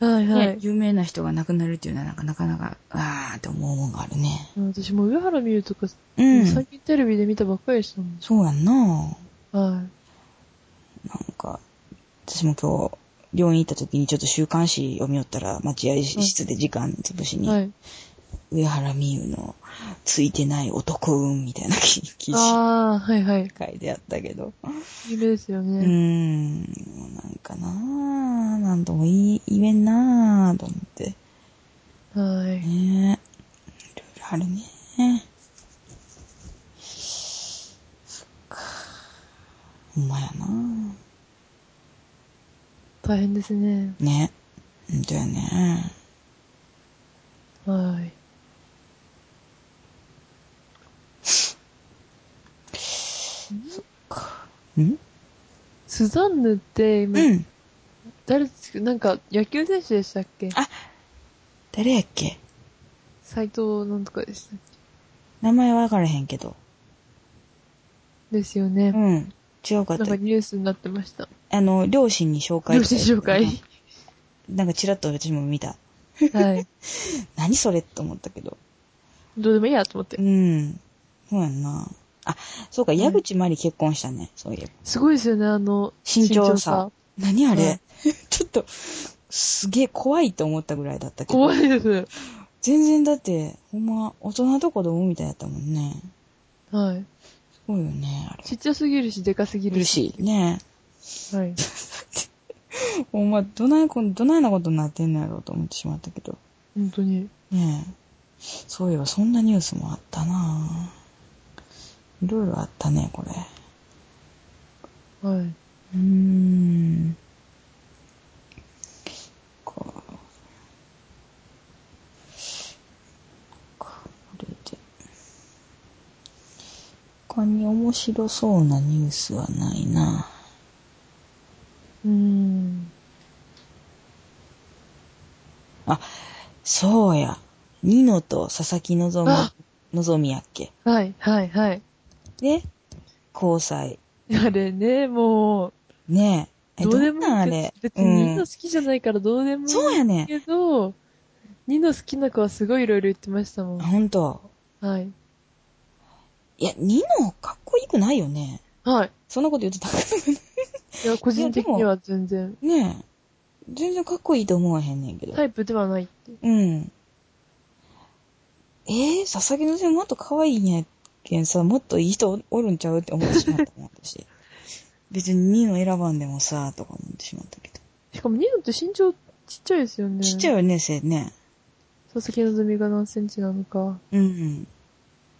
[SPEAKER 2] はいはい。
[SPEAKER 1] ね有名な人が亡くなるっていうのはなんかなかなか、あーって思うもんがあるね。
[SPEAKER 2] 私も上原見るとか、
[SPEAKER 1] うん。
[SPEAKER 2] 最近テレビで見たばっかりでしたもん。
[SPEAKER 1] そうやんななん
[SPEAKER 2] は
[SPEAKER 1] か、私も今日、病院行った時にちょっと週刊誌読みよったら、待合室で時間潰し
[SPEAKER 2] い。
[SPEAKER 1] に、
[SPEAKER 2] はい。
[SPEAKER 1] 上原美優のついてない男運みたいな記記事
[SPEAKER 2] ああ、はいはい。
[SPEAKER 1] 書いてあったけど。
[SPEAKER 2] 有名ですよ
[SPEAKER 1] うー
[SPEAKER 2] ね。
[SPEAKER 1] ん、なんかなぁ、なんとも言い言えんなぁ、と思って。
[SPEAKER 2] は
[SPEAKER 1] ねえ。い
[SPEAKER 2] い。
[SPEAKER 1] ろいろあるね。そっか。ほんまやなぁ。
[SPEAKER 2] 大変ですね。
[SPEAKER 1] ね。ほんとやね。
[SPEAKER 2] はい。
[SPEAKER 1] ん
[SPEAKER 2] スザンヌって今、
[SPEAKER 1] うん。
[SPEAKER 2] 誰ですかなんか野球選手でしたっけ
[SPEAKER 1] あ誰やっけ
[SPEAKER 2] 斎藤なんとかでしたっ
[SPEAKER 1] 名前わからへんけど。
[SPEAKER 2] けですよ
[SPEAKER 1] う
[SPEAKER 2] ね。
[SPEAKER 1] ん。違うかっ
[SPEAKER 2] なん
[SPEAKER 1] た
[SPEAKER 2] か。ニュースになってました。
[SPEAKER 1] あの、両親に紹介
[SPEAKER 2] 両親紹介。
[SPEAKER 1] なんかチラッと私も見た。
[SPEAKER 2] はい。
[SPEAKER 1] 何それって思ったけど。
[SPEAKER 2] どうでもいいやと思って
[SPEAKER 1] う。ん。そうやんな。あ、そうか、矢口まり結婚したね。そういえば。
[SPEAKER 2] すごいですよね、あの、
[SPEAKER 1] 身長差。何あれ、
[SPEAKER 2] はい
[SPEAKER 1] ちょっと、すげえ怖いって思ったぐらいだったけど。
[SPEAKER 2] 怖いです。
[SPEAKER 1] 全然だって、ほんま、大人と子供みたいだったもんね。
[SPEAKER 2] はい。
[SPEAKER 1] すごいよね、あれ。
[SPEAKER 2] ちっちゃすぎるし、でかすぎる
[SPEAKER 1] 嬉し
[SPEAKER 2] し。
[SPEAKER 1] い。ね
[SPEAKER 2] はい。
[SPEAKER 1] え。ほんま、どないこ、どないなことになってんのやろうと思ってしまったけど。
[SPEAKER 2] 本当に。
[SPEAKER 1] ねえ。そういえば、そんなニュースもあったなぁ。いろいろあったね、これ。
[SPEAKER 2] はい。
[SPEAKER 1] うーん。か。これで。他に面白そうなニュースはないな。
[SPEAKER 2] うーん。
[SPEAKER 1] そうや。ニノと佐々木のぞみ
[SPEAKER 2] あ、
[SPEAKER 1] のぞみやっけ。
[SPEAKER 2] はい、はい、はい。
[SPEAKER 1] で、交際。
[SPEAKER 2] あれね、も
[SPEAKER 1] ねえ。え、
[SPEAKER 2] う、ど
[SPEAKER 1] ど
[SPEAKER 2] うで
[SPEAKER 1] ん
[SPEAKER 2] も
[SPEAKER 1] なんあ
[SPEAKER 2] いい
[SPEAKER 1] れ
[SPEAKER 2] けど。。別
[SPEAKER 1] う
[SPEAKER 2] にニノ
[SPEAKER 1] ん
[SPEAKER 2] 好。きじゃないからどうでもいい。
[SPEAKER 1] そうやねん。
[SPEAKER 2] けど、ニノ好きな子はすごいいろいろ言ってましたも
[SPEAKER 1] あ
[SPEAKER 2] ん。
[SPEAKER 1] ほんと。
[SPEAKER 2] はい。
[SPEAKER 1] いや、ニノかっこよくないよね。
[SPEAKER 2] はい。
[SPEAKER 1] そんなこと言ってたけど。
[SPEAKER 2] いや、個人的には全然、
[SPEAKER 1] ねえ。全然かっこいいと思わへんねんけど。
[SPEAKER 2] タイプではないって。
[SPEAKER 1] うん。えー、佐々木の線もっと可愛いんやけんさ、もっといい人おるんちゃうって思ってしまったもん、私。別に2の選ばんでもさ、とか思ってしまったけど。
[SPEAKER 2] しかもニノって身長ちっちゃいですよね。
[SPEAKER 1] ちっちゃいよね、せいね。
[SPEAKER 2] 佐々木のぞみが何センチなのか。
[SPEAKER 1] うん。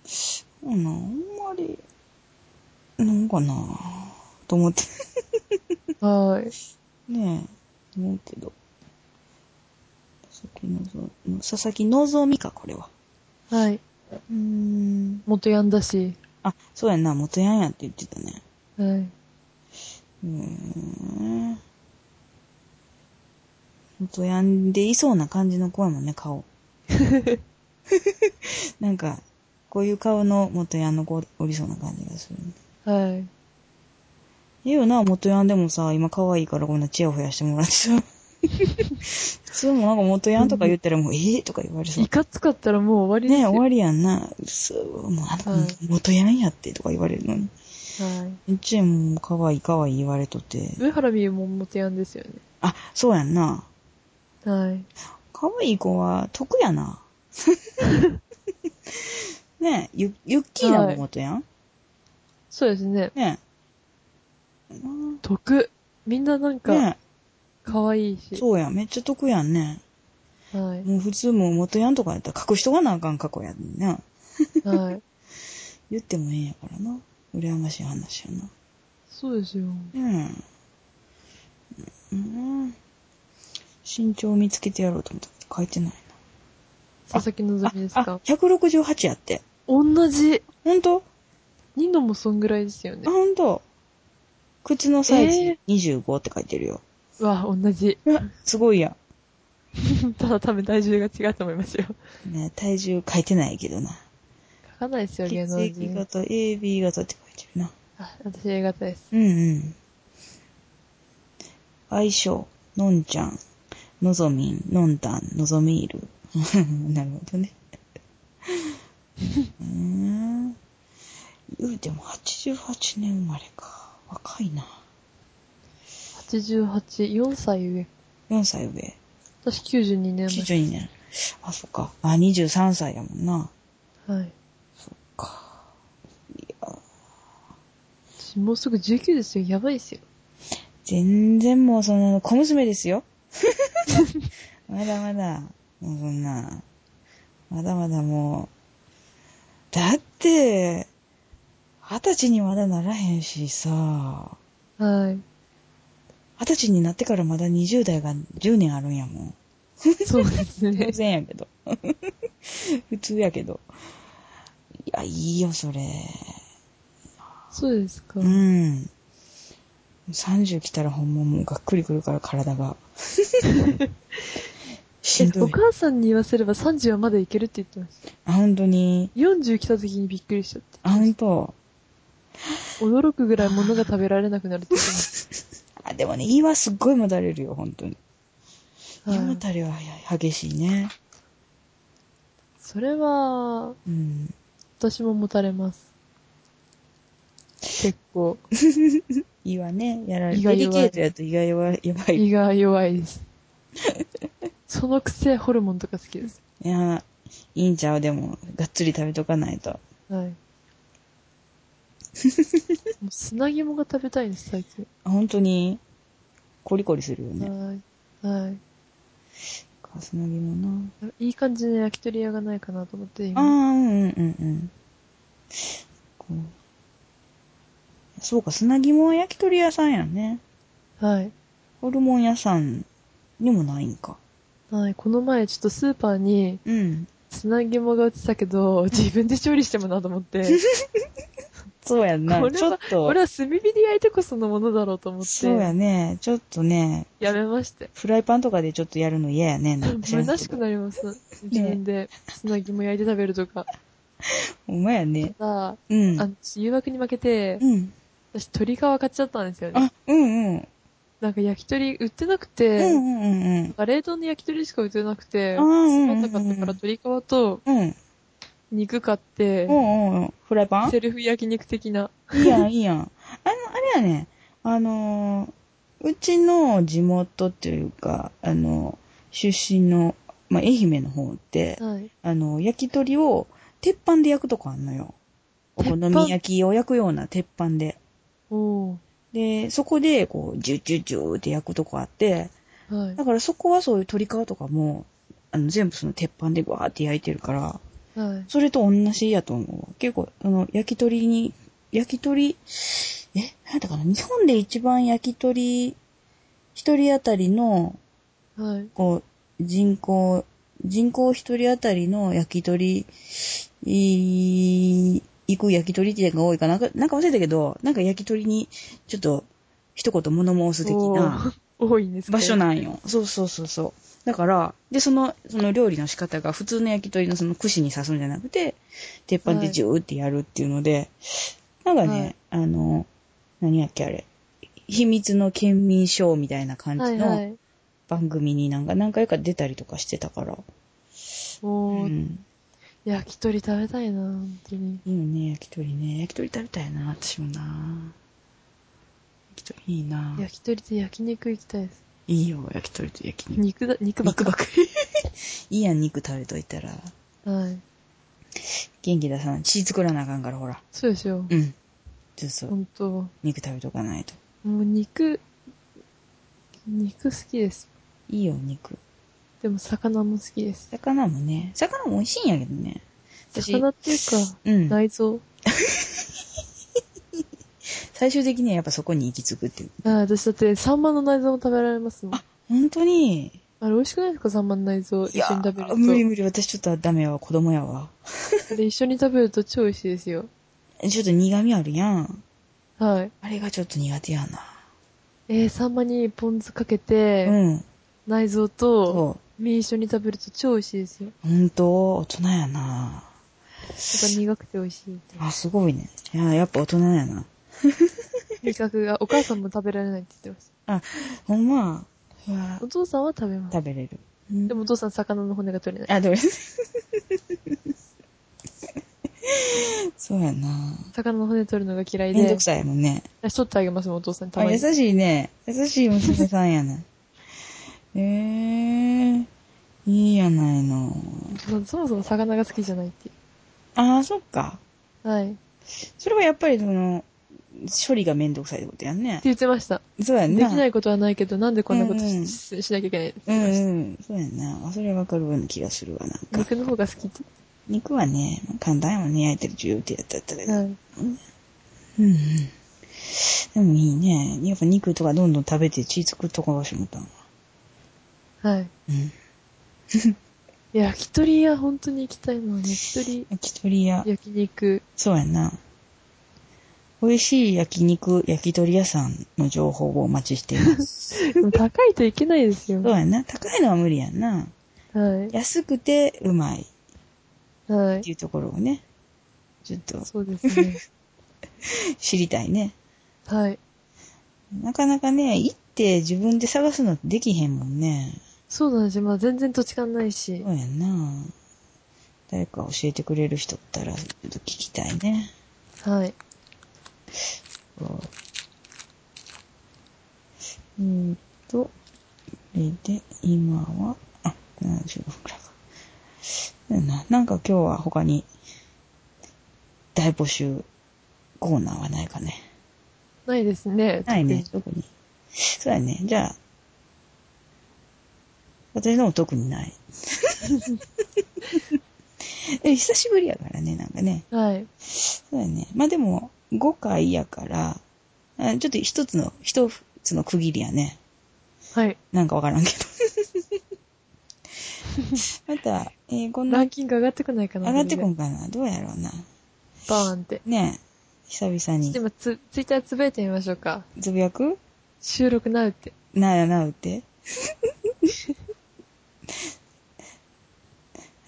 [SPEAKER 1] そうな、あんまり、なんかなと思って。
[SPEAKER 2] はい。
[SPEAKER 1] ねえ、思うけど。佐々木のぞ、佐々木のぞみか、これは。
[SPEAKER 2] はい。
[SPEAKER 1] うーん。
[SPEAKER 2] 元ヤンだし。
[SPEAKER 1] あ、そうやんな、元ヤンやって言ってたね。
[SPEAKER 2] はい。
[SPEAKER 1] うーん。元ヤンでいそうな感じの子やもんね、 顔。なんか、こういう顔の元ヤンの子おりそうな感じがするね。
[SPEAKER 2] はい。
[SPEAKER 1] いいよな、元ヤンでもさ、今可愛いからこんなチヤホヤしてもらってさ。 そうもなんか元ヤンとか言ったらもう、えー、とか言われそう
[SPEAKER 2] い。かつかったらもう終わりです
[SPEAKER 1] ね
[SPEAKER 2] よ。
[SPEAKER 1] 終わりやんな。そう、もうあの
[SPEAKER 2] はい
[SPEAKER 1] 子元ヤンやってとか言われるのに。
[SPEAKER 2] はい。
[SPEAKER 1] めっちゃもう可愛い可愛い言われとって。
[SPEAKER 2] 上原美優も元ヤンですよね。
[SPEAKER 1] あ、そうやんな。
[SPEAKER 2] はい。
[SPEAKER 1] 可愛い子は得や な。ねえ、ゆ、ゆっきーなも元やん、
[SPEAKER 2] そうですね。
[SPEAKER 1] ね
[SPEAKER 2] 得。みんななん
[SPEAKER 1] え。
[SPEAKER 2] か、
[SPEAKER 1] ね
[SPEAKER 2] 可愛い
[SPEAKER 1] え。
[SPEAKER 2] し。
[SPEAKER 1] そうやん。めっちゃ得やんね。
[SPEAKER 2] はい。
[SPEAKER 1] もう普通もう元やんとかやったら隠しとかなあかん過去やんな。
[SPEAKER 2] はい。
[SPEAKER 1] 言ってもええんやからな。羨ましい話やな。
[SPEAKER 2] そうですよ。
[SPEAKER 1] ねえ。うん。うん身長を見つけてやろうと思ったけど、書いてない
[SPEAKER 2] 佐々木
[SPEAKER 1] な。
[SPEAKER 2] 希です
[SPEAKER 1] あ、あ
[SPEAKER 2] か
[SPEAKER 1] 168やって。
[SPEAKER 2] 同じ。
[SPEAKER 1] ほんと
[SPEAKER 2] ニノもそんぐらいですよ
[SPEAKER 1] あ、
[SPEAKER 2] ね。
[SPEAKER 1] ほんと。靴のサイズ
[SPEAKER 2] え
[SPEAKER 1] 25って書いてるよ。
[SPEAKER 2] うわ、同じ。
[SPEAKER 1] うわすごいやん。
[SPEAKER 2] ただ多分体重が違うと思いますよ。
[SPEAKER 1] ね、体重書いてないけどな。
[SPEAKER 2] 書かないですよ、
[SPEAKER 1] 血
[SPEAKER 2] 芸能
[SPEAKER 1] 液
[SPEAKER 2] 人。
[SPEAKER 1] 型、AB 型って書いてるな。
[SPEAKER 2] あ、私 A 型です。
[SPEAKER 1] うんうん。相性、のんちゃん、のぞみん、のんたん、のぞみーる。 なるほど ね。うーん。言うても88年生まれか。若いな。
[SPEAKER 2] 88、4歳上。
[SPEAKER 1] 4歳上。
[SPEAKER 2] 私92年生
[SPEAKER 1] 92年。あ、そっか。あ、23歳だもんな。
[SPEAKER 2] まれ。はい。
[SPEAKER 1] そっか。いや、
[SPEAKER 2] 私もうすぐ19ですよ。やばいですよ。
[SPEAKER 1] 全然もうその、小娘ですよ。まだまだ、もうそんな、まだまだもう、だって、二十歳にまだならへんしさ、
[SPEAKER 2] はい。
[SPEAKER 1] 二十歳になってからまだ20代が10年あるんやもん。
[SPEAKER 2] そうです
[SPEAKER 1] 当
[SPEAKER 2] ね。
[SPEAKER 1] 然やけど。普通やけど。いや、いいよ、それ。
[SPEAKER 2] そうですか。
[SPEAKER 1] うん。30来たらほんまもうがっくりくるから体 が。し
[SPEAKER 2] え
[SPEAKER 1] んど
[SPEAKER 2] お
[SPEAKER 1] い。
[SPEAKER 2] 母さんに言わせれば30はまだいけるって言ってました。
[SPEAKER 1] あ、本当に。
[SPEAKER 2] 40来た時にびっくりしちゃって。
[SPEAKER 1] あ、本当。
[SPEAKER 2] 驚くぐらい物が食べられなくなるって言って まし
[SPEAKER 1] あ、でもね、胃はすっごいもたれるよ、本当に。
[SPEAKER 2] た。
[SPEAKER 1] 胃
[SPEAKER 2] は
[SPEAKER 1] も
[SPEAKER 2] い、
[SPEAKER 1] たれはや激しいね。
[SPEAKER 2] それは、
[SPEAKER 1] うん。
[SPEAKER 2] 私も持たれます。結構、
[SPEAKER 1] 胃はね、やられる。
[SPEAKER 2] 胃が
[SPEAKER 1] デ
[SPEAKER 2] 弱い
[SPEAKER 1] リケートやと胃が弱いやばい。
[SPEAKER 2] 胃が弱いです。そのくせ、ホルモンとか好きです。
[SPEAKER 1] いや、いいんちゃう、でも、がっつり食べとかないと。
[SPEAKER 2] はい。もう砂肝が食べたいんです、最近。
[SPEAKER 1] あ本当に、コリコリするよね。
[SPEAKER 2] はい。はい。
[SPEAKER 1] カスナギもな。
[SPEAKER 2] いい感じの焼き鳥屋がないかなと思って、
[SPEAKER 1] ああ、う
[SPEAKER 2] 今。
[SPEAKER 1] んうんうんうん。こうそうか、砂肝は焼き鳥屋さんやね。
[SPEAKER 2] はい。
[SPEAKER 1] ホルモン屋さんにもないんか。
[SPEAKER 2] はい。この前、ちょっとスーパーに、
[SPEAKER 1] うん。
[SPEAKER 2] 砂肝が売ってたけど、自分で調理してもなと思って、
[SPEAKER 1] そうやんな。
[SPEAKER 2] これは
[SPEAKER 1] ちょっと
[SPEAKER 2] これ、は炭火で焼いてこそのものだろうと思っ
[SPEAKER 1] そうや
[SPEAKER 2] て、
[SPEAKER 1] ね。ちょっとね、
[SPEAKER 2] やめまして。
[SPEAKER 1] フライパンとかでちょっとやるの嫌やね。なんか知らんけ
[SPEAKER 2] 虚
[SPEAKER 1] ど
[SPEAKER 2] しくなります。自分で砂肝焼いて食べるとか。
[SPEAKER 1] ほんまやね。
[SPEAKER 2] さあ、
[SPEAKER 1] うん。
[SPEAKER 2] あの誘惑に負けて、
[SPEAKER 1] うん。
[SPEAKER 2] 私鶏皮買っちゃったんですよね。
[SPEAKER 1] あ、うんうん。
[SPEAKER 2] なんか焼き鳥売ってなく
[SPEAKER 1] うんう
[SPEAKER 2] て、
[SPEAKER 1] んうん
[SPEAKER 2] なん、冷凍の焼き鳥しか売ってなくて、
[SPEAKER 1] あーうんうんうん
[SPEAKER 2] なかったから鶏皮と
[SPEAKER 1] うん。うん。
[SPEAKER 2] 肉買って
[SPEAKER 1] う、んうんうん。フライパン
[SPEAKER 2] セルフ焼肉的な。
[SPEAKER 1] いいやん、いいやん。あの、あれやね、あのー、うちの地元っていうか、あの、出身の、まあ、愛媛の方って、
[SPEAKER 2] はい。
[SPEAKER 1] あの、焼き鳥を鉄板で焼くとこあんのよ。お好み焼きを焼くような鉄板で。
[SPEAKER 2] お
[SPEAKER 1] で、そこで、こう、ジュッジュッジューって焼くとこあって、
[SPEAKER 2] ーはい
[SPEAKER 1] だ。からそこはそういう鶏皮とかも、あの、全部その鉄板でわーって焼いてるから、
[SPEAKER 2] はい。
[SPEAKER 1] それと同じやと思う。結構、あの、焼き鳥に、焼き鳥、え、なんだかな、日本で一番焼き鳥、一人当たりの、
[SPEAKER 2] はい。
[SPEAKER 1] こう、人口、人口一人当たりの焼き鳥、い行く焼き鳥店が多いかな。なんかなんか忘れたけど、なんか焼き鳥に、ちょっと、一言物申す的な。
[SPEAKER 2] おー多い んですけど
[SPEAKER 1] 場所なんよ。そうそうそうそう。だから、で、その、その料理の仕方が普通の焼き鳥のその串に刺すんじゃなくて、鉄板でジューってやるっていうので、なんかね、
[SPEAKER 2] はい
[SPEAKER 1] あの、何やっけあれ、秘密の県民ショーみたいな感
[SPEAKER 2] は
[SPEAKER 1] じ
[SPEAKER 2] いは
[SPEAKER 1] の
[SPEAKER 2] い。
[SPEAKER 1] 番組になんか何回か出たりとかしてたから。う
[SPEAKER 2] おー
[SPEAKER 1] ん。
[SPEAKER 2] 焼き鳥食べたいな、本当に。
[SPEAKER 1] いいよね、焼き鳥ね。焼き鳥食べたいな、私もな。焼き鳥いいな。
[SPEAKER 2] 焼き鳥と焼肉行きたいです。
[SPEAKER 1] いいよ、焼き鳥と焼き肉。
[SPEAKER 2] 肉だ、肉ばっ
[SPEAKER 1] 肉ば
[SPEAKER 2] か。
[SPEAKER 1] っかり。 いいやん、肉食べといたら。
[SPEAKER 2] はい。
[SPEAKER 1] 元気出さない。血作らなあかんから、ほら。
[SPEAKER 2] そうですよ。
[SPEAKER 1] うん。ちょっと、
[SPEAKER 2] 本当も
[SPEAKER 1] 肉食べとかないと。
[SPEAKER 2] う肉、肉好きです。
[SPEAKER 1] いいよ、肉。
[SPEAKER 2] でも魚も好きです。
[SPEAKER 1] 魚もね、魚も美味しいんやけどね。私、
[SPEAKER 2] 魚っていうか、
[SPEAKER 1] うん。
[SPEAKER 2] 内臓。
[SPEAKER 1] 最終的にはやっぱそこに行き着くっていう。
[SPEAKER 2] ああ、私だって、サンマの内臓も食べられますもん。あ
[SPEAKER 1] 本当に、
[SPEAKER 2] れ美味しくないですかサンマの内臓。
[SPEAKER 1] い
[SPEAKER 2] 一
[SPEAKER 1] や
[SPEAKER 2] 緒に食べると。
[SPEAKER 1] 無理無理、私ちょっとダメやわ、子供やわ。
[SPEAKER 2] あれ一緒に食べると超美味しいですよ。
[SPEAKER 1] ちょっと苦味あるやん。
[SPEAKER 2] はい。
[SPEAKER 1] あれがちょっと苦手やな。
[SPEAKER 2] えー、サンマにポン酢かけて、
[SPEAKER 1] うん。
[SPEAKER 2] 内臓と、
[SPEAKER 1] そ
[SPEAKER 2] 身一緒に食べると超美味しいですよ。
[SPEAKER 1] う。ほんと、大人やな。
[SPEAKER 2] なんか苦くて美味しいみたいな。
[SPEAKER 1] あ、すごいね。いや、やっぱ大人やな。
[SPEAKER 2] 味覚が、お母さんも食べられないって言ってまし
[SPEAKER 1] ほんま、へは
[SPEAKER 2] お父さんは食べます。
[SPEAKER 1] 食べれる。うん
[SPEAKER 2] でもお父さん魚の骨が取れない。
[SPEAKER 1] あ、どうそうやな。
[SPEAKER 2] 魚の骨取るのが嫌い
[SPEAKER 1] めんど
[SPEAKER 2] で
[SPEAKER 1] く。さいもんね。
[SPEAKER 2] 私取ってあげますもん、お父さんにた
[SPEAKER 1] あ
[SPEAKER 2] ま
[SPEAKER 1] 優
[SPEAKER 2] に。
[SPEAKER 1] しいね。優しい娘さんやな。 えー、いいやないの。
[SPEAKER 2] そうそもそも魚が好きじゃないってい
[SPEAKER 1] ああ、そっか。
[SPEAKER 2] う。はい。って
[SPEAKER 1] それはやっぱりその、処理がめんどくさいってことやんね。
[SPEAKER 2] 言ってました。
[SPEAKER 1] そうやん
[SPEAKER 2] で
[SPEAKER 1] な。
[SPEAKER 2] きないことはないけど、なんでこんなこと
[SPEAKER 1] うんうん
[SPEAKER 2] しししなきゃいけないって
[SPEAKER 1] う
[SPEAKER 2] 言ってまし
[SPEAKER 1] んうん。そうやんな。あそれはわかるような気がするわ、なん
[SPEAKER 2] た。
[SPEAKER 1] か。
[SPEAKER 2] 肉の方が好きって。
[SPEAKER 1] 肉はね、簡単やもんね。焼いてる重要ってやったったけど。
[SPEAKER 2] はい。
[SPEAKER 1] うんうん。でもいいね。やっぱ肉とかどんどん食べて血作っとかがしもたんわ。
[SPEAKER 2] はい。
[SPEAKER 1] うん。
[SPEAKER 2] いや、焼き鳥屋本当に行きたいもん。焼き鳥、
[SPEAKER 1] 焼き鳥屋。
[SPEAKER 2] 焼肉。
[SPEAKER 1] そうやな。美味しい焼肉、焼き鳥屋さんの情報をお待ちしています。
[SPEAKER 2] でも高いといけないですよ。
[SPEAKER 1] そう
[SPEAKER 2] は
[SPEAKER 1] やな。高いのは無理やんな。
[SPEAKER 2] い。
[SPEAKER 1] 安くてうまいっ
[SPEAKER 2] は
[SPEAKER 1] て
[SPEAKER 2] い。
[SPEAKER 1] いうところをね、ちょっと
[SPEAKER 2] そうですね。
[SPEAKER 1] 知りたいね。
[SPEAKER 2] はい。
[SPEAKER 1] なかなかね、行って自分で探すのってできへんもんね。
[SPEAKER 2] そうなんですよ。まあ全然土地勘ないし
[SPEAKER 1] そ。うやんな。誰か教えてくれる人おったら、ちょっと聞きたいね。
[SPEAKER 2] はい。
[SPEAKER 1] こうえーっと、これで、今は、あ、75分くらいか。だよな、なんか今日は他に、大募集コーナーはないかね。
[SPEAKER 2] ないですね。
[SPEAKER 1] ないね、特に。そうやね、じゃあ、私のも特に ない。え、久しぶりやからね、なんかね。
[SPEAKER 2] 特に。はい。
[SPEAKER 1] そうやね。まあでも、5回やから、あちょっと一つの、一つの区切りやね。
[SPEAKER 2] はい。
[SPEAKER 1] なんかわからんけ ど。また、えーこん
[SPEAKER 2] ラ
[SPEAKER 1] な
[SPEAKER 2] ン、キング上がってこないかな。
[SPEAKER 1] 上がってこ
[SPEAKER 2] ない。
[SPEAKER 1] んかなどうやろうな。
[SPEAKER 2] バーンって。
[SPEAKER 1] ねえ、久々
[SPEAKER 2] ちょっ
[SPEAKER 1] に
[SPEAKER 2] と。今ツ、ツイッターつぶやいてみましょうか。
[SPEAKER 1] つぶやく
[SPEAKER 2] 収録なうって。
[SPEAKER 1] なあなうって。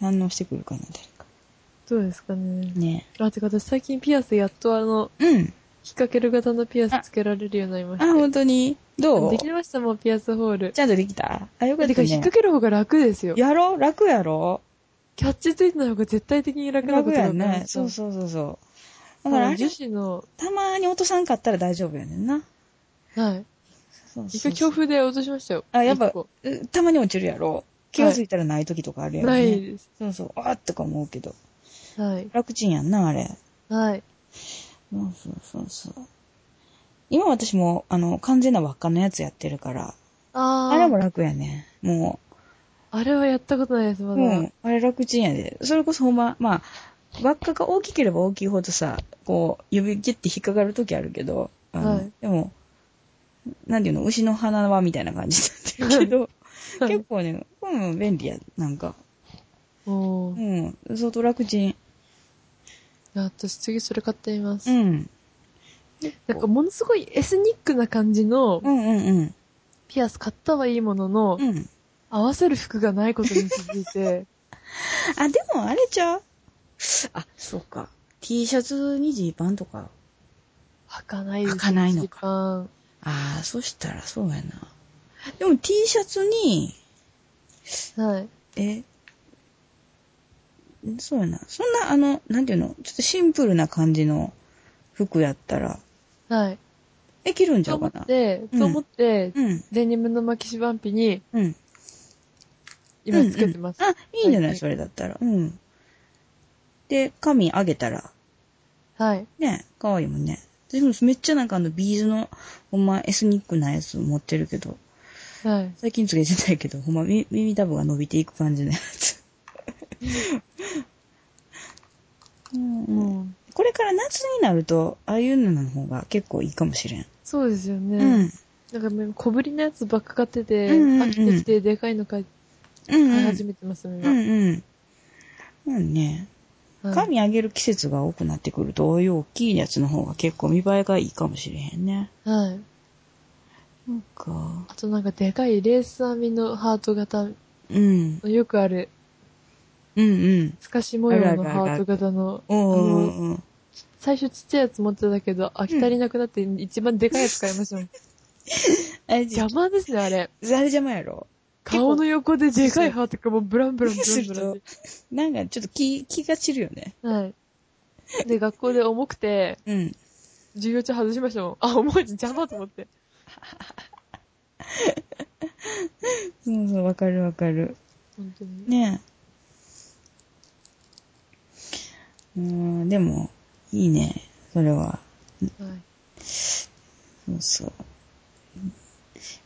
[SPEAKER 1] 反応してくるかな、誰か。
[SPEAKER 2] どうですかね。
[SPEAKER 1] ね
[SPEAKER 2] あ、てか私最近ピアスやっとあの、
[SPEAKER 1] え。うん。
[SPEAKER 2] 引っ掛ける型のピアスつけられるようになりま
[SPEAKER 1] あ、
[SPEAKER 2] し
[SPEAKER 1] 本当にど
[SPEAKER 2] た。
[SPEAKER 1] う
[SPEAKER 2] できましたもん、ピアスホール。
[SPEAKER 1] ちゃんとできたあ、よかってた
[SPEAKER 2] か、引っ
[SPEAKER 1] ね
[SPEAKER 2] 掛。ける方が楽ですよ。
[SPEAKER 1] やろ楽やろ
[SPEAKER 2] キャッチついてない方が絶対的に楽な
[SPEAKER 1] 楽
[SPEAKER 2] ことだ
[SPEAKER 1] や
[SPEAKER 2] と
[SPEAKER 1] ん
[SPEAKER 2] 思
[SPEAKER 1] ね。そう
[SPEAKER 2] う。
[SPEAKER 1] そうそうそう。だか
[SPEAKER 2] だからら、
[SPEAKER 1] あ
[SPEAKER 2] 女
[SPEAKER 1] れ、
[SPEAKER 2] 子の、
[SPEAKER 1] たまに落とさんかったら大丈夫やねんな。
[SPEAKER 2] はい。
[SPEAKER 1] そう
[SPEAKER 2] 一
[SPEAKER 1] そうそ
[SPEAKER 2] 回強
[SPEAKER 1] う
[SPEAKER 2] 風で落としましたよ。
[SPEAKER 1] あやっぱ
[SPEAKER 2] 一個
[SPEAKER 1] うんたまに落ちるやろ。気がついたらない時とかあるやろ、ね
[SPEAKER 2] ないです。
[SPEAKER 1] そうそう。あーっとか思うけど。
[SPEAKER 2] はい。
[SPEAKER 1] 楽ちんやんな、あれ。
[SPEAKER 2] はい。
[SPEAKER 1] そうそうそうそう。今私も、あの、完全な輪っかのやつやってるから、
[SPEAKER 2] あー。
[SPEAKER 1] あれも楽やね。も
[SPEAKER 2] あれはやったことないです、
[SPEAKER 1] う、
[SPEAKER 2] まだ。
[SPEAKER 1] うん、あれ楽ちんやで。それこそほんま、まあ、輪っかが大きければ大きいほどさ、こう、指ギュッて引っかかる時あるけど、あの
[SPEAKER 2] はい
[SPEAKER 1] でも、なんていうの、牛の鼻輪みたいな感じになってるけ ど、結構ね、うん、便利や、なんか。
[SPEAKER 2] お
[SPEAKER 1] う
[SPEAKER 2] ー。
[SPEAKER 1] ん、相当楽ちん。
[SPEAKER 2] いや私次それ買ってみます。
[SPEAKER 1] うん。
[SPEAKER 2] なんかものすごいエスニックな感じの
[SPEAKER 1] うんうんうん。
[SPEAKER 2] ピアス買ったはいいものの、
[SPEAKER 1] うん。
[SPEAKER 2] 合わせる服がないことに気づいて、
[SPEAKER 1] あ、でもあれちゃうあ、そうか。T シャツにジーパンとか。
[SPEAKER 2] 履かないです。
[SPEAKER 1] 履かないのか
[SPEAKER 2] 一番
[SPEAKER 1] ああ、そしたらそうやな。でも T シャツに、
[SPEAKER 2] はい。
[SPEAKER 1] え、そうやな。そんな、あの、なんていうのちょっとシンプルな感じの服やったら、
[SPEAKER 2] はい。
[SPEAKER 1] え、着るんちゃ
[SPEAKER 2] と
[SPEAKER 1] う
[SPEAKER 2] 思
[SPEAKER 1] か
[SPEAKER 2] っ
[SPEAKER 1] な。
[SPEAKER 2] て、
[SPEAKER 1] うん
[SPEAKER 2] と思って、
[SPEAKER 1] うん。
[SPEAKER 2] デニムの巻きシバンピに
[SPEAKER 1] うん。
[SPEAKER 2] 今つけてます。
[SPEAKER 1] うんうんあ、いいんじゃない、
[SPEAKER 2] はい
[SPEAKER 1] それだったら。うん。で、髪上げたら、
[SPEAKER 2] はい。
[SPEAKER 1] ね、可愛いもんね。でもめっちゃなんかあのビーズの、ほんまエスニックなやつ持ってるけど、
[SPEAKER 2] はい。
[SPEAKER 1] 最近つけてないけど、ほんま耳耳たぶが伸びていく感じのやつ。うんうん
[SPEAKER 2] もう、
[SPEAKER 1] これから夏になると、ああいうのの方が結構いいかもしれん。
[SPEAKER 2] そうですよね。
[SPEAKER 1] うん。
[SPEAKER 2] なんかもう小ぶりのやつばっか買ってて、
[SPEAKER 1] うんうんうん
[SPEAKER 2] 飽きてきてでかいの買い
[SPEAKER 1] うん、うん。
[SPEAKER 2] 始めてます、
[SPEAKER 1] う
[SPEAKER 2] 今。
[SPEAKER 1] んうん。うんね。
[SPEAKER 2] はい
[SPEAKER 1] 髪上げる季節が多くなってくると、おい大きいやつの方が結構見栄えがいいかもしれへんね。
[SPEAKER 2] はい。
[SPEAKER 1] なんか、
[SPEAKER 2] あとなんかでかいレース編みのハート型の
[SPEAKER 1] うん。
[SPEAKER 2] よくある、
[SPEAKER 1] うんうん。
[SPEAKER 2] 透かし模様のハート型の、
[SPEAKER 1] おうおうおう
[SPEAKER 2] 最初ちっちゃいやつ持ってたけど、飽き足りなくなって一番でかいやつ買いましたもん。
[SPEAKER 1] ああれ、
[SPEAKER 2] 邪魔ですよ、あれ。
[SPEAKER 1] あれ邪魔やろ結構
[SPEAKER 2] 顔の横ででかい歯とかもうブランブランブラ
[SPEAKER 1] す
[SPEAKER 2] ン
[SPEAKER 1] る
[SPEAKER 2] ブラン
[SPEAKER 1] と。、なんかちょっと気、気が散るよね。
[SPEAKER 2] はい。で、学校で重くて、
[SPEAKER 1] うん。
[SPEAKER 2] 授業中外しましたもん。あ、重い邪魔と思って。
[SPEAKER 1] そうそう、わかるわかる。
[SPEAKER 2] 本当に。
[SPEAKER 1] ねえ。うーん、でも、いいね。それは。
[SPEAKER 2] はい。
[SPEAKER 1] そうそう。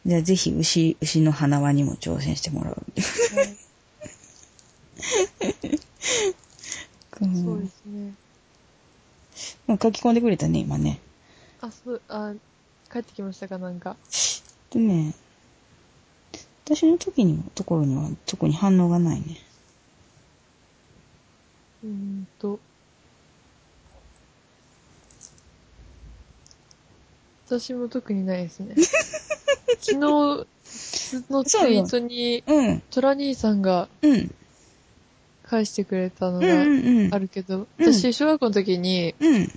[SPEAKER 1] じゃあぜひ牛、牛の花輪にも挑戦してもらう。う
[SPEAKER 2] そうんですね。
[SPEAKER 1] もう書き込んでくれたね、今ね。
[SPEAKER 2] あ、そう、あ、帰ってきましたか、なんか。
[SPEAKER 1] でね、私の時にも、ところには特に反応がないね。
[SPEAKER 2] うーんと。私も特にな いですね。昨日のツイートに、
[SPEAKER 1] うん、
[SPEAKER 2] トラ兄さんが
[SPEAKER 1] うん、
[SPEAKER 2] 返してくれたの
[SPEAKER 1] うん、
[SPEAKER 2] が
[SPEAKER 1] うん、うん
[SPEAKER 2] あ。るけど、
[SPEAKER 1] うん
[SPEAKER 2] 私、小学校の時に、
[SPEAKER 1] うん、
[SPEAKER 2] 部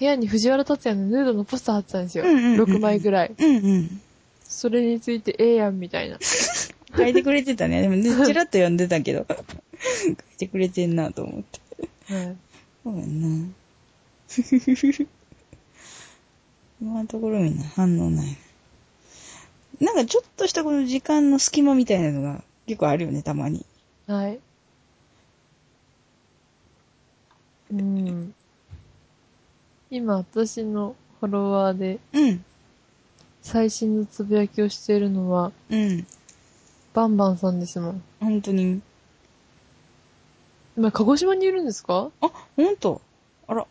[SPEAKER 2] 屋に藤原達也のヌードのポスター貼ってたんですよ。
[SPEAKER 1] うんうんうん
[SPEAKER 2] 6枚ぐらい。
[SPEAKER 1] うん、うん。
[SPEAKER 2] それについて、ええやん、み たいな。
[SPEAKER 1] 書いてくれてたね。でも、ね、ちらっと読んでたけど、 書いてくれてんなと思って。
[SPEAKER 2] はい。
[SPEAKER 1] そうやな。 今のところみんな反応ない。なんかちょっとしたこの時間の隙間みたいなのが結構あるよね、たまに。
[SPEAKER 2] はい。うん。今、私のフォロワーで
[SPEAKER 1] うん、
[SPEAKER 2] 最新のつぶやきをしているのは、
[SPEAKER 1] うん。
[SPEAKER 2] バンバンさんですもん。
[SPEAKER 1] 本当に。
[SPEAKER 2] 今、鹿児島にいるんですか
[SPEAKER 1] あ、ほんとあら。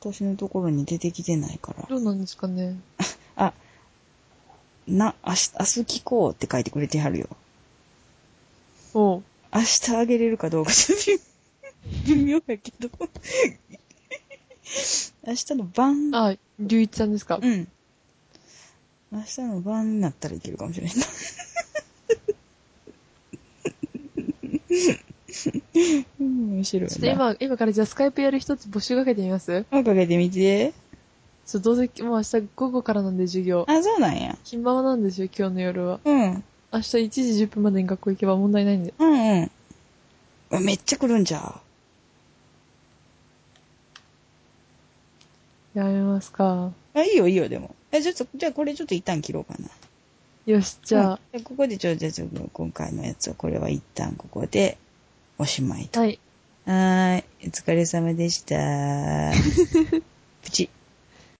[SPEAKER 1] 私のところに出てきてないから。
[SPEAKER 2] どうなんですかね。
[SPEAKER 1] あ、な、明日、明日聞こうって書いてくれてはるよ。
[SPEAKER 2] おう。
[SPEAKER 1] 明日あげれるかどうかちょっと微妙微妙やけど。明日の晩。
[SPEAKER 2] あ、龍一さんですか
[SPEAKER 1] うん。明日の晩になったらいけるかもしれない。 うん、面白い
[SPEAKER 2] ちょっと
[SPEAKER 1] な。
[SPEAKER 2] 今、今からじゃあスカイプやる人って募集かけてみます
[SPEAKER 1] 声かけてみて。
[SPEAKER 2] ちょっとどうせ、もう明日午後からなんで授業。
[SPEAKER 1] あ、そうなんや。
[SPEAKER 2] 暇なんですよ、今日の夜は。
[SPEAKER 1] うん。
[SPEAKER 2] 明日1時10分までに学校行けば問題ないんで。
[SPEAKER 1] うんうんうわ。めっちゃ来るんじゃう。
[SPEAKER 2] やめますか。
[SPEAKER 1] あ、いいよいいよ、でも。え、ちょっと、じゃあこれちょっと一旦切ろうかな。
[SPEAKER 2] よし、じゃあ、
[SPEAKER 1] うんでここでちょ、じゃあちょっと今回のやつを、これは一旦ここでおしまいと。
[SPEAKER 2] はい。
[SPEAKER 1] はーい。お疲れ様でした。プチ。